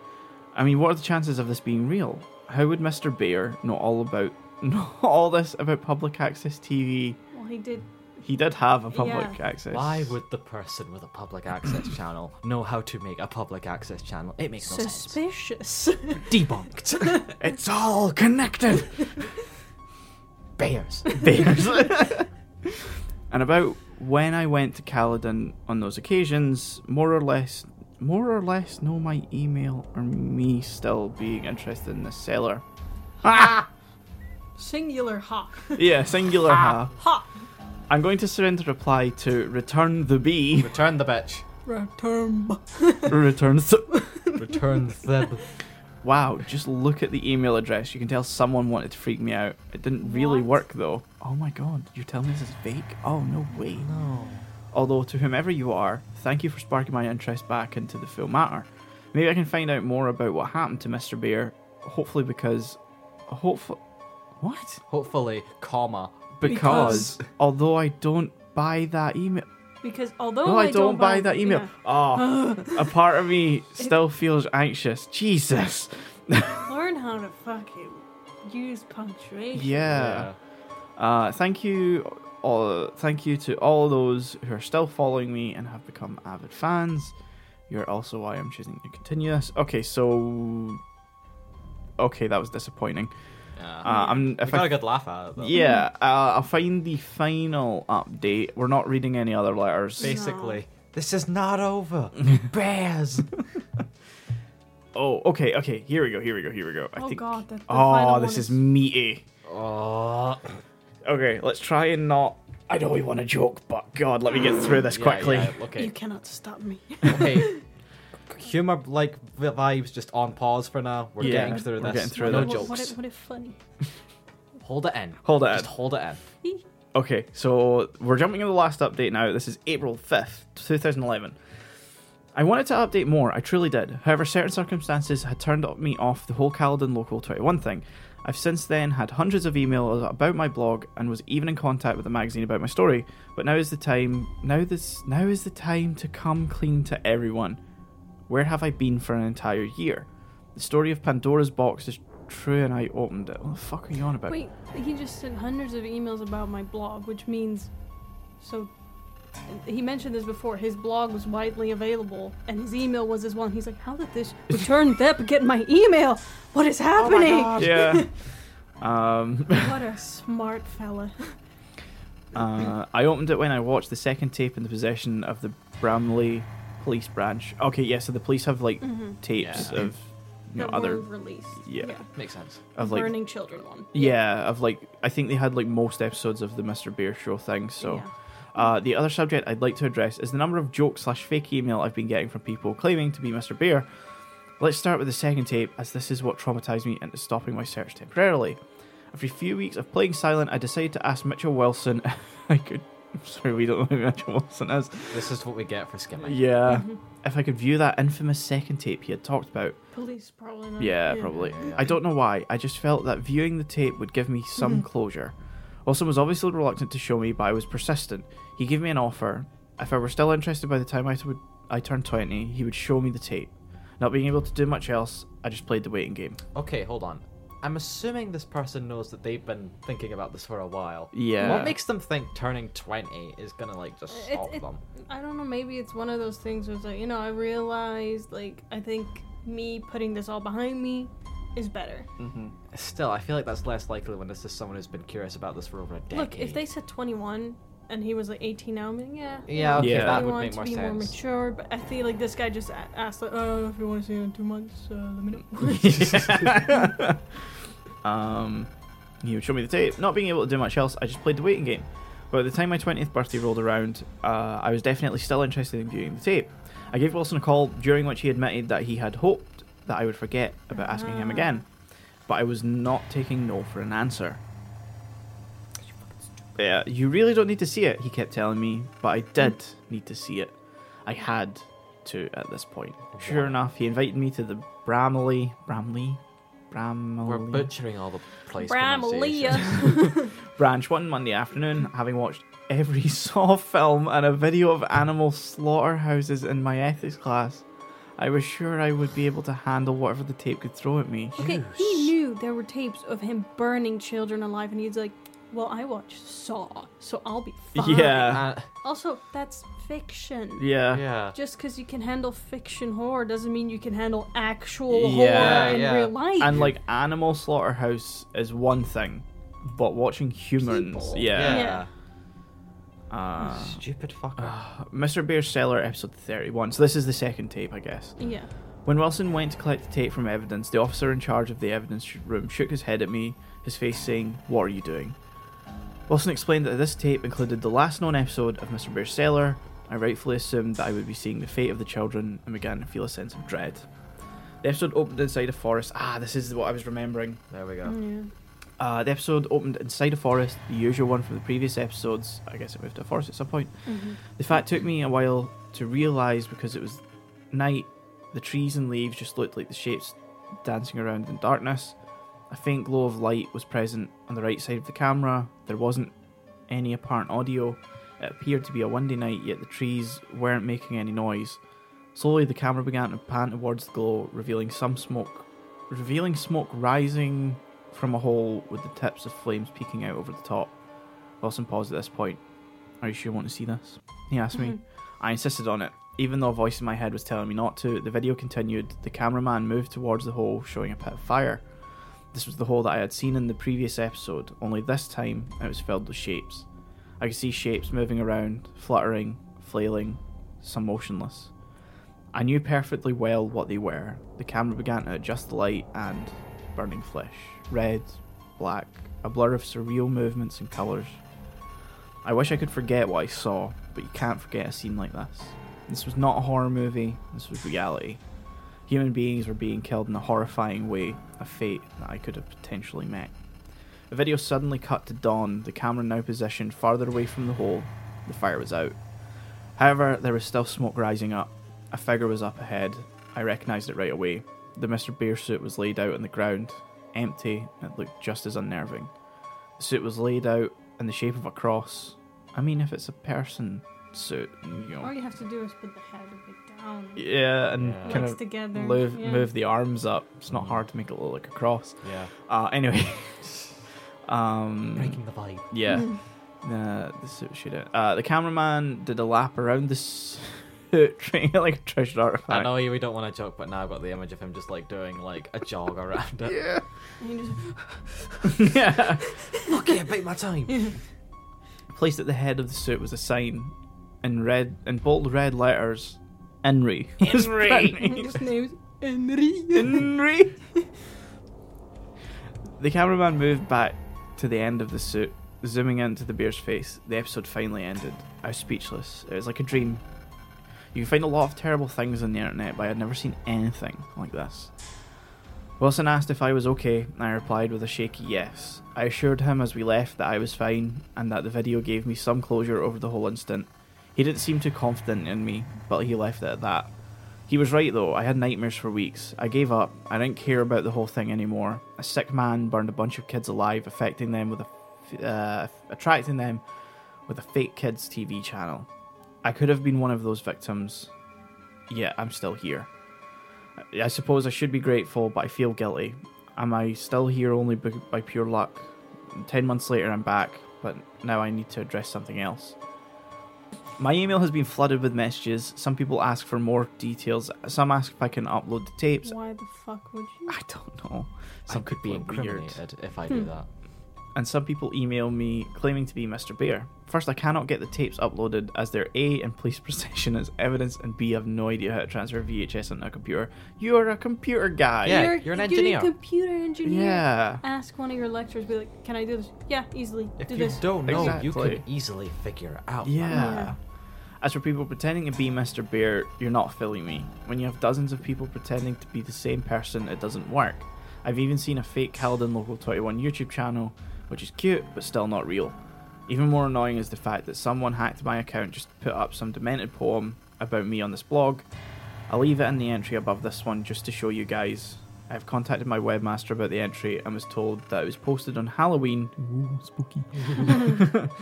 S3: I mean, what are the chances of this being real? How would Mr. Bear know all about [LAUGHS] know all this about public access TV?
S1: Well, he did.
S3: He did have a public
S1: Yeah.
S3: access.
S4: Why would the person with a public access channel know how to make a public access channel? It makes no sense.
S1: Suspicious. [LAUGHS]
S4: Debunked. [LAUGHS]
S3: It's all connected.
S4: Bears.
S3: Bears. [LAUGHS] and about when I went to Caledon on those occasions, more or less, more or less, know my email or me still being interested in the seller. [LAUGHS] Ah!
S1: Singular
S3: [LAUGHS]
S1: ha.
S3: Yeah, singular ha.
S1: Ha.
S3: I'm going to surrender reply to return
S4: [LAUGHS]
S3: the bee.
S4: Return the bitch.
S1: Return.
S3: return the.
S4: Return the.
S3: Wow, just look at the email address. You can tell someone wanted to freak me out. It didn't really
S1: What?
S3: work though. Oh my god, you're telling me this is fake? Oh, no way.
S4: No.
S3: Although, to whomever you are, thank you for sparking my interest back into the full matter. Maybe I can find out more about what happened to Mr. Bear. Hopefully, because. Hopefully. What?
S4: Hopefully, comma.
S3: Because. although I don't buy that email.
S1: Because although
S3: No,
S1: Oh, I,
S3: I don't, buy, that email.
S1: [LAUGHS]
S3: Oh, a part of me still feels
S1: [LAUGHS]
S3: anxious. Jesus.
S1: yeah, learn how to fucking use punctuation.
S3: Yeah. Uh, thank you. All, thank you to all those who are still following me and have become avid fans. You're also why I'm choosing to continue this. Okay, so. Okay, that was disappointing.
S8: Yeah.
S3: Uh,
S1: Mm.
S3: I'm,
S8: I
S3: if
S8: got
S3: I,
S8: a good laugh out of it. Though.
S3: yeah,
S1: Mm-hmm.
S3: uh, I'll find the final update. We're not reading any other letters.
S4: Basically, this is
S2: [LAUGHS]
S4: not over. Bears.
S3: Oh, okay, okay. Here we go. Here we go. Here we go. I
S1: Oh
S3: think.
S1: god, that. The
S3: oh,
S1: final
S3: this
S1: one
S3: is meaty.
S4: oh.
S3: Okay, let's try and not. I know we want to joke, but God, let me get through this
S8: Yeah,
S3: quickly.
S8: yeah,
S3: [LAUGHS]
S8: okay.
S1: You cannot stop me.
S4: Okay. Humor like vibes just on pause for now. We're
S3: Yeah,
S4: getting through
S3: we're
S4: this.
S3: getting through
S4: no
S1: [LAUGHS]
S3: this.
S1: What,
S4: jokes.
S1: what, if- what if funny?
S4: Hold it in.
S3: Hold it
S4: Just
S3: in.
S4: hold it in.
S3: Okay, so we're jumping in the last update now. This is April 5th, 2011. I wanted to update more, I truly did. However, certain circumstances had turned me off the whole Caledon Local 21 thing. I've since then had hundreds of emails about my blog and was even in contact with the magazine about my story. But now is the time. Now this. Now is the time to come clean to everyone. Where have I been for an entire year? The story of Pandora's box is true, and I opened it. What the fuck are you on about?
S1: Wait, he just sent hundreds of emails about my blog, which means. So. He mentioned this before. His blog was widely available, and his email was as one. He's [LAUGHS] Oh like, "How did this return dep get my email? What is happening?"
S3: Yeah. [LAUGHS] Um,
S1: What a smart fella.
S3: Uh, I opened it when I watched the second tape in the possession of the Bramley Police Branch. Okay, yeah, so the police have
S1: [LAUGHS]
S3: like
S1: Mm-hmm.
S3: tapes
S2: Yeah.
S3: of you know,
S1: that
S3: other
S1: weren't released.
S3: yeah.
S4: Makes sense.
S3: of like
S1: Burning children one.
S3: yeah of like I think they had like most episodes of the Mr Bear Show thing. So
S1: Yeah.
S3: uh, the other subject I'd like to address is the number of jokes slash fake email I've been getting from people claiming to be Mr Bear. Let's start with the second tape, as this is what traumatized me into stopping my search temporarily. After a few weeks of playing silent, I decided to ask Mitchell Wilson. [LAUGHS] if I could. Sorry, we don't know who Mitchell Wilson is.
S2: This is what we get for skimming.
S3: Yeah.
S1: Mhm.
S3: If I could view that infamous second tape he had talked about.
S1: Police probably not.
S3: Yeah, probably.
S2: Yeah, yeah.
S3: I don't know why. I just felt that viewing the tape would give me some
S1: Mhm.
S3: closure. Wilson was obviously reluctant to show me, but I was persistent. He gave me an offer. If I were still interested by the time I, would, I turned 20, he would show me the tape. Not being able to do much else, I just played the waiting game.
S2: Okay, hold on. I'm assuming this person knows that they've been thinking about this for a while.
S3: Yeah.
S2: What makes them think turning 20 is gonna, like, just
S1: It-
S2: stop
S1: it-
S2: them?
S1: I don't know. Maybe it's one of those things where it's like, you know, I realized, like, I think me putting this all behind me is better.
S3: Mm-hmm.
S2: Still, I feel like that's less likely when this is someone who's been curious about this for over a decade.
S1: Look, if they said 21 and he was like 18 now, I'm like, yeah. you
S2: Yeah,
S1: know,
S3: okay,
S1: if
S3: that
S1: you
S2: would
S1: want
S2: make
S1: to
S2: more
S1: be more
S2: sense.
S1: mature, but I feel like this guy just a- asked, like, oh, if you want to see it in two months, uh,
S2: [LAUGHS]
S1: let me know.
S3: [LAUGHS] um, he would show me the tape. Not being able to do much else, I just played the waiting game. By the time my 20th birthday rolled around, uh, I was definitely still interested in viewing the tape. I gave Wilson a call, during which he admitted that he had hoped that I would forget about asking him
S1: Ah.
S3: again, but I was not taking no for an answer. Yeah, you really don't need to see it, he kept telling me, but I did need to see it. I had to at this point. Sure
S2: Wow.
S3: enough, he invited me to the Bramley, Bramley, Bramley.
S4: We're
S1: Oh.
S4: butchering all the place pronunciations.
S2: [LAUGHS]
S1: Bramleya.
S3: Branch one Monday afternoon, having watched every [LAUGHS] Saw film and a video of animal slaughterhouses in my ethics class, I was sure I would be able to handle whatever the tape could throw at me.
S1: okay, he knew there were tapes of him burning children alive, and he's like, well, I watched Saw, so I'll be fine.
S3: Yeah,
S4: [LAUGHS] Uh,
S1: Also, that's fiction.
S3: yeah,
S4: yeah.
S1: Just because you can handle fiction horror doesn't mean you can handle actual
S3: Yeah,
S1: horror in
S2: yeah.
S1: real life.
S3: And like animal slaughterhouse is one thing, but watching humans,
S1: People.
S3: yeah.
S1: Yeah.
S3: Uh,
S2: Stupid fucker.
S4: Ah,
S3: Mr. Bear's Cellar, episode 31. So this is the second tape, I guess.
S1: yeah.
S3: When Wilson went to collect the tape from evidence, the officer in charge of the evidence sh- room shook his head at me, his face saying, What are you doing? Wilson explained that this tape included the last known episode of Mr. Bear's Cellar. I rightfully assumed that I would be seeing the fate of the children and began to feel a sense of dread. The episode opened inside a forest. Ah, this is what I was remembering.
S2: There we go.
S1: yeah.
S3: Uh, the episode opened inside a forest, the usual one from the previous episodes. I guess it moved to a forest at some point.
S1: Mhm.
S3: The fact took me a while to realise because it was night, the trees and leaves just looked like the shapes dancing around in darkness. A faint glow of light was present on the right side of the camera. There wasn't any apparent audio. It appeared to be a windy night, yet the trees weren't making any noise. Slowly, the camera began to pan towards the glow, revealing some smoke, revealing smoke rising from a hole with the tips of flames peeking out over the top. Wilson paused at this point. Are you sure you want to see this? He asked me.
S1: Mhm.
S3: I insisted on it. Even though a voice in my head was telling me not to, the video continued. The cameraman moved towards the hole, showing a pit of fire. This was the hole that I had seen in the previous episode, only this time it was filled with shapes. I could see shapes moving around, fluttering, flailing, some motionless. I knew perfectly well what they were. The camera began to adjust the light and burning flesh. Red, black, a blur of surreal movements and colours. I wish I could forget what I saw, but you can't forget a scene like this. This was not a horror movie, this was reality. Human beings were being killed in a horrifying way, a fate that I could have potentially met. The video suddenly cut to dawn, the camera now positioned farther away from the hole. The fire was out. However, there was still smoke rising up. A figure was up ahead. I recognised it right away. The Mr. Bear suit was laid out on the ground, empty, and it looked just as unnerving. The suit was laid out in the shape of a cross. I mean, if it's a person suit, you know.
S1: All you have to do is put the head like down,
S3: Yeah, and
S4: Yeah.
S3: kind
S1: legs
S3: of
S1: together.
S3: move,
S1: yeah.
S3: move the arms up. It's not hard to make it look like a cross.
S4: Yeah.
S3: Uh, anyway, [LAUGHS] um,
S4: Breaking the vibe.
S3: yeah. Uh, the suit [LAUGHS] shoot out. Uh, the cameraman did a lap around the s- treating it like a treasured
S4: I
S3: artifact.
S4: know you- we don't want to joke, but now I've got the image of him just like doing like a jog around it.
S3: Yeah.
S1: And you just, [LAUGHS]
S3: yeah. [LAUGHS]
S4: Look here, beat my time.
S3: Placed at the head of the suit was a sign in red in bold red letters. Henry. [LAUGHS]
S1: [LAUGHS]
S3: Henry.
S1: his name's Henry.
S3: Henry. the cameraman moved back to the end of the suit, zooming into the bear's face. The episode finally ended. I was speechless. It was like a dream. You can find a lot of terrible things on the internet, but I'd never seen anything like this. Wilson asked if I was okay, and I replied with a shaky yes. I assured him as we left that I was fine and that the video gave me some closure over the whole incident. He didn't seem too confident in me, but he left it at that. He was right though, I had nightmares for weeks. I gave up, I didn't care about the whole thing anymore. A sick man burned a bunch of kids alive, affecting them with a f- uh, attracting them with a fake kids TV channel. I could have been one of those victims, yet I'm still here. I- I suppose I should be grateful, but I feel guilty. Am I still here only b- by pure luck? Ten months later, I'm back, but now I need to address something else. My email has been flooded with messages. Some people ask for more details. Some ask if I can upload the
S1: [LAUGHS]
S3: tapes.
S1: Why the fuck would you?
S3: I don't know.
S4: I
S3: Some
S4: could be
S3: people are weird
S4: incriminated if
S1: Hmm.
S4: I do that.
S3: and some people email me claiming to be Mr. Bear. First, I cannot get the tapes uploaded as they're A, in police [LAUGHS] possession as evidence, and B, I have no idea how to transfer VHS onto a computer. You're a computer guy.
S4: Yeah, you're an engineer.
S1: a computer engineer.
S3: Yeah.
S1: Ask one of your lecturers, be like, can I do this? Yeah, easily.
S4: If
S1: do
S4: you
S1: this.
S4: don't know, you
S3: Exactly.
S4: can easily figure out. man.
S3: Yeah.
S1: Yeah.
S3: As for people pretending to be Mr. Bear, you're not filling me. When you have dozens of people pretending to be the same person, it doesn't work. I've even seen a fake Caledon Local 21 YouTube channel, which is cute, but still not real. Even more annoying is the fact that someone hacked my account just to put up some demented poem about me on this blog. I'll leave it in the entry above this one just to show you guys. I've contacted my webmaster about the entry and was told that it was posted on Halloween.
S7: Ooh, spooky.
S1: How
S3: [LAUGHS]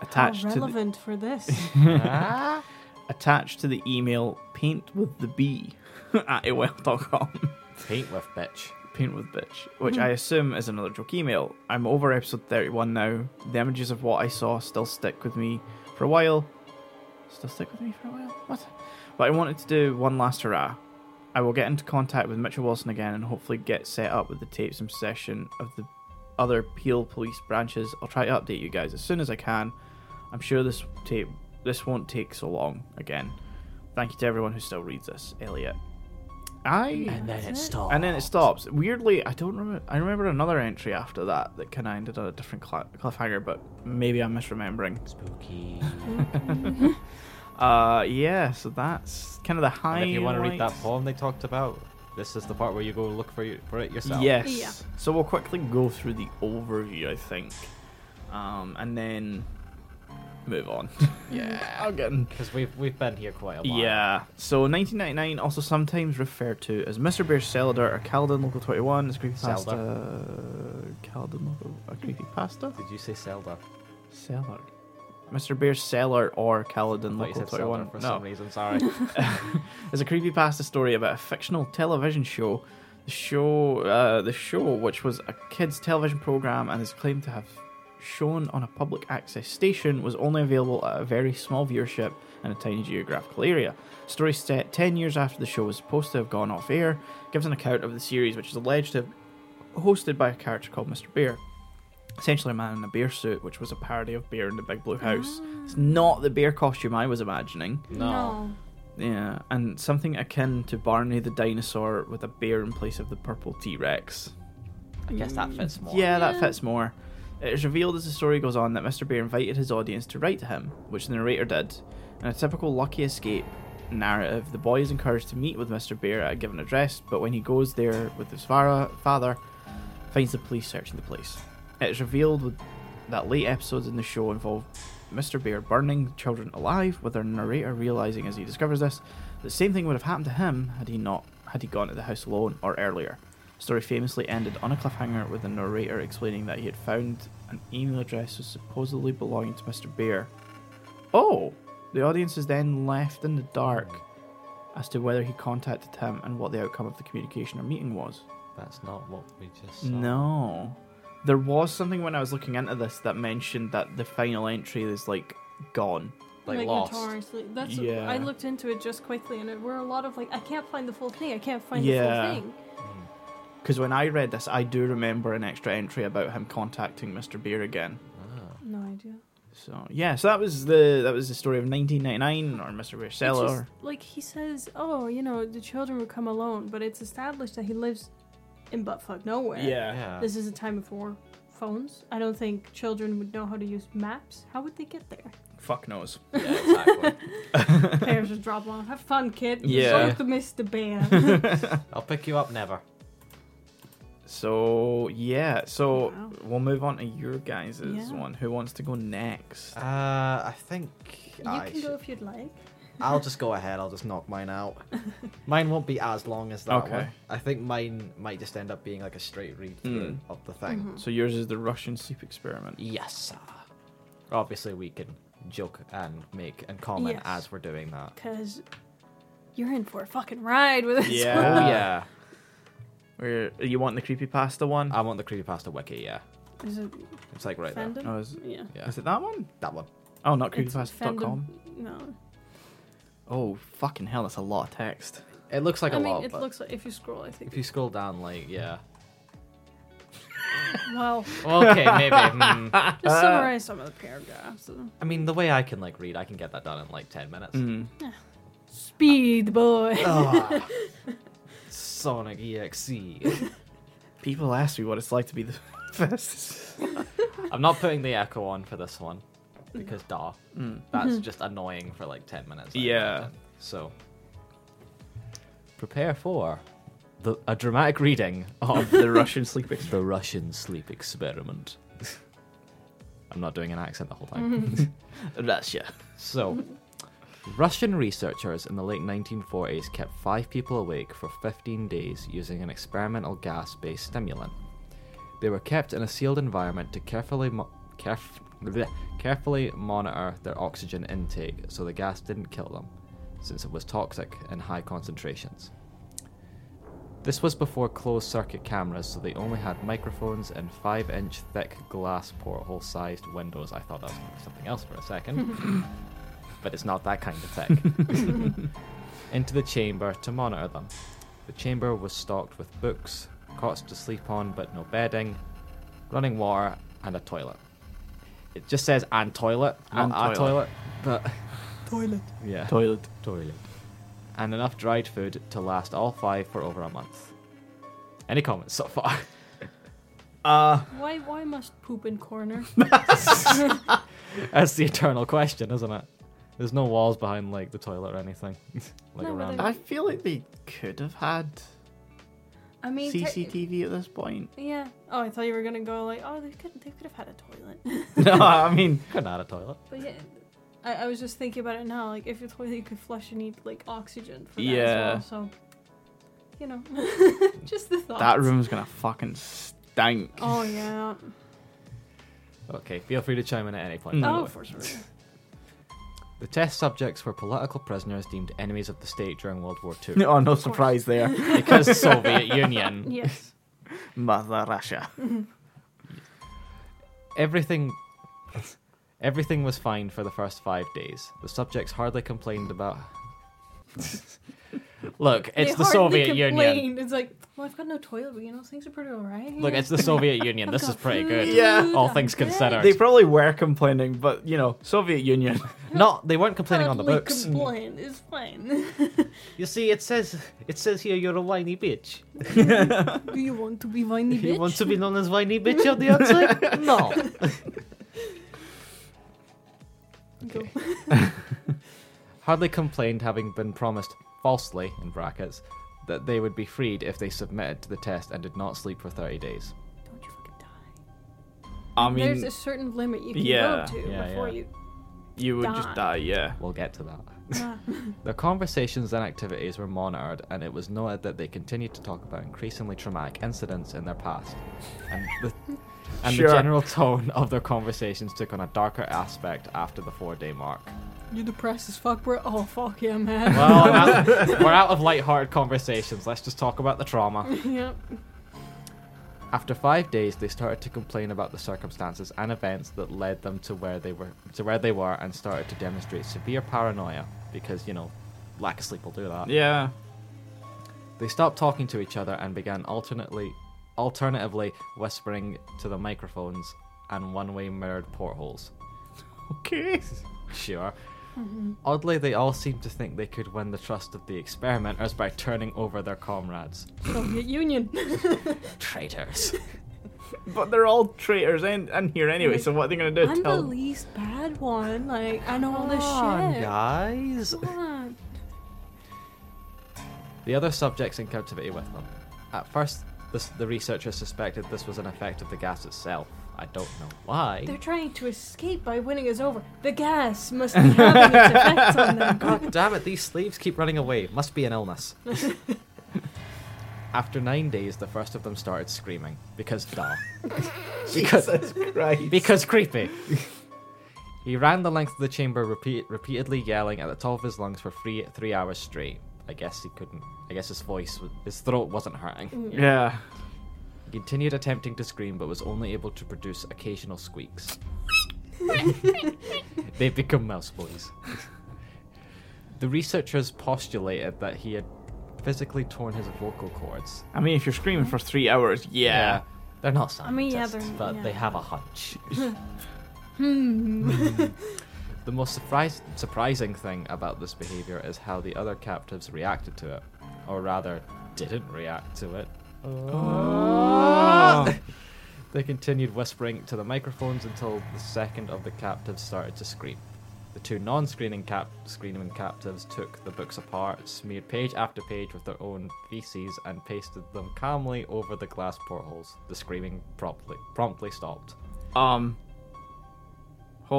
S3: attached to the,
S1: relevant for this?
S3: [LAUGHS]
S1: [LAUGHS]
S4: [LAUGHS] Ah?
S3: attached to the email paint with the b [LAUGHS] at AOL.com.
S4: Paint with bitch.
S3: Paint with bitch, which I assume is another joke email. I'm over episode 31 now. The images of what I saw still stick with me for a while. Still stick with me for a while? What? But I wanted to do one last hurrah. I will get into contact with Mitchell Wilson again and hopefully get set up with the tapes and session of the other Peel police branches. I'll try to update you guys as soon as I can. I'm sure this tape this won't take so long again. Thank you to everyone who still reads this, Elliot. I
S4: And then it
S1: That's it.
S4: stopped.
S3: and then it stops. Weirdly, I don't remember. I remember another entry after that that kind of ended on a different cla cliffhanger, but maybe I'm misremembering.
S4: Spooky.
S3: Uh, yeah. So that's kind of the high.
S4: And if you want to read that poem they talked about, this is the part where you go look for, you, for it yourself.
S3: Yes.
S1: Yeah.
S3: So we'll quickly go through the overview, I think, um, and then move on. yeah. I'll get. in-
S4: Because we've, we've been here quite a while.
S3: Yeah. So 1999, also sometimes referred to as Mr. Bear's Cellar or Caledon Local 21, is creepypasta. Caledon Local, a creepypasta.
S4: Did you say Zelda?
S3: Cellar. Mr. Bear's Cellar or
S4: I
S3: Caledon
S4: thought you
S3: Local
S4: said Zelda
S3: 21.
S4: for some
S3: No.
S4: reason,
S3: [LAUGHS]
S4: sorry.
S3: It's a creepypasta story about a fictional television show. The show, uh, the show, which was a kids' television program and is claimed to have shown on a public access station, was only available at a very small viewership in a tiny geographical area. Story set 10 years after the show was supposed to have gone off air, gives an account of the series, which is alleged to have hosted by a character called Mr. Bear. Essentially, a man in a bear suit, which was a parody of Bear in the Big Blue House. It's not the bear costume I was imagining.
S1: no.
S3: Yeah, and something akin to Barney the dinosaur with a bear in place of the purple T Rex.
S4: I guess that fits more.
S3: Yeah, that
S1: Yeah.
S3: fits more. It is revealed as the story goes on that Mr. Bear invited his audience to write to him, which the narrator did. In a typical lucky escape narrative, the boy is encouraged to meet with Mr. Bear at a given address, but when he goes there with his fara- father, finds the police searching the place. It is revealed with- that late episodes in the show involve Mr. Bear burning children alive, with our narrator realizing as he discovers this, the same thing would have happened to him had he not had he gone to the house alone or earlier. Story famously ended on a cliffhanger with the narrator explaining that he had found an email address was supposedly belonging to Mr. Bear. Oh, the audience is then left in the dark as to whether he contacted him and what the outcome of the communication or meeting was.
S4: That's not what we just saw.
S3: No. There was something when I was looking into this that mentioned that the final entry is like gone.
S4: like, lost.
S1: notoriously. That's
S3: Yeah.
S1: I looked into it just quickly, and there were a lot of like, I can't find the full thing. I can't find
S3: Yeah.
S1: the full thing.
S4: Mm.
S3: Because when I read this, I do remember an extra entry about him contacting Mr. Beer again.
S4: Ah.
S1: No idea.
S3: So yeah, so that was the that was the story of 1999 or Mr. Beer
S1: It's
S3: Cellar.
S1: just, like he says, oh, you know, the children would come alone, but it's established that he lives in buttfuck nowhere.
S3: yeah.
S9: Yeah.
S1: This is a time before phones. I don't think children would know how to use maps. How would they get
S3: [LAUGHS]
S1: there?
S3: fuck knows.
S4: Yeah, exactly.
S1: Parents just drop them off. Have fun, kid.
S3: Yeah.
S1: Don't miss the
S3: [LAUGHS]
S1: band.
S9: I'll pick you up never.
S3: So yeah, so
S1: Wow.
S3: we'll move on to your guys'
S1: Yeah.
S3: one. Who wants to go next?
S4: uh, I think
S1: you
S4: I
S1: can
S4: should-
S1: go if you'd like.
S4: I'll just go ahead. I'll just knock mine out. Mine won't be as long as that
S3: Okay.
S4: one. I think mine might just end up being like a straight read through
S3: Mm.
S4: of the thing.
S1: Mm-hmm.
S3: So yours is the Russian sleep experiment.
S4: Yes. sir. Obviously, we can joke and make and comment
S1: Yes.
S4: as we're doing
S1: [LAUGHS]
S4: that.
S1: Because you're in for a fucking ride with us.
S3: Yeah.
S4: Oh yeah.
S3: Where you want the creepy pasta one?
S1: Uh,
S4: I want the creepypasta wiki. Yeah,
S1: [LAUGHS] Is it
S4: it's like right
S1: fandom?
S3: Oh, is,
S1: Yeah.
S4: Yeah.
S3: is it that one?
S4: there. That one.
S3: Oh, not
S1: It's
S3: creepypasta.com.
S1: fandom- No.
S3: Oh fucking hell, that's a lot of text.
S4: It looks like a
S1: I mean,
S4: lot,
S1: it
S4: but
S1: looks like if you scroll, I think.
S4: if you scroll down, like yeah.
S1: [LAUGHS] Well,
S4: [LAUGHS] Okay, maybe. [LAUGHS] hmm.
S1: just summarize some of the paragraphs.
S4: I mean, the way I can like read, I can get that done in like ten minutes. [LAUGHS]
S3: Mm.
S1: Speed boy.
S4: Ah. Sonic E EXE.
S1: [LAUGHS]
S3: People ask me what it's like to be the [LAUGHS] fastest.
S4: I'm not putting the echo on for this one because da, that's
S1: Mm-hmm.
S4: just annoying for like ten minutes. I
S3: Yeah.
S4: imagine. So prepare for the a dramatic reading of
S3: the Russian sleep experiment.
S4: the Russian sleep experiment. I'm not doing an accent the whole time.
S3: Russia.
S4: so, Russian researchers in the late 1940s kept five people awake for 15 days using an experimental gas based stimulant. They were kept in a sealed environment to carefully, mo- caref- bleh, carefully monitor their oxygen intake so the gas didn't kill them, since it was toxic in high concentrations. This was before closed circuit cameras, so they only had microphones and 5 inch thick glass porthole sized windows. I thought that was something else for a
S3: [LAUGHS]
S4: second, but it's not that kind of tech. Into the chamber to monitor them. The chamber was stocked with books, cots to sleep on but no bedding, running water, and a toilet. It just says and toilet,
S3: And
S4: not a
S3: toilet.
S4: toilet, but.
S10: Toilet.
S4: Yeah
S3: Toilet.
S4: toilet, and enough dried food to last all five for over a month. Any comments so far? [LAUGHS]
S3: Uh,
S1: Why? Why must poop in corner?
S4: That's the eternal question, isn't it? There's no walls behind like the toilet or anything, [LAUGHS] like
S1: No, but
S4: around.
S1: there-
S3: I feel like they could have had
S1: I mean, te-
S3: CCTV at
S1: [LAUGHS]
S3: this point. [LAUGHS]
S1: Yeah. Oh, I thought you were gonna go like, oh, they could, they could have had a toilet. [LAUGHS]
S3: no, I mean,
S4: Couldn't add a toilet.
S1: but yeah, I, I was just thinking about it now. Like, if your toilet, you could flush, you need like oxygen for that
S3: Yeah.
S1: as well. So, you know, [LAUGHS] just the thought.
S3: that room's gonna fucking stank.
S1: Oh yeah.
S4: Okay, feel free to chime in at any point.
S3: Mm.
S4: by the
S1: Oh,
S4: way.
S1: for sure.
S4: The test subjects were political prisoners deemed enemies of the state during World War
S1: [LAUGHS]
S4: II
S3: Oh, [LAUGHS] no surprise there.
S4: because Soviet Union.
S1: Yes.
S3: Mother Russia.
S4: Everything everything was fine for the first five days. The subjects hardly complained about [LAUGHS] Look, it's
S1: They
S4: the
S1: hardly
S4: Soviet Union.
S1: complained. It's like, well, I've got no toilet, but you know, things are pretty alright.
S4: Look, it's the
S1: [LAUGHS]
S4: Soviet Union. This is pretty good.
S3: Yeah.
S4: All things considered.
S3: They probably were complaining, but you know, Soviet Union. [LAUGHS]
S4: Not they weren't complaining on the books.
S1: Complain. It's
S4: [LAUGHS]
S1: fine.
S4: You see, it says it says here you're a whiny bitch.
S1: Do you want to be whiny bitch?
S4: You want to be known as whiny bitch on the outside? No.
S1: [LAUGHS] Go.
S4: [LAUGHS] Hardly complained having been promised falsely in brackets that they would be freed if they submitted to the test and did not sleep for 30 days.
S1: Don't you fucking die.
S3: I mean,
S1: There's a certain limit you can
S3: Yeah.
S1: go to
S4: Yeah,
S1: before
S4: yeah.
S1: you.
S3: you would
S1: die.
S3: just die, yeah.
S4: We'll get to that.
S1: Ah,
S4: Their conversations and activities were monitored, and it was noted that they continued to talk about increasingly traumatic incidents in their past. And [LAUGHS] the, and
S3: Sure.
S4: the general tone of their conversations took on a darker aspect after the four day mark.
S1: you depressed as fuck, bro. Oh fuck yeah, man. [LAUGHS]
S4: Well, I'm out- [LAUGHS] we're out of lighthearted conversations. Let's just talk about the trauma.
S1: yep.
S4: After five days, they started to complain about the circumstances and events that led them to where they were to where they were, and started to demonstrate severe paranoia because you know, lack of sleep will do that.
S3: Yeah.
S4: They stopped talking to each other and began alternately, alternatively whispering to the microphones and one-way mirrored portholes.
S3: Okay.
S4: Sure.
S1: Mm-hmm.
S4: Oddly, they all seemed to think they could win the trust of the experimenters by turning over their comrades.
S1: Soviet
S4: [LAUGHS]
S1: Union.
S4: Traitors.
S3: But they're all traitors in, in here anyway, so what are they going to do?
S1: I'm the
S3: Tell-
S1: least bad one. Like I know all
S11: Come
S1: this
S11: on,
S1: shit.
S11: guys.
S1: Come on.
S4: the other subjects in captivity with them. At first, this, the researchers suspected this was an effect of the gas itself. I don't know why.
S1: They're trying to escape by winning us over. The gas must be having its effects on them.
S4: [LAUGHS] God damn it, these sleeves keep running away. Must be
S1: [LAUGHS]
S4: an illness. After nine days, the first of them started screaming. Because duh. because,
S3: Christ.
S1: [LAUGHS]
S4: because creepy. he ran the length of the chamber, repeat, repeatedly yelling at the top of his lungs for three three hours straight. I guess he couldn't. I guess his voice, was- his throat wasn't hurting.
S1: Mm.
S3: Yeah.
S4: He continued attempting to scream, but was only able to produce occasional squeaks. [LAUGHS] they become mouse boys. [LAUGHS] the researchers postulated that he had physically torn his vocal cords.
S3: I mean, if you're screaming for three hours, yeah.
S4: They're not
S1: I
S4: scientists,
S1: mean, yeah, they're-
S4: but
S1: yeah.
S4: they have a hunch. [LAUGHS]
S1: Hmm. [LAUGHS]
S4: The most surprise- surprising thing about this behavior is how the other captives reacted to it, or rather, didn't react to it.
S3: Oh.
S4: They continued whispering to the microphones until the second of the captives started to scream. The two non-screaming cap- screaming captives took the books apart, smeared page after page with their own feces, and pasted them calmly over the glass portholes. The screaming promptly promptly stopped.
S3: Um. hold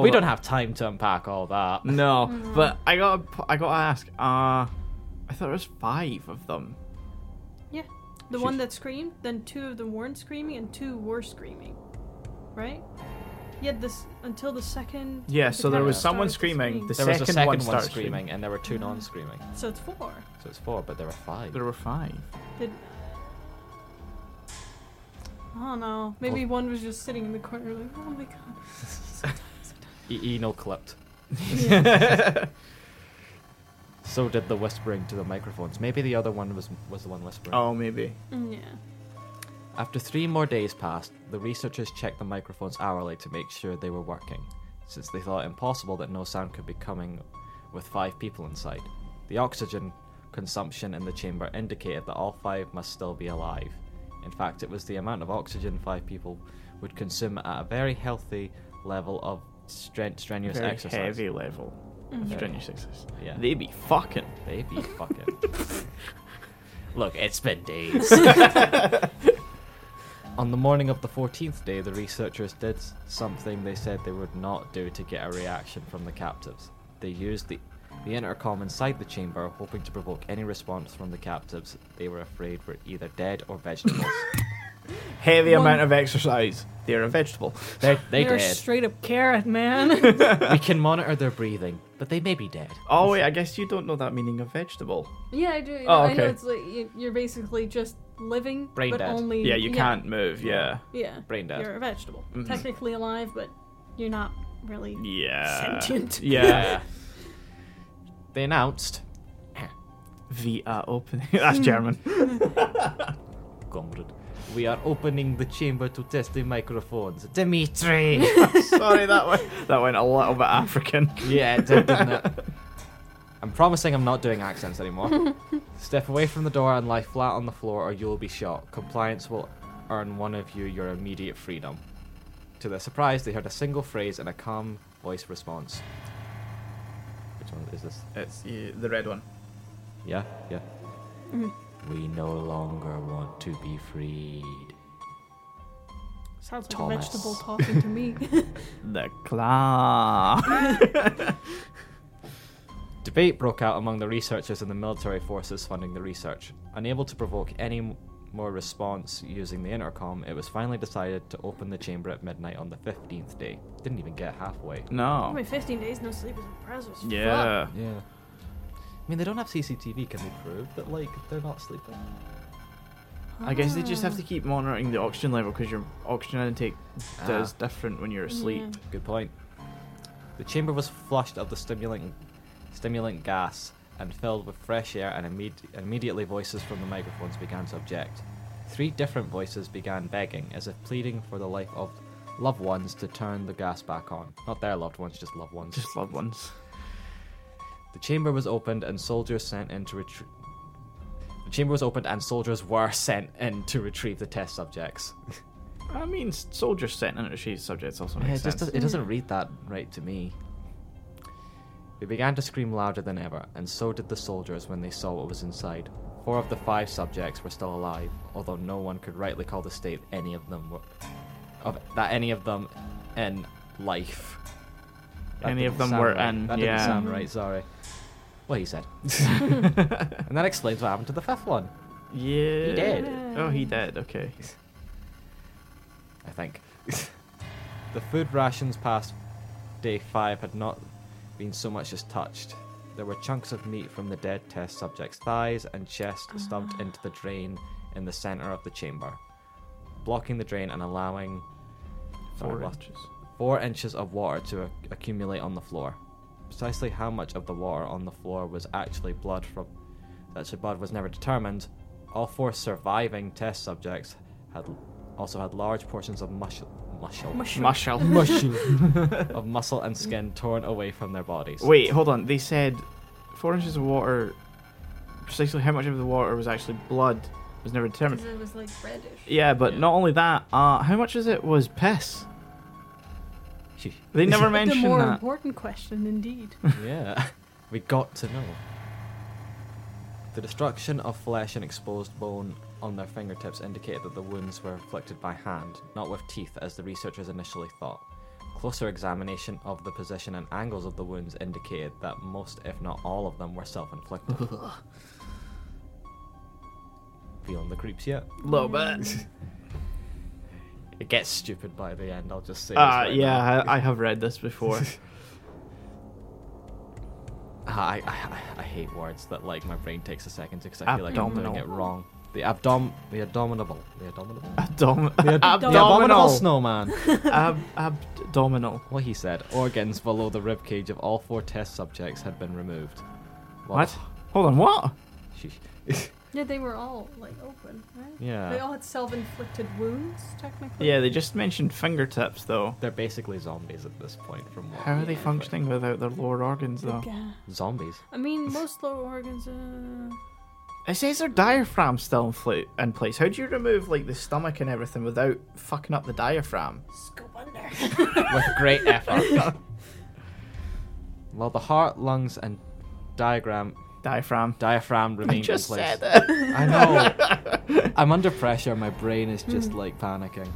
S4: Oh. we
S3: on.
S4: don't have time to unpack all that.
S3: No,
S1: Mm-hmm.
S3: but I got I got to ask. Uh, I thought it was five of them.
S1: Yeah. The one that screamed, then two of them weren't screaming, and two were screaming. Right? Yeah, this until the second.
S3: Yeah,
S1: the
S3: so there was
S1: captain
S3: someone
S1: started to
S3: screaming. The
S1: scream.
S4: There
S3: second,
S4: was a second
S3: one
S4: one,
S3: started
S4: screaming, and there were two non-screaming,
S1: So it's four.
S4: so it's four, but there were five.
S3: There were five.
S4: [LAUGHS]
S1: Did. I don't know. Maybe one was just sitting in the corner, like, oh my god.
S3: [LAUGHS]
S4: E- Eno clipped. so did the whispering to the microphones. Maybe the other one was was the one whispering.
S3: Oh, maybe.
S1: Mm, Yeah.
S4: After three more days passed, the researchers checked the microphones hourly to make sure they were working, since they thought it impossible that no sound could be coming with five people inside. The oxygen consumption in the chamber indicated that all five must still be alive. In fact, it was the amount of oxygen five people would consume at a very healthy level of stren- strenuous
S3: Very
S4: exercise.
S3: heavy level. of
S1: Mm-hmm.
S3: Strenuous exercise.
S4: Yeah.
S3: They be fucking.
S4: They be fucking. Look, it's been days. [LAUGHS] On the morning of the 14th day, the researchers did s- something they said they would not do to get a reaction from the captives. They used the, the intercom inside the chamber, hoping to provoke any response from the captives they were afraid were either dead or vegetables.
S3: Heavy
S1: One-
S3: amount of exercise. They're a vegetable.
S4: [LAUGHS] They're, they
S1: You're a
S4: dead.
S1: straight up carrot, man. [LAUGHS]
S3: [LAUGHS]
S4: we can monitor their breathing, but they may be dead.
S3: Oh wait, I guess you don't know that meaning of vegetable.
S1: yeah, I do. you
S3: Oh,
S1: know, I know
S3: okay.
S1: it's like you- you're basically just living,
S4: Brain
S1: but
S4: dead.
S1: only.
S3: Yeah, you can't Mm-hmm. move. Yeah.
S1: Yeah.
S4: Brain dead.
S1: You're a vegetable. Technically alive, but you're not really.
S3: Yeah.
S1: Sentient. [LAUGHS]
S3: Yeah.
S4: They announced
S3: V are opening. [LAUGHS] That's German.
S4: Comrade, we are opening the chamber to test the microphones. Dimitri!
S3: Sorry, that went that went a little bit African.
S4: yeah, it did, didn't it? I'm promising I'm not doing accents anymore. Step away from the door and lie flat on the floor or you'll be shot. Compliance will earn one of you your immediate freedom. To their surprise, they heard a single phrase and a calm voice response. Which one is this?
S3: It's uh, the red one.
S4: Yeah, yeah. We no longer want to be freed.
S1: Sounds like a
S4: Thomas.
S1: vegetable talking to
S3: [LAUGHS]
S1: me. [LAUGHS]
S3: The claw. [LAUGHS]
S4: Debate broke out among the researchers and the military forces funding the research. Unable to provoke any m- more response using the intercom, it was finally decided to open the chamber at midnight on the 15th day. Didn't even get halfway.
S3: No.
S1: Only 15 days no sleep is impressive. as
S3: Oh. Yeah.
S4: Yeah. I mean, they don't have CCTV. Can they prove that, like, they're not sleeping?
S1: fuck.
S3: I guess they just have
S1: Ah.
S3: to keep monitoring the oxygen level because your oxygen intake is
S4: Ah.
S3: different when you're asleep.
S1: Yeah.
S4: Good point. The chamber was flushed of the stimulant, stimulant gas and filled with fresh air, and imme- immediately voices from the microphones began to object. Three different voices began begging, as if pleading for the life of loved ones to turn the gas back on. Not their loved ones, just loved ones.
S3: Just loved ones.
S4: The chamber was opened and soldiers sent in to retrieve. The chamber was opened and soldiers were [LAUGHS] sent in to retrieve the test subjects. [LAUGHS]
S3: I mean, s- soldiers sent in at she's subjects also
S4: Yeah,
S3: makes
S4: it just
S3: sense.
S4: does, it doesn't read that right to me. They began to scream louder than ever, and so did the soldiers when they saw what was inside. Four of the five subjects were still alive, although no one could rightly call the state any of them were, of that any of them in life.
S3: Any of
S4: didn't
S3: them were
S4: sound right.
S3: in,
S4: That
S3: yeah.
S4: didn't sound right. Sorry. What he
S3: [LAUGHS]
S4: said, and that explains what happened to the fifth one.
S3: Yeah.
S4: He did.
S3: Oh, he did. Okay.
S4: I think. [LAUGHS] the food rations past day five had not been so much as touched. There were chunks of meat from the dead test subjects' thighs and chest stuffed into the drain in the center of the chamber, blocking the drain and allowing Sorry,
S3: Four
S4: I've lost-
S3: inches.
S4: four inches of water to ac- accumulate on the floor. Precisely how much of the water on the floor was actually blood from such blood was never determined. All four surviving test subjects had also had large portions of muscle, muscle,
S1: Mushroom. [LAUGHS]
S3: Marshall.
S4: of muscle and skin torn away from their bodies.
S3: Wait, hold on. They said four inches of water. Precisely how much of the water was actually blood was never determined.
S1: Because it was like reddish.
S3: Yeah, but
S4: Yeah.
S3: not only that. Uh, how much of it was piss? They [LAUGHS] never
S1: The
S3: mentioned
S1: more
S3: that.
S1: important question, indeed.
S4: yeah, [LAUGHS] we got to know. The destruction of flesh and exposed bone on their fingertips indicated that the wounds were inflicted by hand, not with teeth, as the researchers initially thought. Closer examination of the position and angles of the wounds indicated that most, if not all of them, were self inflicted. Feeling the creeps yet?
S3: Little bit.
S4: It gets stupid by the end, I'll just say. this
S3: Uh,
S4: right now.
S3: yeah, I, I have read this before.
S4: Ah, I, I, I hate words that like my brain takes a second to because I feel like I'm doing
S3: Abdominal.
S4: it wrong. The abdom, the abdominable, the abominable,
S3: Abdom-
S1: Abdominal.
S4: the abominable
S3: abdominal.
S4: snowman. [LAUGHS]
S3: Ab- abdominal.
S4: what he said. Organs below the rib cage of all four test subjects had been removed.
S3: What? Hold on, what?
S4: Sheesh.
S1: Yeah, they were all like open, right?
S4: Yeah.
S1: They all had self-inflicted wounds, technically.
S3: Yeah, they just mentioned fingertips, though.
S4: They're basically zombies at this point. From what
S3: How are
S4: we
S3: they
S4: know,
S3: functioning without their lower organs, though?
S1: Yeah.
S4: but- Zombies.
S1: I mean, most lower organs. Uh,
S3: It says their diaphragm's still in, fla- in place. How do you remove, like, the stomach and everything without fucking up the diaphragm?
S1: scoop under. [LAUGHS]
S4: with
S3: [LAUGHS]
S4: great effort. While the heart, lungs, and diagram
S3: Diaphragm.
S4: diaphragm remained
S3: I just
S4: in place.
S3: said it.
S4: I know. I'm under pressure. My brain is just like panicking.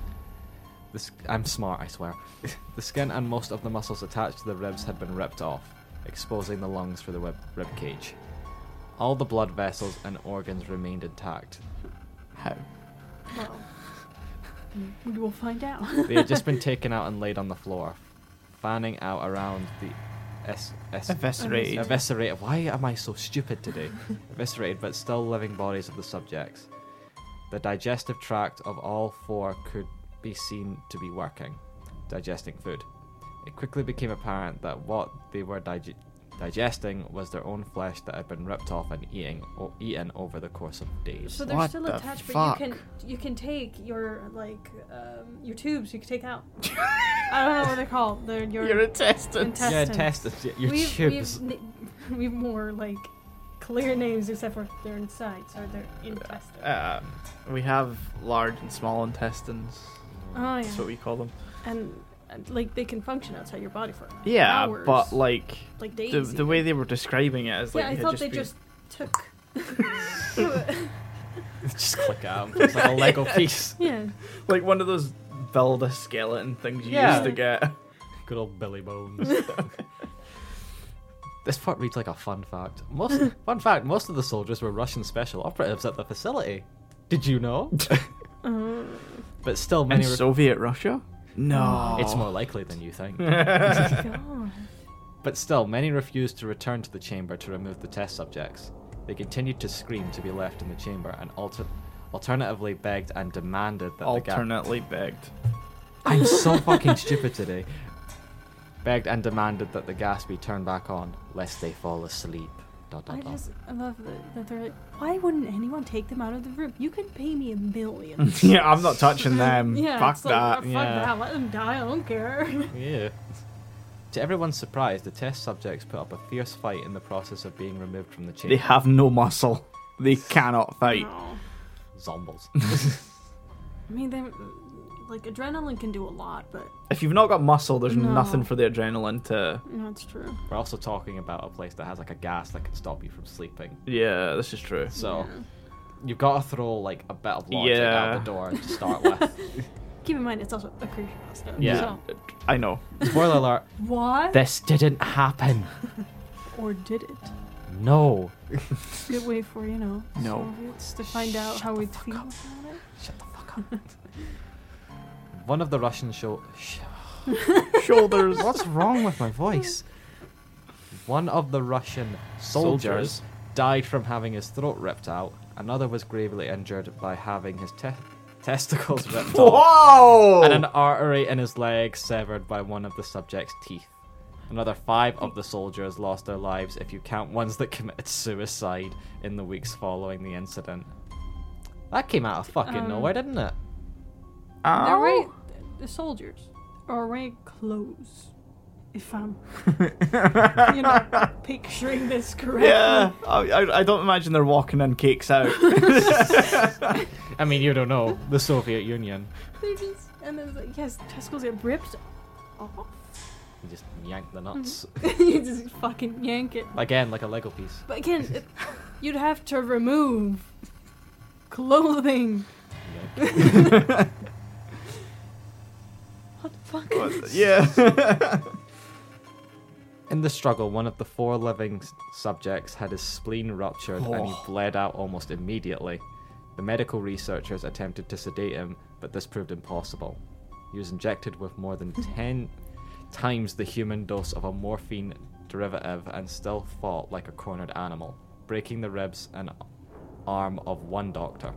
S4: This, I'm smart, I swear. [LAUGHS] The skin and most of the muscles attached to the ribs had been ripped off, exposing the lungs for the rib, rib cage. All the blood vessels and organs remained intact.
S3: How? [LAUGHS]
S1: well, we will find out.
S4: They had just been
S1: [LAUGHS]
S4: taken out and laid on the floor, fanning out around the es, es,
S3: Eviscerated.
S4: eviscerated. Why am I so stupid today? [LAUGHS] eviscerated, but still living bodies of the subjects. The digestive tract of all four could be seen to be working, digesting food. It quickly became apparent that what they were dig- digesting was their own flesh that had been ripped off and eating o- eaten over the course of days.
S1: So they're
S3: What
S1: still
S3: the
S1: attached,
S3: fuck?
S1: but you can you can take your like um, your tubes. You can take out. I don't know what they're
S3: [LAUGHS]
S1: called. They're your
S3: Your intestines.
S1: intestines.
S4: Yeah, intestines. Your
S1: we've,
S4: tubes.
S1: We've, na- we've more like clear names except for their insides or their intestines.
S3: Uh, we have large and small intestines.
S1: oh yeah,
S3: That's what we call them.
S1: and uh, like they can function outside your body for
S3: Yeah,
S1: hours,
S3: but, like,
S1: like days.
S3: the, the
S1: even.
S3: way they were describing it is like
S1: yeah, I
S3: it had
S1: thought
S3: just
S1: they
S3: been-
S1: just
S3: [LAUGHS]
S1: took. [LAUGHS]
S4: [LAUGHS] Just click it out. It's like a
S1: [LAUGHS]
S4: Lego piece.
S1: yeah,
S3: like one of those build a skeleton things you
S4: Yeah.
S3: used to get.
S4: Good old Billy Bones. this part reads like a fun fact. Most fun fact: most of the soldiers were Russian special operatives at the facility. Did you know?
S1: Oh,
S4: but still,
S3: In [LAUGHS]
S4: many. Were...
S3: Soviet Russia? No.
S4: It's
S3: [LAUGHS]
S4: more likely than you think.
S1: God.
S4: But still, many refused to return to the chamber to remove the test subjects. They continued to scream to be left in the chamber and ulti- alternatively begged and demanded that the gas.
S3: Alternately begged.
S1: [LAUGHS]
S4: I'm so fucking stupid today. Begged and demanded that the gas be turned back on, lest they fall asleep. Dot,
S1: I
S4: dot, dot.
S1: just I love that, that they're like, why wouldn't anyone take them out of the room? You can pay me a
S3: [LAUGHS]
S1: million.
S3: yeah, I'm not touching them.
S1: [LAUGHS] yeah,
S3: Fuck
S1: it's like,
S3: that.
S1: "Oh, fuck
S3: yeah.
S1: that. Let them die. I don't care. [LAUGHS]
S4: Yeah. To everyone's surprise, the test subjects put up a fierce fight in the process of being removed from the
S3: They
S4: chamber.
S3: have no muscle. They cannot fight.
S1: No.
S4: Zombies.
S1: I mean, they like adrenaline can do a lot, but
S3: If you've not got muscle, there's
S1: No.
S3: nothing for the adrenaline to.
S1: no, it's true.
S4: We're also talking about a place that has like a gas that can stop you from sleeping.
S3: Yeah, this is true.
S4: So you've got to throw like a bit of logic
S3: Yeah.
S4: out the door to start
S3: [LAUGHS]
S4: with.
S1: Keep in mind, it's also a creepypasta.
S4: Yeah.
S1: So,
S3: I
S1: [LAUGHS]
S3: know.
S4: Spoiler alert:
S1: why
S4: this didn't happen.
S1: or did it?
S4: No.
S1: Good way for you know
S3: No.
S1: Soviets to find out how we feel about it.
S4: Shut the fuck
S3: [LAUGHS]
S4: up. One of the Russian show. Sh-
S3: Shoulders.
S4: What's wrong with my voice? One of the Russian soldiers,
S3: Soldiers.
S4: died from having his throat ripped out. Another was gravely injured by having his te- testicles ripped off,
S3: Whoa!
S4: and an artery in his leg severed by one of the subject's teeth. Another five of the soldiers lost their lives if you count ones that committed suicide in the weeks following the incident. That came out of fucking
S1: Um,
S4: nowhere, didn't it?
S1: They're right. The soldiers are wearing clothes. If I'm, you
S3: [LAUGHS]
S1: know, picturing this correctly.
S3: Yeah, I, I, I don't imagine they're walking in cakes out.
S4: I mean, you don't know. The Soviet Union.
S1: They're just, and then it's like, yes, testicles get ripped off. [LAUGHS]
S4: You just yank the nuts.
S1: you just fucking yank it.
S4: Again, like a Lego piece.
S1: But again, it, you'd have to remove clothing. What the fuck? [LAUGHS]
S3: yeah.
S4: In the struggle, one of the four living s- subjects had his spleen ruptured and he
S3: Oh.
S4: bled out almost immediately. The medical researchers attempted to sedate him, but this proved impossible. He was injected with more than 10 times the human dose of a morphine derivative and still fought like a cornered animal, breaking the ribs and arm of one doctor.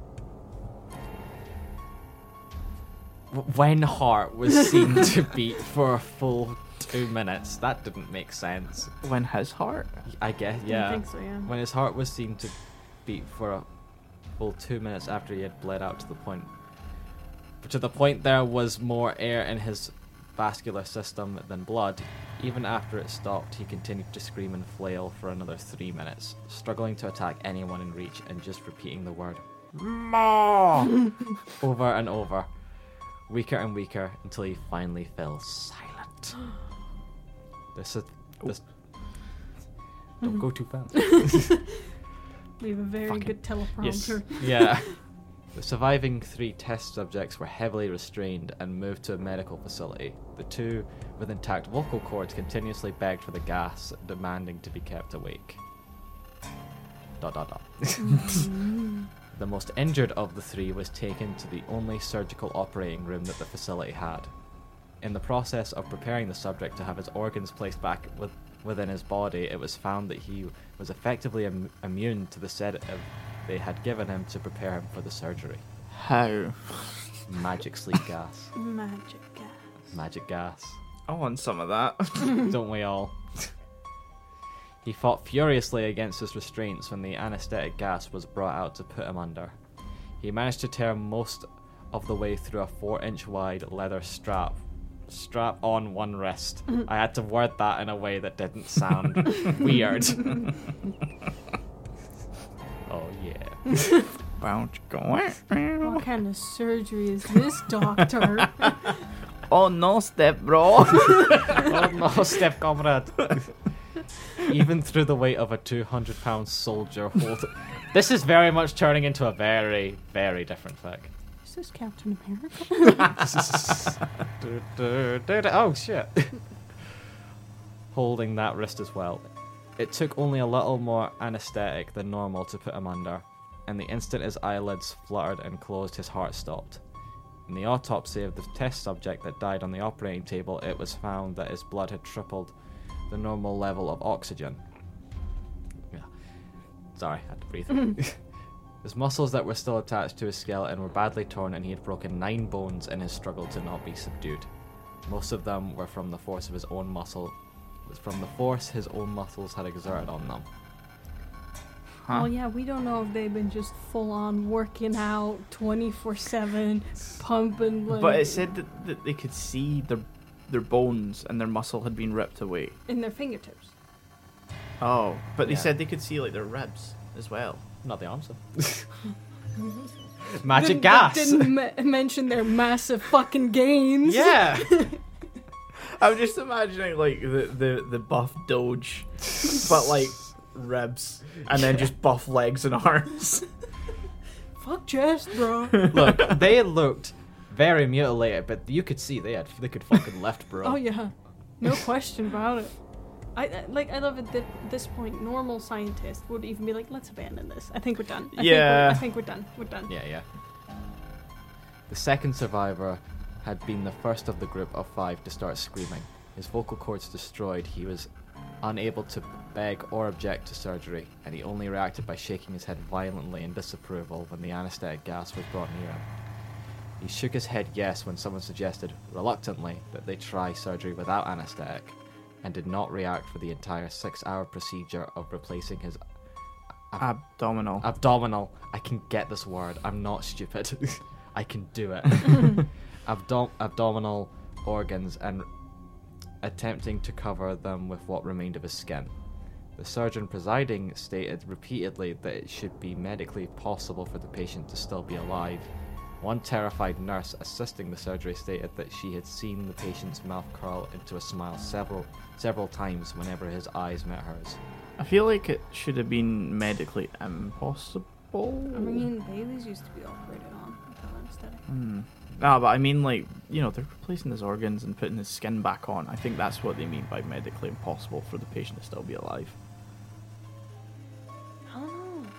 S4: W- When Hart was seen to beat for a full two minutes, that didn't make sense.
S3: when his heart?
S4: I guess,
S1: I
S4: yeah.
S1: think so, yeah.
S4: When his heart was seen to beat for a full two minutes after he had bled out to the point. To the point there was more air in his vascular system than blood. Even after it stopped, he continued to scream and flail for another three minutes, struggling to attack anyone in reach and just repeating the word "Ma"
S1: [LAUGHS]
S4: over and over, weaker and weaker until he finally fell silent. This is this. Don't go too fast.
S1: We have a very
S4: Fucking-
S1: good teleprompter.
S4: [LAUGHS] Yeah. the surviving three test subjects were heavily restrained and moved to a medical facility. The two with intact vocal cords continuously begged for the gas, demanding to be kept awake. Dot dot dot. [LAUGHS] the most injured of the three was taken to the only surgical operating room that the facility had. In the process of preparing the subject to have his organs placed back with, within his body, it was found that he was effectively Im- immune to the sedative they had given him to prepare him for the surgery.
S3: How?
S4: Magic sleep gas.
S1: Magic gas.
S4: Magic gas.
S3: I want some of that. [LAUGHS]
S4: [LAUGHS] Don't we all? he fought furiously against his restraints when the anesthetic gas was brought out to put him under. He managed to tear most of the way through a four inch wide leather strap. Strap on one wrist. I had to word that in a way that didn't sound [LAUGHS] weird. oh, yeah.
S3: Bound going.
S1: What kind of surgery is this,
S3: [LAUGHS]
S1: doctor?
S3: Oh no, step
S1: [LAUGHS]
S3: bro.
S4: Oh no, step comrade. Even through the weight of a 200 pound soldier hold. This is very much turning into a very, very different fic.
S1: is this Captain America?
S4: Du- du- du- du- Oh shit. [LAUGHS] Holding that wrist as well. It took only a little more anesthetic than normal to put him under, and the instant his eyelids fluttered and closed, his heart stopped. In the autopsy of the test subject that died on the operating table, it was found that his blood had tripled the normal level of oxygen. Yeah. Sorry, I had to breathe. [LAUGHS] His muscles that were still attached to his skeleton were badly torn, and he had broken nine bones in his struggle to not be subdued. Most of them were from the force of his own muscle, from the force his own muscles had exerted on them.
S1: Oh yeah, we don't know if they've been just full on working out 24 7, pumping. Like,
S3: But it said that, that they could see their their bones and their muscle had been ripped away.
S1: in their fingertips.
S3: Oh, but they
S4: Yeah.
S3: said they could see like their ribs as well.
S4: Not the arms. though.
S1: Didn't-
S4: Magic
S1: that
S4: gas.
S1: Didn't me- mention their massive fucking
S4: [LAUGHS]
S1: gains.
S3: Yeah. I'm just imagining like the the, the buff doge, but like ribs, and then [LAUGHS] just buff legs and arms.
S1: Fuck chest,
S3: [LAUGHS]
S1: bro.
S4: Look, they looked very mutilated, but you could see they had they could fucking left, bro.
S1: [LAUGHS] oh yeah, no question about it. I, I like. I love it. That at this point, normal scientists would even be like, "Let's abandon this. I think we're done. I
S3: Yeah.
S1: Think we're, I think we're done. We're done."
S4: Yeah, yeah. The second survivor had been the first of the group of five to start screaming. His vocal cords destroyed, he was unable to beg or object to surgery, and he only reacted by shaking his head violently in disapproval when the anesthetic gas was brought near him. He shook his head yes when someone suggested, reluctantly, that they try surgery without anesthetic, and did not react for the entire six hour procedure of replacing his
S3: Abdominal.
S4: abdominal. I can get this word. I'm not stupid. [LAUGHS] I can do it. Abdom- abdominal organs and attempting to cover them with what remained of his skin. The surgeon presiding stated repeatedly that it should be medically possible for the patient to still be alive. One terrified nurse assisting the surgery stated that she had seen the patient's mouth curl into a smile several several times whenever his eyes met hers.
S3: I feel like it should have been medically impossible.
S1: I mean, Bailey's used to be operated on without anesthetic.
S3: Hmm. No, but I mean, like, you know, they're replacing his organs and putting his skin back on. I think that's what they mean by medically impossible for the patient to still be alive.
S1: I don't know.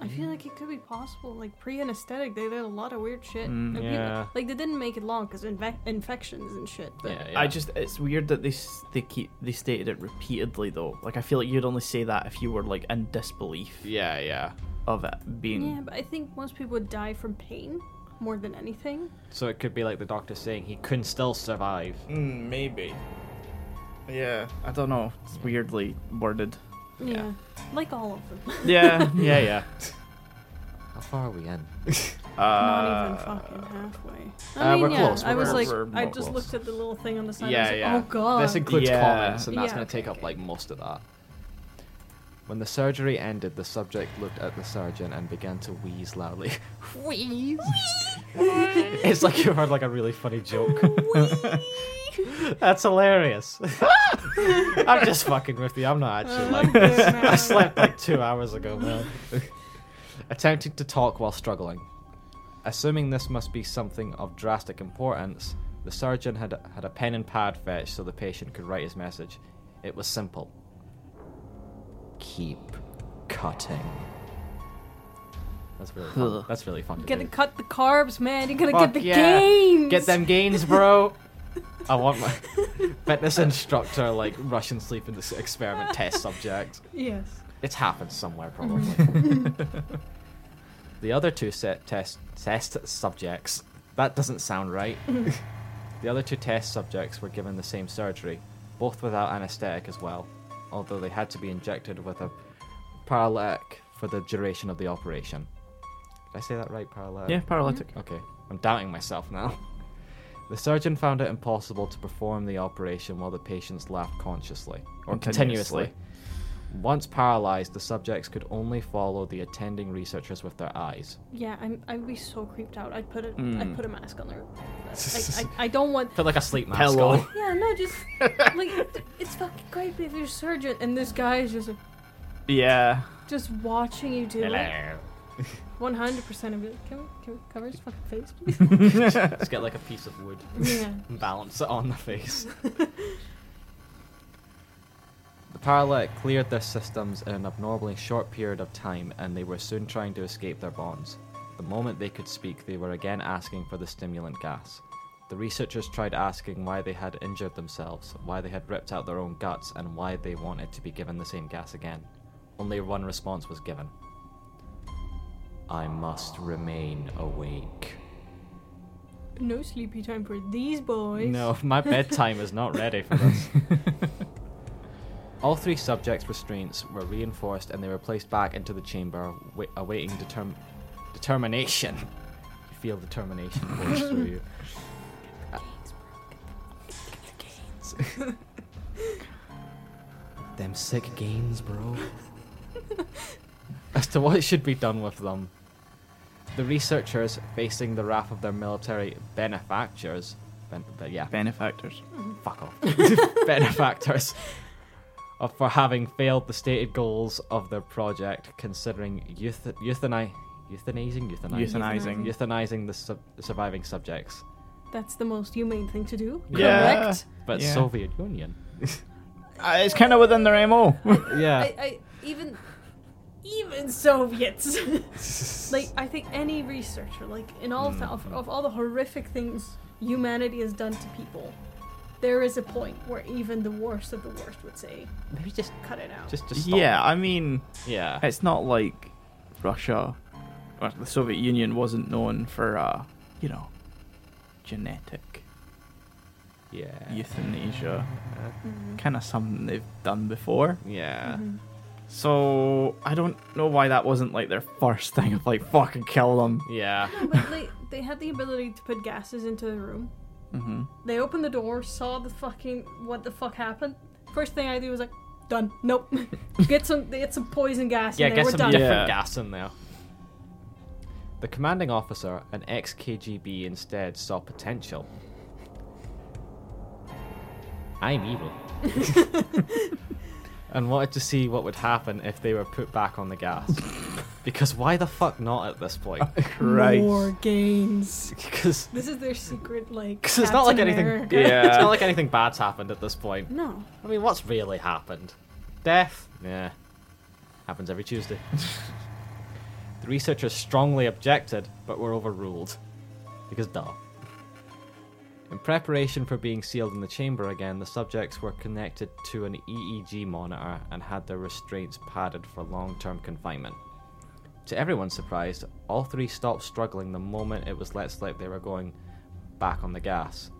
S1: I feel like it could be possible. Like pre-anesthetic, they did a lot of weird shit.
S3: Mm,
S1: And people-
S4: yeah.
S1: Like they didn't make it long because infections and shit. But
S3: I just, it's weird that they s- they keep they stated it repeatedly though. Like, I feel like you'd only say that if you were like in disbelief
S4: yeah, yeah.
S3: of it being.
S1: yeah, but I think most people would die from pain more than anything.
S4: So it could be like the doctor saying he couldn't still survive.
S3: Mm, maybe. Yeah, I don't know. It's weirdly worded.
S1: Yeah. Like all of them. [LAUGHS]
S4: [LAUGHS]
S3: Yeah,
S4: Yeah, yeah. How far are we in?
S1: Not even
S3: Uh,
S1: fucking halfway.
S4: uh,
S1: I mean,
S4: we're
S1: yeah.
S4: close,
S1: I
S4: we're-
S1: was like,
S3: we're
S1: I
S3: more
S1: just
S3: close.
S1: looked at the little thing on the side.
S4: Yeah,
S1: I was like,
S4: yeah.
S1: Oh god.
S4: This includes
S3: Yeah.
S4: comments, and that's
S1: Yeah,
S4: going to
S1: okay,
S4: take up
S1: okay.
S4: like most of that. When the surgery ended, the subject looked at the surgeon and began to wheeze loudly. wheeze. [LAUGHS] it's like you heard like a really
S1: [LAUGHS]
S4: funny joke. That's hilarious. [LAUGHS] I'm just fucking with you. I'm not actually like I slept like two hours ago, man. [LAUGHS] Attempting to talk while struggling. Assuming this must be something of drastic importance, the surgeon had, had a pen and pad fetched so the patient could write his message. It was simple Keep cutting. That's really fun.
S3: Ugh.
S4: That's really fun.
S1: [LAUGHS]
S4: to
S1: You gotta
S4: do.
S1: cut the carbs, man. You gotta
S4: Fuck
S1: get the
S4: yeah.
S1: gains.
S4: Get them gains, bro. I want my fitness instructor, like Russian sleep in this experiment test subject.
S1: Yes.
S4: It's happened somewhere, probably. the other two set test test subjects. That doesn't sound right. the other two test subjects were given the same surgery, both without anesthetic as well, although they had to be injected with a paralytic for the duration of the operation. Did I say that right? Paralytic.
S3: yeah, paralytic.
S4: Okay, I'm doubting myself now. The surgeon found it impossible to perform the operation while the patients laughed consciously or
S3: Continuously.
S4: continuously. Once paralyzed, the subjects could only follow the attending researchers with their eyes.
S1: Yeah, I'm, I'd be so creeped out. I'd put a,
S3: Mm.
S4: Hmm.
S1: would put a mask on
S4: [LAUGHS]
S1: their. I, I, I don't want.
S4: Put like a sleep mask
S3: Pillow.
S4: on.
S1: Yeah, no, just
S4: [LAUGHS]
S1: like th- it's fucking creepy if you're a surgeon and this guy is just
S3: Yeah.
S1: just watching you do it. One hundred percent of it. Can we can we cover his fucking face,
S4: [LAUGHS]
S1: please?
S4: Just get like a piece of wood
S1: yeah.
S4: and balance it on the face. the paralytic cleared their systems in an abnormally short period of time, and they were soon trying to escape their bonds. The moment they could speak, they were again asking for the stimulant gas. The researchers tried asking why they had injured themselves, why they had ripped out their own guts, and why they wanted to be given the same gas again. Only one response was given I must remain awake.
S1: No sleepy time for these boys.
S4: No,
S1: [LAUGHS]
S4: my bedtime is not ready
S3: [LAUGHS]
S4: for this. All three subjects' restraints were reinforced and they were placed back into the chamber, wa- awaiting determ- determination. [LAUGHS] You feel determination force through you. [LAUGHS] Them sick gains, bro. [LAUGHS] As to what should be done with them, the researchers, facing the wrath of their military benefactors, ben- ben- yeah,
S3: Benefactors.
S4: fuck off, [LAUGHS] [LAUGHS] benefactors, of for having failed the stated goals of their project, considering euth- euthani- euthanizing, euthanizing,
S3: Euthanizing.
S4: euthanizing the sub- surviving subjects,
S1: That's the most humane thing to do.
S3: Yeah.
S1: Correct.
S4: but
S3: Yeah.
S4: Soviet Union.
S3: Uh, it's kind of within their MO.
S4: Yeah,
S1: I, I even even Soviets. [LAUGHS] like I think any researcher, like in all of, the, of, of all the horrific things humanity has done to people, there is a point where even the worst of the worst would say,
S4: maybe just,
S1: "Cut it out."
S4: just, just stop.
S3: yeah, I mean,
S4: yeah.
S3: it's not like Russia or the Soviet Union wasn't known for, uh, you know, genetic
S4: Yeah.
S3: euthanasia. Kind of something they've done before.
S4: Yeah.
S1: Mm-hmm.
S3: So I don't know why that wasn't like their first thing of like fucking kill them.
S4: Yeah.
S1: [LAUGHS] but they they had the ability to put gases into the room.
S3: Mm-hmm.
S1: They opened the door, saw the fucking what the fuck happened. First thing I do was like, done. Nope. [LAUGHS] get some get some poison gas.
S4: Yeah,
S1: in there.
S4: get
S1: We're
S4: some
S1: done.
S4: different
S3: Yeah.
S4: gas in there. The commanding officer, an ex KGB, instead saw potential. I'm evil.
S1: [LAUGHS]
S4: and wanted to see what would happen if they were put back on the
S3: [LAUGHS]
S4: gas. because why the fuck not at this point?
S1: More gains.
S4: Because
S1: This is their secret, like.
S4: [LAUGHS] 'cause it's not like
S1: Captain
S4: anything.
S1: America.
S4: [LAUGHS] It's
S3: Yeah.
S4: not like anything bad's happened at this point.
S1: No.
S4: I mean, what's really happened? Death? Yeah. Happens every Tuesday. [LAUGHS] the researchers strongly objected, but were overruled. Because duh. In preparation for being sealed in the chamber again, the subjects were connected to an EEG monitor and had their restraints padded for long term confinement. To everyone's surprise, all three stopped struggling the moment it was let slip they were going back on the gas.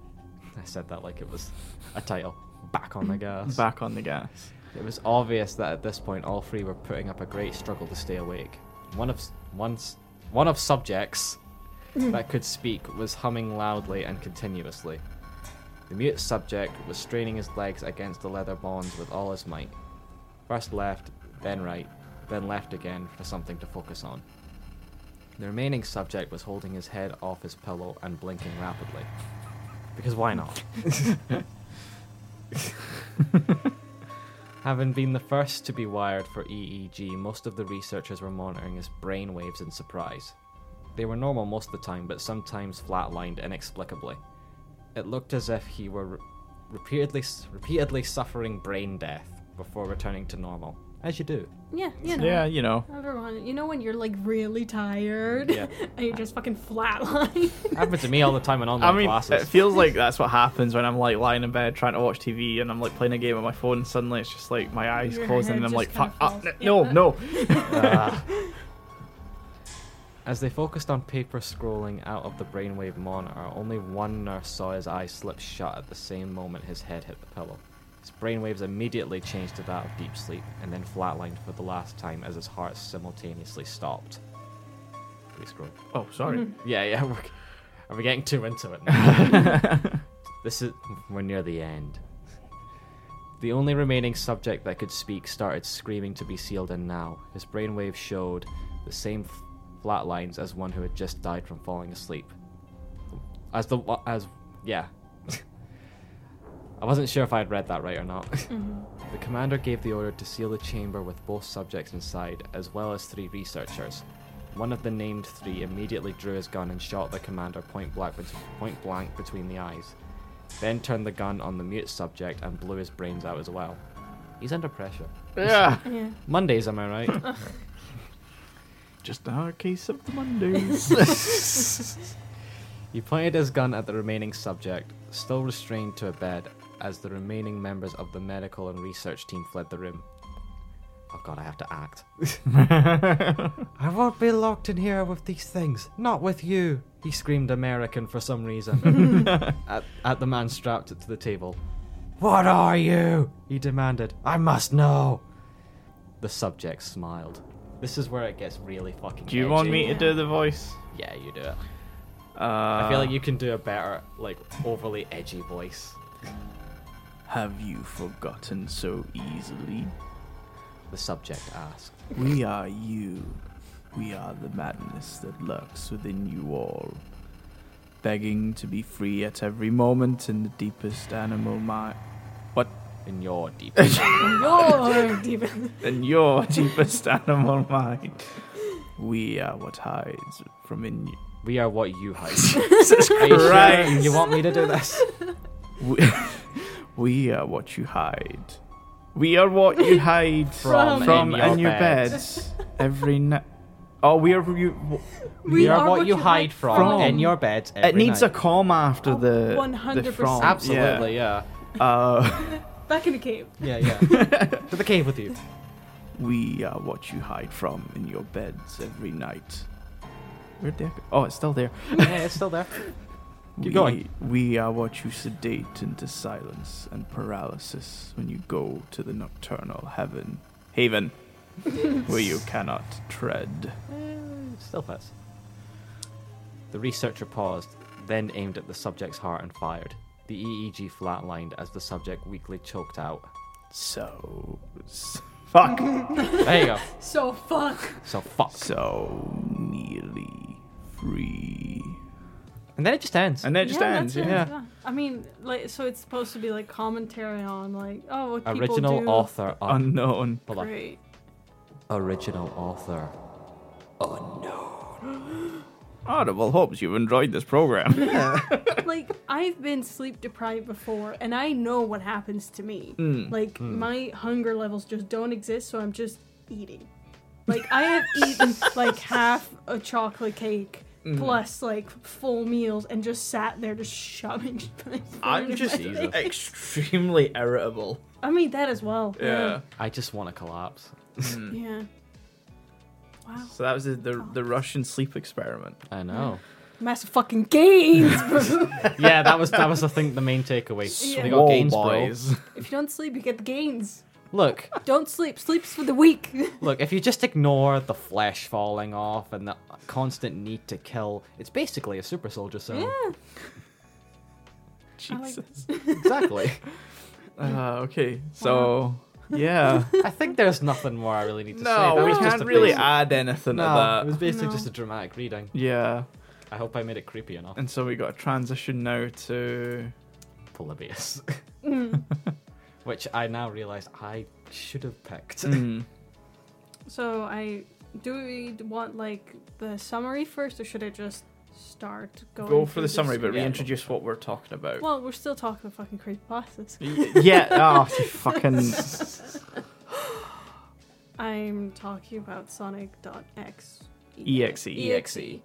S4: [LAUGHS] I said that like it was a title. Back on the gas.
S3: Back on the gas.
S4: It was obvious that at this point all three were putting up a great struggle to stay awake. One of once one of subjects that could speak was humming loudly and continuously. The mute subject was straining his legs against the leather bonds with all his might. First left, then right, then left again for something to focus on. The remaining subject was holding his head off his pillow and blinking rapidly. Because why not? Having been the first to be wired for EEG, most of the researchers were monitoring his brain waves in surprise. They were normal most of the time, but sometimes flatlined inexplicably. It looked as if he were re- repeatedly, repeatedly suffering brain death before returning to normal, as you do.
S1: Yeah, you know.
S3: Yeah, you know.
S1: Everyone, you know when you're like really tired
S4: Yeah.
S1: [LAUGHS] and you're just fucking [LAUGHS] flatline.
S4: Happens to me all the time in
S3: I
S4: online
S3: mean, it
S4: classes.
S3: feels like that's what happens when I'm like lying in bed trying to watch TV and I'm like playing a game on my phone and suddenly it's just like my eyes
S1: Your
S3: closing and
S1: head
S3: I'm
S1: just
S3: like,
S1: kinda
S3: fuck, ah,
S1: falls.
S3: n- no,
S1: Yeah.
S3: no.
S4: Ah. As they focused on paper scrolling out of the brainwave monitor, only one nurse saw his eyes slip shut at the same moment his head hit the pillow. His brainwaves immediately changed to that of deep sleep and then flatlined for the last time as his heart simultaneously stopped. Please scroll.
S3: Oh, sorry.
S1: Mm-hmm.
S4: Yeah, yeah, [LAUGHS] we're, are we getting too into it now? this is. We're near the end. The only remaining subject that could speak started screaming to be sealed in now. His brainwave showed the same f- flat lines as one who had just died from falling asleep. As the. wa- as. yeah. [LAUGHS] I wasn't sure if I had read that right or not. [LAUGHS]
S1: Mm-hmm.
S4: The commander gave the order to seal the chamber with both subjects inside, as well as three researchers. One of the named three immediately drew his gun and shot the commander point blank, bet- point blank between the eyes, then turned the gun on the mute subject and blew his brains out as well. He's under pressure.
S3: yeah.
S1: yeah.
S4: Mondays, am I right?
S3: [LAUGHS] Just another case of the Mondays.
S4: [LAUGHS] he pointed his gun at the remaining subject, still restrained to a bed, as the remaining members of the medical and research team fled the room. Oh god, I have to [LAUGHS] act. I won't be locked in here with these things. Not with you. He screamed American for some [LAUGHS] reason at, at the man strapped to the table. What are you? He demanded. I must know. The subject smiled. This is where it gets really fucking.
S3: Do you want me
S4: edgy.
S3: to do the voice?
S4: Yeah, you do it. I
S3: Uh,
S4: feel like you can do a better, like overly edgy voice.
S3: Have you forgotten so easily?
S4: The subject asked.
S3: We are you. We are the madness that lurks within you all, begging to be free at every moment in the deepest animal mind. What?
S4: In your deep.
S1: [LAUGHS] Your
S4: [LAUGHS]
S1: demon.
S3: In your [LAUGHS] deepest animal mind. We are what hides from in you.
S4: we are what you hide.
S3: Jesus
S4: Are you, sure
S3: Christ!
S4: you want me to do this?
S3: We, [LAUGHS] we are what you hide. We are what you hide
S1: From
S3: from,
S1: in
S4: your
S3: and your
S4: beds.
S3: beds every night. Oh, we are you.
S4: We, are, what, you hide, from,
S3: from.
S4: in your bed. Every
S3: It needs a
S4: night.
S3: comma after the the
S1: 100%.
S3: from.
S4: Absolutely, yeah.
S3: Yeah. Uh,
S1: Back in the cave.
S4: Yeah, yeah. to the cave with you.
S3: we are what you hide from in your beds every night. Where'd they? Oh, it's still there.
S4: Yeah, it's still there.
S3: we,
S4: going.
S3: We are what you sedate into silence and paralysis when you go to the nocturnal heaven, haven,
S4: [LAUGHS]
S3: where you cannot tread.
S4: Eh, Still fits. The researcher paused, then aimed at the subject's heart and fired. The EEG flatlined as the subject weakly choked out.
S3: So, s-
S4: [LAUGHS]
S3: fuck.
S4: There you go.
S1: So fuck.
S4: So fuck.
S3: so nearly free.
S4: And then it just ends.
S3: And that just ends.
S1: that's
S3: Yeah.
S1: it,
S4: yeah.
S1: I mean, like, so it's supposed to be like commentary on like, oh, what people
S4: Original
S1: do.
S4: author. Un-
S3: Unknown.
S4: hold on.
S1: Great.
S4: Original author.
S3: Audible hopes you've enjoyed this program.
S4: [LAUGHS]
S1: like I've been sleep deprived before, and I know what happens to me.
S3: Hmm.
S1: Like my hunger levels just don't exist, so I'm just eating. Like I have [LAUGHS] eaten like half a chocolate cake
S3: Mm-hmm.
S1: plus like full meals, and just sat there just shoving. [LAUGHS] my food in my-
S3: extremely irritable.
S1: I mean that as well.
S3: Yeah. Hmm.
S4: I just want to collapse.
S1: Yeah. Yeah. Wow.
S3: So that was the, the the Russian sleep experiment.
S4: I know.
S1: Massive fucking
S3: [LAUGHS]
S1: gains. bro.
S4: [LAUGHS] yeah, that was that was I think the main takeaway.
S1: Yeah.
S4: They
S3: Whoa,
S4: got gains, bro.
S3: [LAUGHS] boys.
S1: if you don't sleep, you get the gains.
S4: Look,
S1: Don't sleep. Sleeps for the weak.
S4: Look, if you just ignore the flesh falling off and the constant need to kill, it's basically a super soldier serum.
S1: [LAUGHS] yeah. I like-
S3: Oh, Jesus.
S4: Exactly.
S3: Uh, okay. So
S4: [LAUGHS]
S3: yeah.
S4: I think there's nothing more I really need to say. That
S3: no, we
S4: was just
S3: can't
S4: a
S3: really
S4: basic-
S3: add anything
S4: No,
S3: to
S4: it was
S3: that.
S4: basically
S1: No.
S4: just a dramatic reading.
S3: Yeah.
S4: I hope I made it creepy enough.
S3: And so we got a transition now to
S4: Polybius. [LAUGHS]
S1: Mm.
S4: Which I now realize I should have picked.
S3: hmm,
S1: So I do we want like the summary first, or should I just start going?
S3: go for
S1: through
S3: the summary, but
S1: this-
S3: reintroduce what we're talking about.
S1: Well, we're still talking about fucking crazy bosses. [LAUGHS]
S3: Y- yeah. Oh, you fucking.
S1: I'm talking about Sonic.exe.
S4: E
S3: EXE.
S1: EXE. E
S3: E.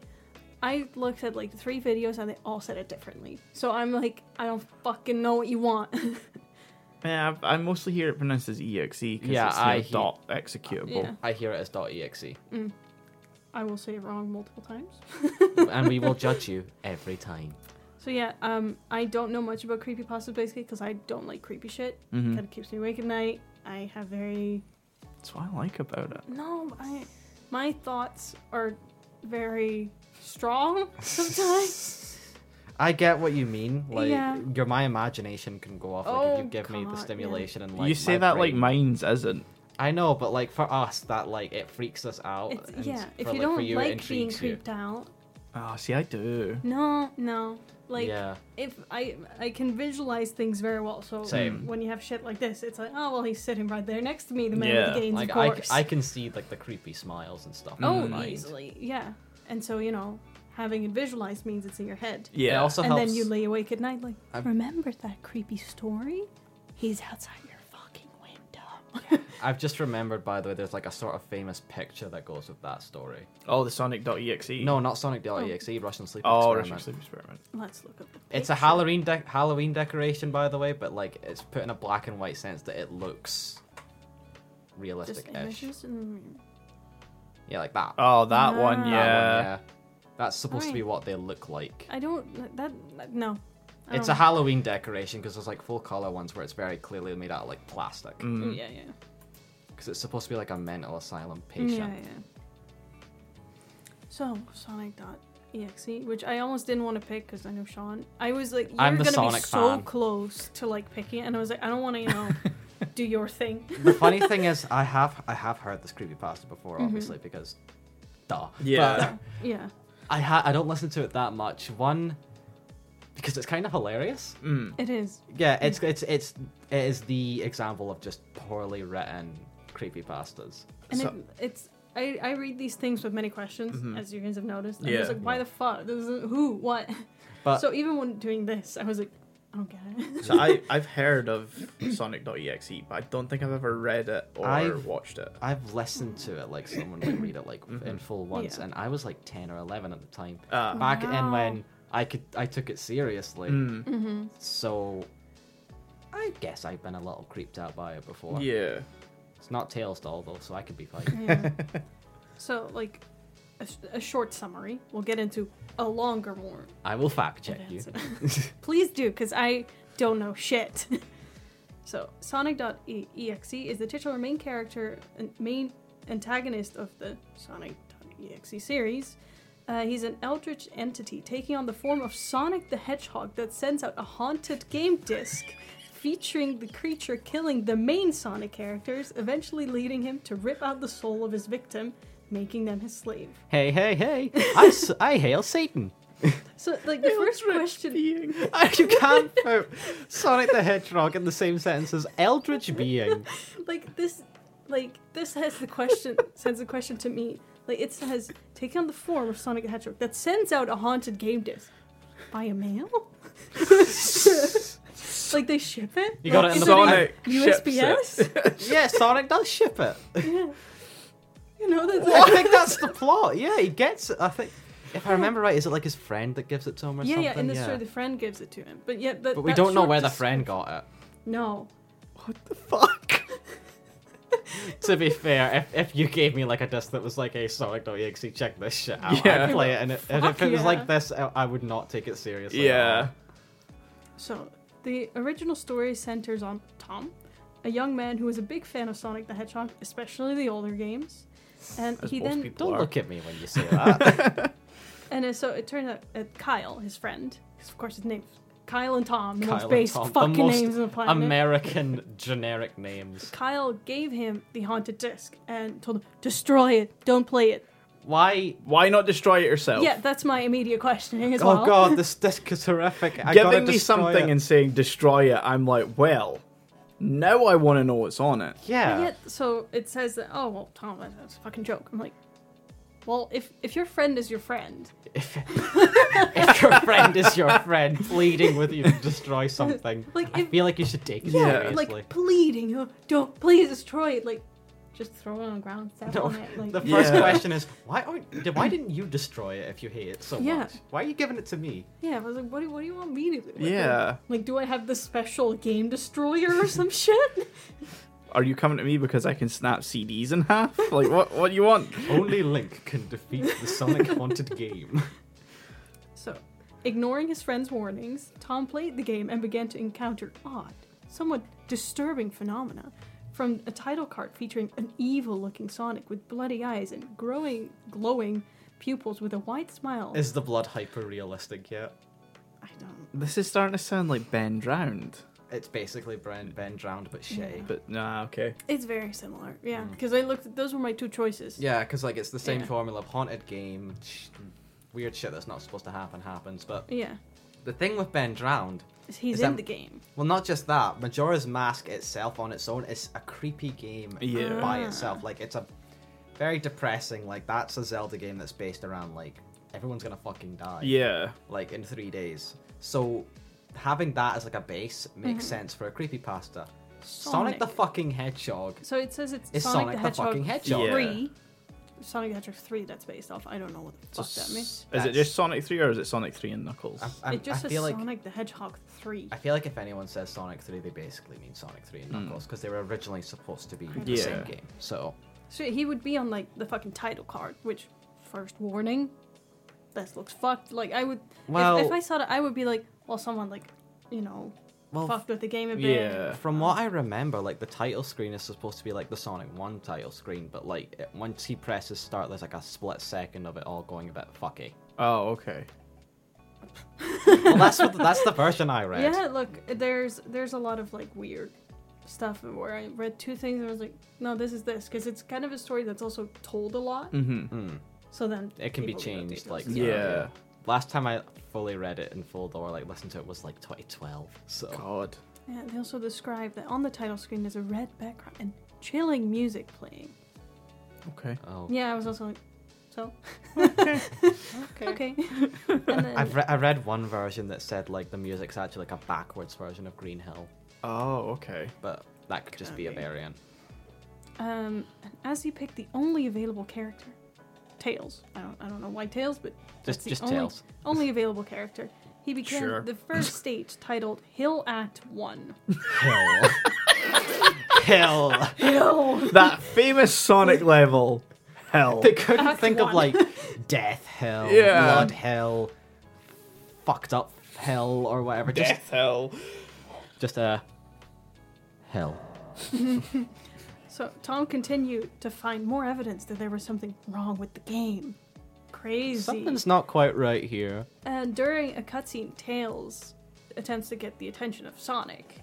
S1: I looked at like three videos and they all said it differently. So I'm like, I don't fucking know what you want. [LAUGHS]
S3: Yeah, I, I mostly hear it pronounced as E exe because
S4: Yeah,
S3: it's no
S4: I he-
S3: dot executable.
S1: Yeah.
S4: I hear it as .exe.
S1: I will say it wrong multiple times.
S4: [LAUGHS] and we will judge you every time.
S1: So yeah, um, I don't know much about creepypastas basically because I don't like creepy shit.
S3: Mhm.
S1: Kind of keeps me awake at night. I have very
S3: That's what I like about it.
S1: No, I, my thoughts are very strong [LAUGHS]
S4: [LAUGHS]
S1: sometimes.
S4: I get what you mean. Like
S1: Yeah.
S4: your my imagination can go off. Like if
S1: Oh,
S4: you give me
S1: God,
S4: the
S1: yeah.
S4: stimulation and like
S3: you say that like
S4: brain-
S3: mine's isn't.
S4: I know, but like for us, that like it freaks us out. and
S1: it's, yeah,
S4: for,
S1: if you
S4: like, for
S1: don't
S4: you, it
S1: like being
S4: intrigues you.
S1: creeped out,
S3: Oh, see, I do.
S1: no, no. Like
S4: yeah,
S1: if I I can visualize things very well, so
S4: Same.
S1: when you have shit like this, it's like oh well, he's sitting right there next to me, the man with
S3: Yeah,
S1: the gains,
S4: like
S1: of
S4: I, c-
S1: course.
S4: I Mm. can see like the creepy smiles and stuff. in
S1: oh,
S4: my mind.
S1: easily, yeah. And so you know, having it visualized means it's in your head,
S4: It
S3: Yeah.
S4: also
S1: and
S4: helps.
S1: then you lay awake at night like
S4: I'm-
S1: remember that creepy story? He's outside your fucking window.
S4: I've just remembered, by the way, there's like a sort of famous picture that goes with that story.
S3: oh, the Sonic.exe.
S4: No, not Sonic the exe Russian Sleep
S3: Oh,
S4: Experiment.
S3: Russian sleep experiment.
S1: Let's look up. the
S4: It's a
S1: picture.
S4: Halloween de- Halloween decoration, by the way, but like it's put in a black and white sense that it looks
S1: Just
S4: realistic ish.
S1: images and
S4: Yeah, like that.
S3: Oh, that one,
S1: Ah.
S3: yeah.
S4: That one, yeah. That's supposed to be
S1: Fine.
S4: what they look like.
S1: I don't that no. I
S4: It's a
S1: don't-
S4: Halloween decoration because there's like full color ones where it's very clearly made out of like plastic. Because
S3: Mm.
S1: Ooh, Oh, yeah, yeah.
S4: it's supposed to be like a mental asylum
S1: Mm,
S4: patient.
S1: Yeah, yeah. So Sonic.exe, which I almost didn't want to pick because I know Sean. I was like, you're
S4: I'm the
S1: gonna
S4: Sonic
S1: be so
S4: fan.
S1: close to like picking, it, and I was like, I don't want to, you
S4: [LAUGHS]
S1: know, do your thing.
S4: the funny thing is, I have I have heard this creepypasta
S1: Mm-hmm.
S4: before, obviously, because duh.
S3: Yeah.
S4: But
S1: [LAUGHS] Yeah,
S4: I ha- I don't listen to it that much. One, because it's kind of hilarious.
S3: Mm.
S1: it is.
S4: Yeah, it's
S1: Mm.
S4: it's it's it is the example of just poorly written creepypastas.
S1: And
S3: So-
S1: it, it's I, I read these things with many questions,
S4: Mm-hmm.
S1: as you guys have noticed. And I
S3: Yeah.
S1: was like, why the fuck? This is, who? What?
S4: But
S1: so even when doing this, I was like, I don't get it.
S3: So I, I've heard of [COUGHS] Sonic.exe, E, but I don't think I've ever read it or
S4: I've-
S3: watched it.
S4: I've listened to it like someone would read it like
S1: [CLEARS THROAT]
S4: in full once,
S1: Mm-hmm. Yeah.
S4: and I was like ten or eleven at the time.
S3: Uh,
S4: Back in
S1: Wow.
S4: when I could I took it seriously,
S3: mm,
S4: so I guess I've been a little creeped out by it before.
S3: yeah.
S4: It's not Tails doll though, so I could be fine.
S1: [LAUGHS] Yeah. so like a, sh- a short summary. We'll get into a longer one.
S4: I will fact check you. [LAUGHS]
S1: That's- Please do, because I don't know shit. [LAUGHS] so, Sonic.exe is the titular main character and main antagonist of the Sonic.exe series. Uh, he's an eldritch entity taking on the form of Sonic the Hedgehog that sends out a haunted game disc featuring the creature killing the main Sonic characters, eventually leading him to rip out the soul of his victim, making them his slave.
S4: Hey, hey, hey! I, s- I hail Satan. [LAUGHS]
S1: So, like, the first question.
S4: you can't put Sonic the Hedgehog in the same sentence as Eldritch
S1: [LAUGHS]
S4: being.
S1: like this like this has the question [LAUGHS] sends the question to me like it says take on the form of sonic the hedgehog that sends out a haunted game disc by a mail [LAUGHS] like they ship it
S4: You got
S1: Like,
S4: it in
S1: is
S4: the
S1: a
S3: Sonic ships
S1: usps
S4: Yeah, Sonic does ship it.
S1: yeah you know that's
S4: Well, [LAUGHS] I think
S1: [LAUGHS]
S4: that's the plot. Yeah, he gets it. I think, if I remember right, is it like his friend that gives it to him or
S1: yeah
S4: something?
S1: yeah in the story the friend gives it to him but yet that,
S4: but we
S1: that
S4: don't know
S1: short
S4: where the
S1: dis-
S4: friend got it.
S1: no
S4: Fuck. [LAUGHS] to be fair, if, if you gave me like a disc that was like, "Hey, Sonic.exe, check this shit out,"
S3: Yeah.
S4: I'd play it, and, it, and if
S1: Fuck
S4: it was
S1: yeah.
S4: like this, I, I would not take it seriously. at
S3: Yeah.
S4: all.
S1: So, the original story centers on Tom, a young man who is a big fan of Sonic the Hedgehog, especially the older games. And
S3: As
S1: he
S3: most
S1: then
S3: people
S4: Don't
S3: are.
S4: look at me when
S1: [LAUGHS]
S4: you say that.
S1: and uh, so it turns out uh, Kyle, his friend, 'cause of course his name's Kyle and Tom, the
S4: Kyle
S1: most
S4: and
S1: basic
S4: Tom, the
S1: fucking
S4: most
S1: names on the planet.
S4: American generic names.
S1: Kyle gave him the haunted disc and told him, "Destroy it. Don't play it."
S4: Why?
S3: Why not destroy it yourself?
S1: Yeah, that's my immediate questioning as well.
S4: Oh god,
S1: [LAUGHS]
S4: this disc is horrific. I gotta
S3: Giving me
S4: destroy
S3: something
S4: it.
S3: and saying destroy it, I'm like, well, now I want to know what's on it.
S1: But
S4: yeah.
S1: Yet, so it says that, "Oh well, Tom, that- that's a fucking joke." I'm like, "Well, if if your friend is your friend,
S4: if your friend is your friend pleading with you to destroy [LAUGHS] something,
S1: Like,
S4: I
S1: if-
S4: feel like you should take it
S3: Yeah,
S4: seriously.
S1: like pleading, oh, don't please destroy it. Like, just throw it on the ground, step
S4: [LAUGHS] No,
S1: on
S4: [LAUGHS]
S1: it. Like,
S4: the first
S3: Yeah.
S4: question is why aren't, di- why didn't you destroy it if you hate it so
S1: Yeah.
S4: much? Why are you giving it to me?
S1: yeah, I was like, what do, what do you want me to do? Like,
S3: Yeah.
S1: Like, do I have the special game destroyer or some [LAUGHS] shit?
S3: Are you coming to me because I can snap CDs in [LAUGHS] half? Like, what? What do you want?
S4: Only Link can defeat the [LAUGHS] Sonic Haunted game.
S1: So, ignoring his friend's warnings, Tom played the game and began to encounter odd, somewhat disturbing phenomena. From a title card featuring an evil looking Sonic with bloody eyes and growing, glowing pupils with a wide smile.
S4: Is the blood hyper realistic yet?
S1: I don't.
S3: This is starting to sound like Ben Drowned.
S4: It's basically Ben, ben drowned but shitty.
S3: But nah, okay.
S1: It's very similar, yeah. Because I looked, those were my two choices.
S4: Mm. Yeah, because like it's the same
S1: Yeah.
S4: formula of haunted game, sh- weird shit that's not supposed to happen happens. But
S1: Yeah.
S4: the thing with Ben drowned
S1: He's
S4: Is
S1: in
S4: that-
S1: the game.
S4: Well, not just that. Majora's Mask itself, on its own, is a creepy game
S3: Yeah.
S4: by
S1: Ah.
S4: itself. Like it's a very depressing. Like that's a Zelda game that's based around like everyone's gonna fucking die.
S3: Yeah.
S4: Like in three days. So having that as like a base makes sense for a creepy pasta. Sonic
S1: Mm-hmm.
S4: the
S1: Sonic.
S4: fucking Hedgehog
S1: So it says it's
S4: is
S1: Sonic,
S4: Sonic,
S1: the
S4: the,
S1: Hedgehog
S4: fucking Hedgehog.
S3: Yeah.
S1: three, Sonic the Hedgehog 3 that's based off. I don't know what the fuck that means.
S3: Is it just Sonic 3 or is it Sonic 3 and Knuckles?
S4: I, I'm-
S1: it just
S4: I
S1: says
S4: feel like
S1: Sonic the Hedgehog 3.
S4: I feel like if anyone says Sonic 3, they basically mean Sonic 3 and Knuckles because they were originally supposed to be the
S3: Hmm. Yeah.
S4: same game. So
S1: So he would be on like the fucking title card, which first warning, this looks fucked. Like I would, if-
S4: Well-
S1: if, I saw that, I would be like, well, someone like, you know,
S4: Well,
S1: fucked with the game a bit.
S3: yeah.
S4: From what I remember, like the title screen is supposed to be like the Sonic One title screen, but like it, once he presses start, there's like a split second of it all going a bit fucky.
S3: Oh, okay.
S4: Well, that's what, that's the version I read.
S1: Yeah, look, there's there's a lot of like weird stuff where I read two things and I was like, no, this is this because it's kind of a story that's also told a lot.
S3: Mm-hmm.
S4: Mm.
S1: So then
S4: It can be
S1: people read the
S4: changed, like
S1: details.
S3: Yeah.
S4: Last time I fully read it in full or like listened to it was like 2012. So
S3: God.
S1: Yeah, they also describe that on the title screen there's a red background and chilling music playing.
S3: Okay.
S4: oh.
S1: Yeah, I was also like, so [LAUGHS]
S12: Okay.
S1: okay. and then,
S4: I've re- I read one version that said like the music's actually like a backwards version of Green Hill,
S3: Oh, okay.
S4: but that could just
S1: Could
S4: be a
S1: be.
S4: variant.
S1: um, and as you pick the only available character, Tails. I don't, I don't know why Tails, but that's
S4: Just
S1: the
S4: just
S1: only,
S4: tails.
S1: Only available character. He became
S3: Sure.
S1: the first stage titled Hill Act One.
S4: Hill. [LAUGHS] Hill.
S1: Hill.
S3: that famous Sonic level.
S4: [LAUGHS]
S3: Hell.
S4: They couldn't
S1: That's
S4: think
S1: one.
S4: of like
S1: [LAUGHS]
S4: death hell,
S3: Yeah.
S4: blood hell, fucked up hell or whatever. Just
S3: hell.
S4: just a hell.
S1: So Tom continued to find more evidence that there was something wrong with the game. Crazy.
S4: Something's not quite right here.
S1: And during a cutscene, Tails attempts to get the attention of Sonic.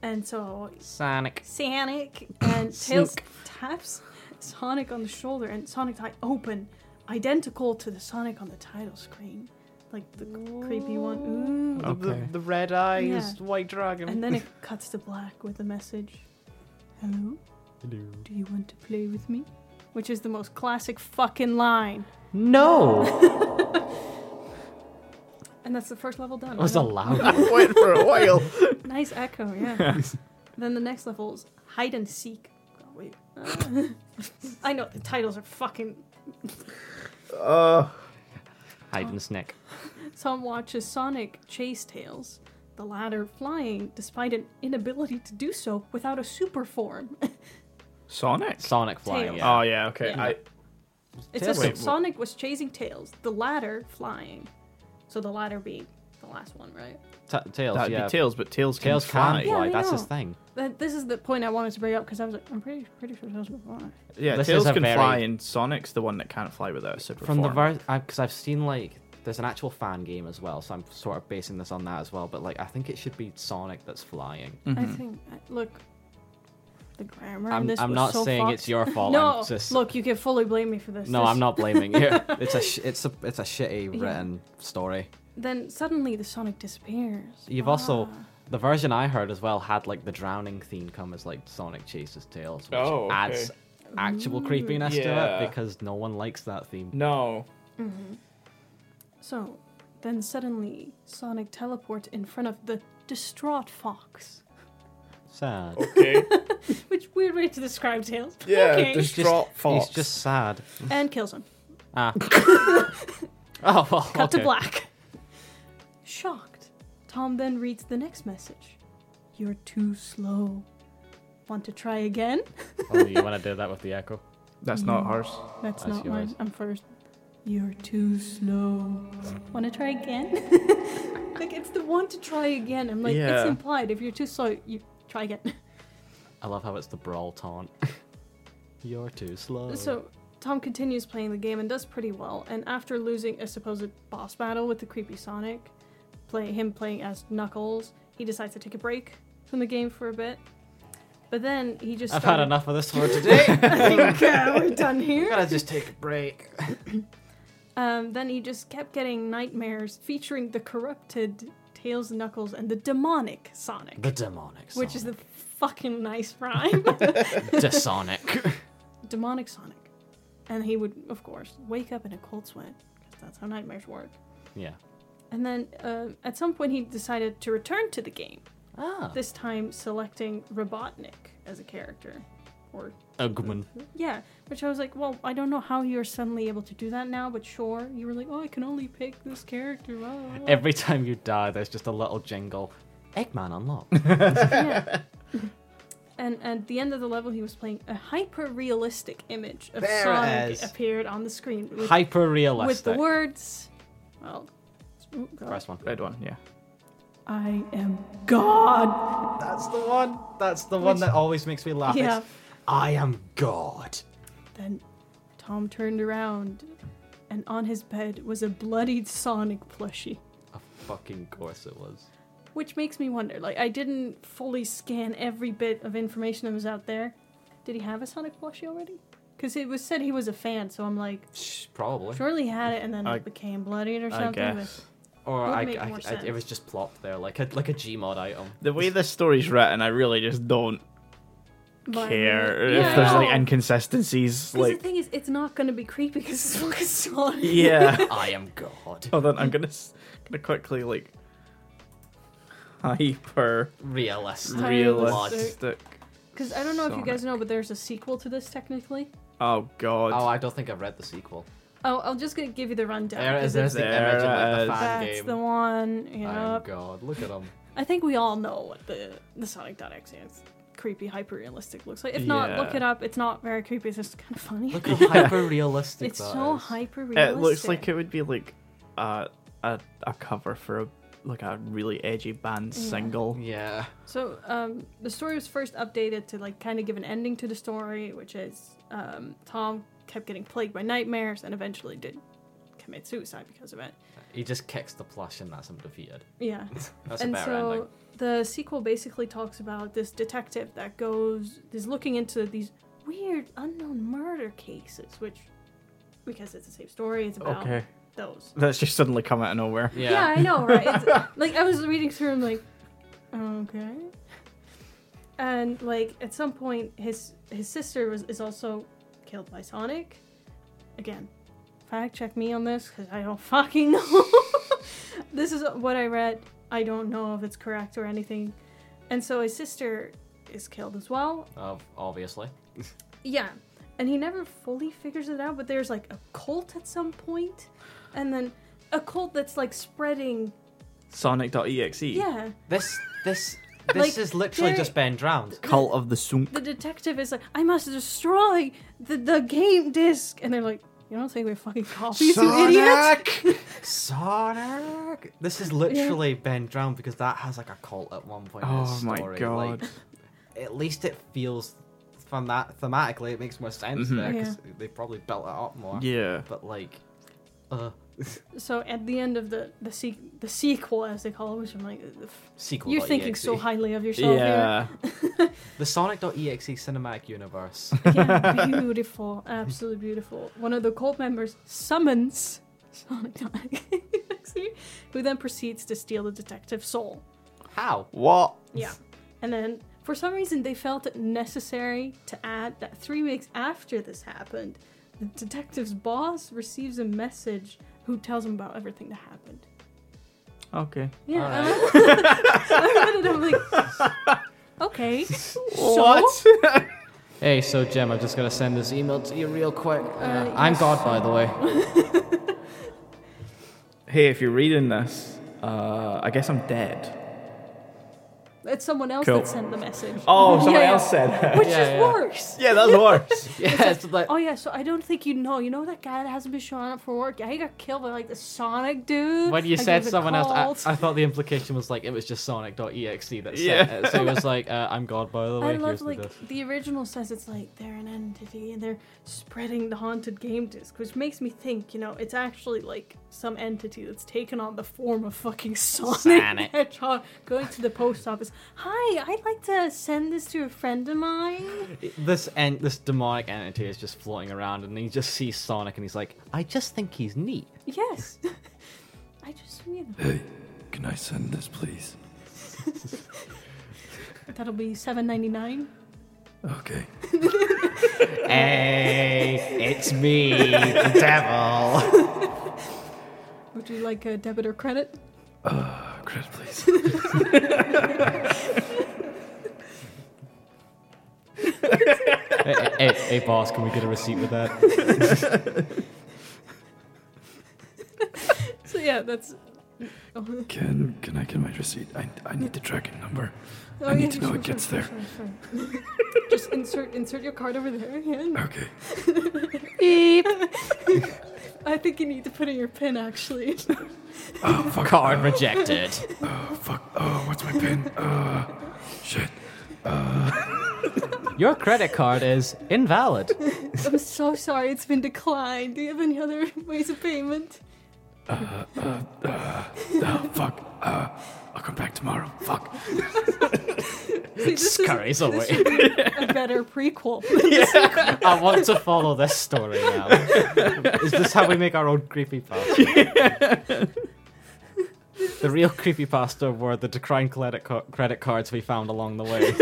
S1: And so
S4: Sonic.
S1: Sonic and Tails taps Sonic on the shoulder, and Sonic's eye open, identical to the Sonic on the title screen. Like the c- creepy one. Ooh.
S4: The, the red eyes,
S1: Yeah.
S4: white dragon.
S1: And then it cuts to black with a message Hello? Hello. Do you want to play with me? Which is the most classic fucking line. [LAUGHS]
S4: no,
S1: And that's the first level done.
S4: it was
S1: I
S4: a
S1: know.
S3: [LAUGHS]
S4: loud.
S3: Wait for a
S4: [LAUGHS]
S3: while.
S1: [LAUGHS] Nice echo, yeah. then the next level is hide and seek. Oh, wait. [LAUGHS] Uh, I know the titles are fucking.
S3: Uh,
S4: Hide and snick.
S1: Tom watches Sonic chase Tails, the latter flying despite an inability to do so without a super form. [LAUGHS]
S3: Sonic?
S4: Sonic flying.
S1: Tails.
S4: Yeah.
S3: Oh, yeah, okay.
S1: Yeah.
S3: I,
S1: It says
S3: Wait, wh-
S1: Sonic was chasing Tails, the latter flying. So the latter being the last one, right?
S4: Ta- tails.
S3: that'd
S4: yeah.
S3: be Tails, but Tails can
S4: Tails
S3: fly.
S4: can fly.
S1: Yeah, I
S4: That's his
S1: know.
S4: thing.
S1: That, this is the point I wanted to bring up because I was like, I'm pretty pretty sure Tails was flying.
S3: Yeah,
S4: This
S3: Tails
S4: is a
S3: can
S4: very-
S3: fly, and Sonic's the one that can't fly without a super
S4: from the verse
S3: form.
S4: because I've seen like there's an actual fan game as well, so I'm sort of basing this on that as well. But like I think it should be Sonic that's flying.
S3: Mm-hmm.
S1: I think, I- look, the grammar in
S4: Mm-hmm. I'm,
S1: this
S4: I'm
S1: was
S4: not
S1: so
S4: saying
S1: fucked.
S4: it's your fault.
S1: No,
S4: I'm just,
S1: look, you can fully blame me for this.
S4: no,
S1: This-
S4: I'm not blaming you.
S1: [LAUGHS]
S4: It's a sh- it's a it's a shitty
S1: Yeah.
S4: written story.
S1: Then suddenly the Sonic disappears. Ah.
S4: You've also the version I heard as well had like the drowning theme come as like Sonic chases tails, which
S3: Oh, okay.
S4: adds actual creepiness to
S3: Yeah.
S4: it because no one likes that theme.
S3: No.
S1: So, then suddenly Sonic teleports in front of the distraught fox.
S4: Sad.
S3: [LAUGHS] Okay.
S1: Which weird way to describe Tails.
S3: Yeah,
S1: Okay.
S3: dis-
S4: Just-
S3: Distraught fox.
S4: He's just sad.
S1: [LAUGHS] and kills him. [LAUGHS]
S4: Ah. [LAUGHS] oh well.
S1: Cut to
S4: okay.
S1: black. Shocked, Tom then reads the next message. You're too slow. Want to try again?
S4: Oh, you want to do that with the echo?
S3: That's not hers.
S1: That's,
S4: That's
S1: not mine.
S4: yours.
S1: I'm first. You're too slow. Want to try again? [LAUGHS] like it's the want to try again. I'm like
S3: Yeah.
S1: it's implied. If you're too slow, you try again.
S4: I love how it's the brawl taunt. [LAUGHS] You're too slow.
S1: So Tom continues playing the game and does pretty well. And after losing a supposed boss battle with the creepy Sonic, play him playing as Knuckles, he decides to take a break from the game for a bit. But then he just
S4: I've had
S1: started-
S4: enough of this
S1: [LAUGHS]
S4: for today. [LAUGHS]
S1: I [LAUGHS] think uh, we're done here.
S4: Gotta just take a break.
S1: Um, then he just kept getting nightmares featuring the corrupted Tails, Knuckles, and the demonic Sonic,
S4: The demonic.
S1: which is the fucking nice rhyme. [LAUGHS]
S4: Dasonic.
S1: demonic Sonic. And he would, of course, wake up in a cold sweat, because that's how nightmares work.
S4: yeah.
S1: And then uh, at some point, he decided to return to the game,
S4: Ah.
S1: this time selecting Robotnik as a character. or
S13: Ugman.
S1: yeah. Which I was like, well, I don't know how you're suddenly able to do that now, but sure. You were like, oh, I can only pick this character. blah, blah, blah."
S4: Every time you die, there's just a little jingle. Eggman unlocked.
S1: yeah. And at the end of the level, he was playing a hyper realistic image of
S13: There it
S1: Sonic
S13: is.
S1: appeared on the screen with,
S4: Hyper
S1: with
S4: realistic.
S1: the words, well, oh, God.
S4: Press one.
S3: Red one, yeah.
S1: I am God.
S4: That's the one. That's the one
S1: Which-
S4: that always makes me laugh.
S1: yeah.
S4: Ah, It's, I am God.
S1: Then Tom turned around, and on his bed was a bloodied Sonic plushie.
S4: Of fucking course it was.
S1: Which makes me wonder. Like, I didn't fully scan every bit of information that was out there. Did he have a Sonic plushie already? Because it was said he was a fan, so I'm like,
S4: Shh, Probably.
S1: surely he had it and then
S3: I-
S1: it became bloodied or
S3: I
S1: something. but-
S3: guess.
S4: Or
S1: Would
S4: I,
S1: make
S4: I-
S1: more
S4: I-
S1: sense.
S4: it was just plopped there, like a like a Gmod item.
S3: The way this story's written, I really just don't
S1: but-
S3: care
S1: Yeah,
S3: if there's
S1: I know.
S3: like inconsistencies.
S1: 'Cause
S3: Like, [LAUGHS]
S1: the thing is, it's not going to be creepy because it's fucking Sonic. [LAUGHS]
S4: [LAUGHS]
S3: yeah.
S4: I am God.
S3: Hold on, I'm gonna s- gonna quickly like hyper
S4: Realistic.
S3: realistic.
S1: Because I don't know if you guys know, but there's a sequel to this technically.
S3: Oh god.
S4: Oh, I don't think I've read the sequel.
S1: Oh, I'm just going to give you the rundown.
S4: There is
S1: 'cause
S4: there's the
S3: There
S4: image of like, the
S3: is.
S4: fan
S1: That's
S4: game.
S1: the one. Yep.
S4: I am God. Look at him.
S1: I think we all know what the the Sonic.exe is. Creepy, hyper realistic looks like. If not, look
S3: Yeah.
S1: it up. It's not very creepy. It's just kind of funny.
S4: [LAUGHS] Look how hyper
S1: [LAUGHS]
S4: realistic.
S1: it's so hyper realistic.
S3: it looks like it would be like a a, a cover for a like a really edgy band single.
S4: Yeah.
S1: So um, the story was first updated to like kind of give an ending to the story, which is um, Tom kept getting plagued by nightmares and eventually did commit suicide because of it.
S4: He just kicks the plush and that's him
S1: [LAUGHS]
S4: defeated.
S1: Yeah.
S4: That's
S1: and
S4: a better
S1: so
S4: ending.
S1: the sequel basically talks about this detective that goes is looking into these weird unknown murder cases which because it's the same story it's about
S3: Okay,
S1: those
S3: that's just suddenly come out of nowhere.
S4: Yeah.
S1: yeah, i know right it's, like i was reading through and like okay and like at some point his his sister was is also killed by sonic again fact check me on this because i don't [LAUGHS] fucking know this is what i read i don't know if it's correct or anything and so his sister is killed as well
S4: Ob- obviously.
S1: yeah. And he never fully figures it out, but there's like a cult at some point, and then a cult that's like spreading.
S3: Sonic.exe.
S1: Yeah.
S4: This this this
S1: Like,
S4: is literally
S1: there-
S4: just Ben
S1: [LAUGHS]
S4: drowned.
S3: Cult of the Sunk.
S1: The detective is like, I must destroy the, the game disc. And they're like, You don't think we're fucking copies, you idiot?
S3: [LAUGHS]
S4: Sonic. This is literally Ben drowned because that has like a cult at one point. in
S3: Oh
S4: his
S3: my
S4: story.
S3: god.
S4: Like, at least it feels from that thematically it makes more sense
S3: Mhm.
S4: there because they probably built it up more.
S3: yeah.
S4: But like, uh,
S1: So at the end of the the, se- the sequel, as they call it, which I'm like, "F-
S4: sequel.
S1: You're thinking so
S4: high.
S1: highly of yourself
S3: Yeah.
S4: E. The Sonic.exe E cinematic
S3: [LAUGHS]
S4: universe.
S1: here. [LAUGHS] Yeah, beautiful. Absolutely beautiful. One of the cult members summons [LAUGHS] Sonic who then proceeds to steal the detective's soul.
S4: How?
S3: What?
S1: Yeah. And then for some reason they felt it necessary to add that three weeks after this happened, the detective's boss receives a message who tells him about everything that happened.
S3: Okay.
S1: Yeah.
S4: All
S1: [LAUGHS] I read it, I'm like Okay.
S3: What? [LAUGHS]
S13: Hey, so Jem, I'm just gonna send this email to you real quick.
S1: Uh,
S13: I'm God, by the
S1: [LAUGHS]
S13: way.
S3: hey, if you're reading this, uh, I guess I'm dead.
S1: It's someone else
S3: Cool.
S1: that sent the message.
S3: Oh,
S1: Yeah,
S3: someone
S1: yeah.
S3: else said that.
S1: Which
S13: Yeah,
S1: is
S13: yeah.
S1: worse.
S3: [LAUGHS] yeah, that's worse.
S13: [LAUGHS]
S1: [LAUGHS]
S13: yeah, it's like
S1: Oh yeah, so I don't think you know. You know that guy that hasn't been showing up for work? Yeah, he got killed by like the Sonic dude.
S13: when you
S1: Like, he
S13: said
S1: was a
S13: someone
S1: cult.
S13: else, I, I thought the implication was like it was just Sonic.exe that said
S3: Yeah.
S13: it. So it
S1: [LAUGHS]
S13: was like, uh, I'm God, by the way.
S1: I love
S13: Here's the
S1: like
S13: disc.
S1: the original says it's like they're an entity and they're spreading the haunted game disc, which makes me think, you know, it's actually like some entity that's taken on the form of fucking Sonic,
S4: Sonic.
S1: the Hedgehog going to the post office. Hi, I'd like to send this to a friend of mine.
S3: [LAUGHS]
S4: This and this demonic entity is just floating around, and he just sees Sonic, and he's like, "I just think
S1: [LAUGHS]
S4: he's neat."
S1: Yes. I just you know,
S7: Can I send this, please?
S1: that'll be seven ninety nine.
S7: Okay.
S4: hey,
S1: [LAUGHS]
S4: it's me, the devil.
S1: Would you like a debit or credit?
S7: Uh, credit, please.
S13: hey, hey, hey, boss, can we get a receipt with that?
S1: So yeah, that's. Oh,
S3: Can can I get my receipt? I, I need the tracking number.
S1: oh,
S3: I need
S1: yeah,
S3: to know
S1: sure,
S3: it gets
S1: sure,
S3: there.
S1: sure, sure, sure. [LAUGHS] Just insert insert your card over there. [LAUGHS] Yeah.
S3: Okay.
S1: [LAUGHS] I think you need to put in your pin actually. [LAUGHS]
S3: [LAUGHS] Oh fuck.
S13: Card rejected.
S3: Oh fuck. Oh, what's my pin? Uh, shit.
S13: Your credit card is invalid.
S1: I'm so sorry, it's been declined. Do you have any other [LAUGHS] ways of payment?
S3: Oh fuck. Uh, I'll come back tomorrow. Fuck.
S1: See, [LAUGHS] this
S13: Scurries
S1: is,
S13: away.
S1: This should be a better prequel.
S13: I want to follow this story now. Is this how we make our own
S3: [LAUGHS]
S13: creepypasta? the real creepypasta were the decrying credit, ca- credit cards we found along the
S3: [LAUGHS]
S13: way.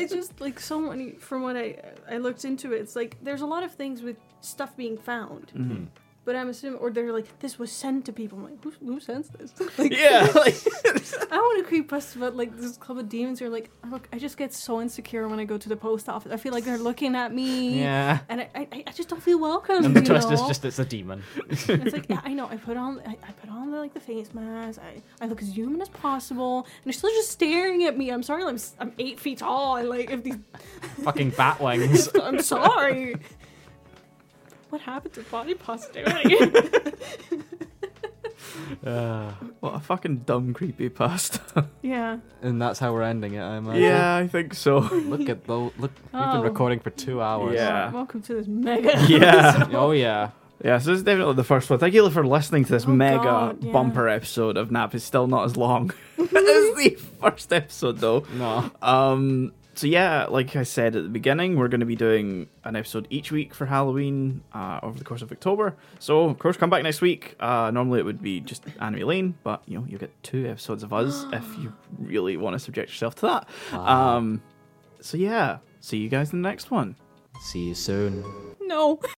S1: it's just like so many. From what I I looked into it, it's like there's a lot of things with stuff being found.
S3: Hmm. [LAUGHS]
S1: But I'm assuming, or they're like, this was sent to people. I'm like, who, who sends this? [LAUGHS] Like,
S3: Yeah. Like,
S1: I want to creep us about like this club of demons. Are like, look, I just get so insecure when I go to the post office. I feel like they're looking at me,
S13: Yeah.
S1: and I, I, I just don't feel welcome.
S13: And the
S1: you
S13: twist is
S1: know?
S13: just it's a demon.
S1: It's like
S13: [LAUGHS]
S1: yeah, I know. I put on I, I put on the, like the face mask. I, I look as human as possible, and they're still just staring at me. I'm sorry. I'm s- I'm eight feet tall, and like
S13: [LAUGHS]
S1: if these,
S13: Fucking bat
S3: [LAUGHS]
S13: wings.
S1: I'm sorry. what happened to
S13: [LAUGHS]
S1: body positivity?
S13: Uh,
S3: [LAUGHS] what a fucking dumb creepy pasta.
S1: [LAUGHS] yeah.
S4: And that's how we're ending it, I imagine.
S3: [LAUGHS] yeah, I think so.
S4: Look at those. Look, we've
S1: Oh.
S4: been recording for two hours.
S3: Yeah.
S1: Welcome to this mega.
S3: Yeah.
S13: oh,
S3: [LAUGHS]
S13: yeah.
S3: Yeah, so this is definitely the first one. Thank you for listening to this
S1: Oh,
S3: mega
S1: God, yeah.
S3: bumper episode of Nap. It's still not
S1: [LAUGHS]
S3: as long [LAUGHS] as the first episode, though.
S4: No.
S3: Um, so yeah, like I said at the beginning, we're going to be doing an episode each week for Halloween uh, over the course of October. So of course, come back next week. Uh, normally it would be just Anime Lane, but you know you get two episodes of us if you really want to subject yourself to that. Um, so yeah, see you guys in the next one.
S13: See you soon.
S1: no.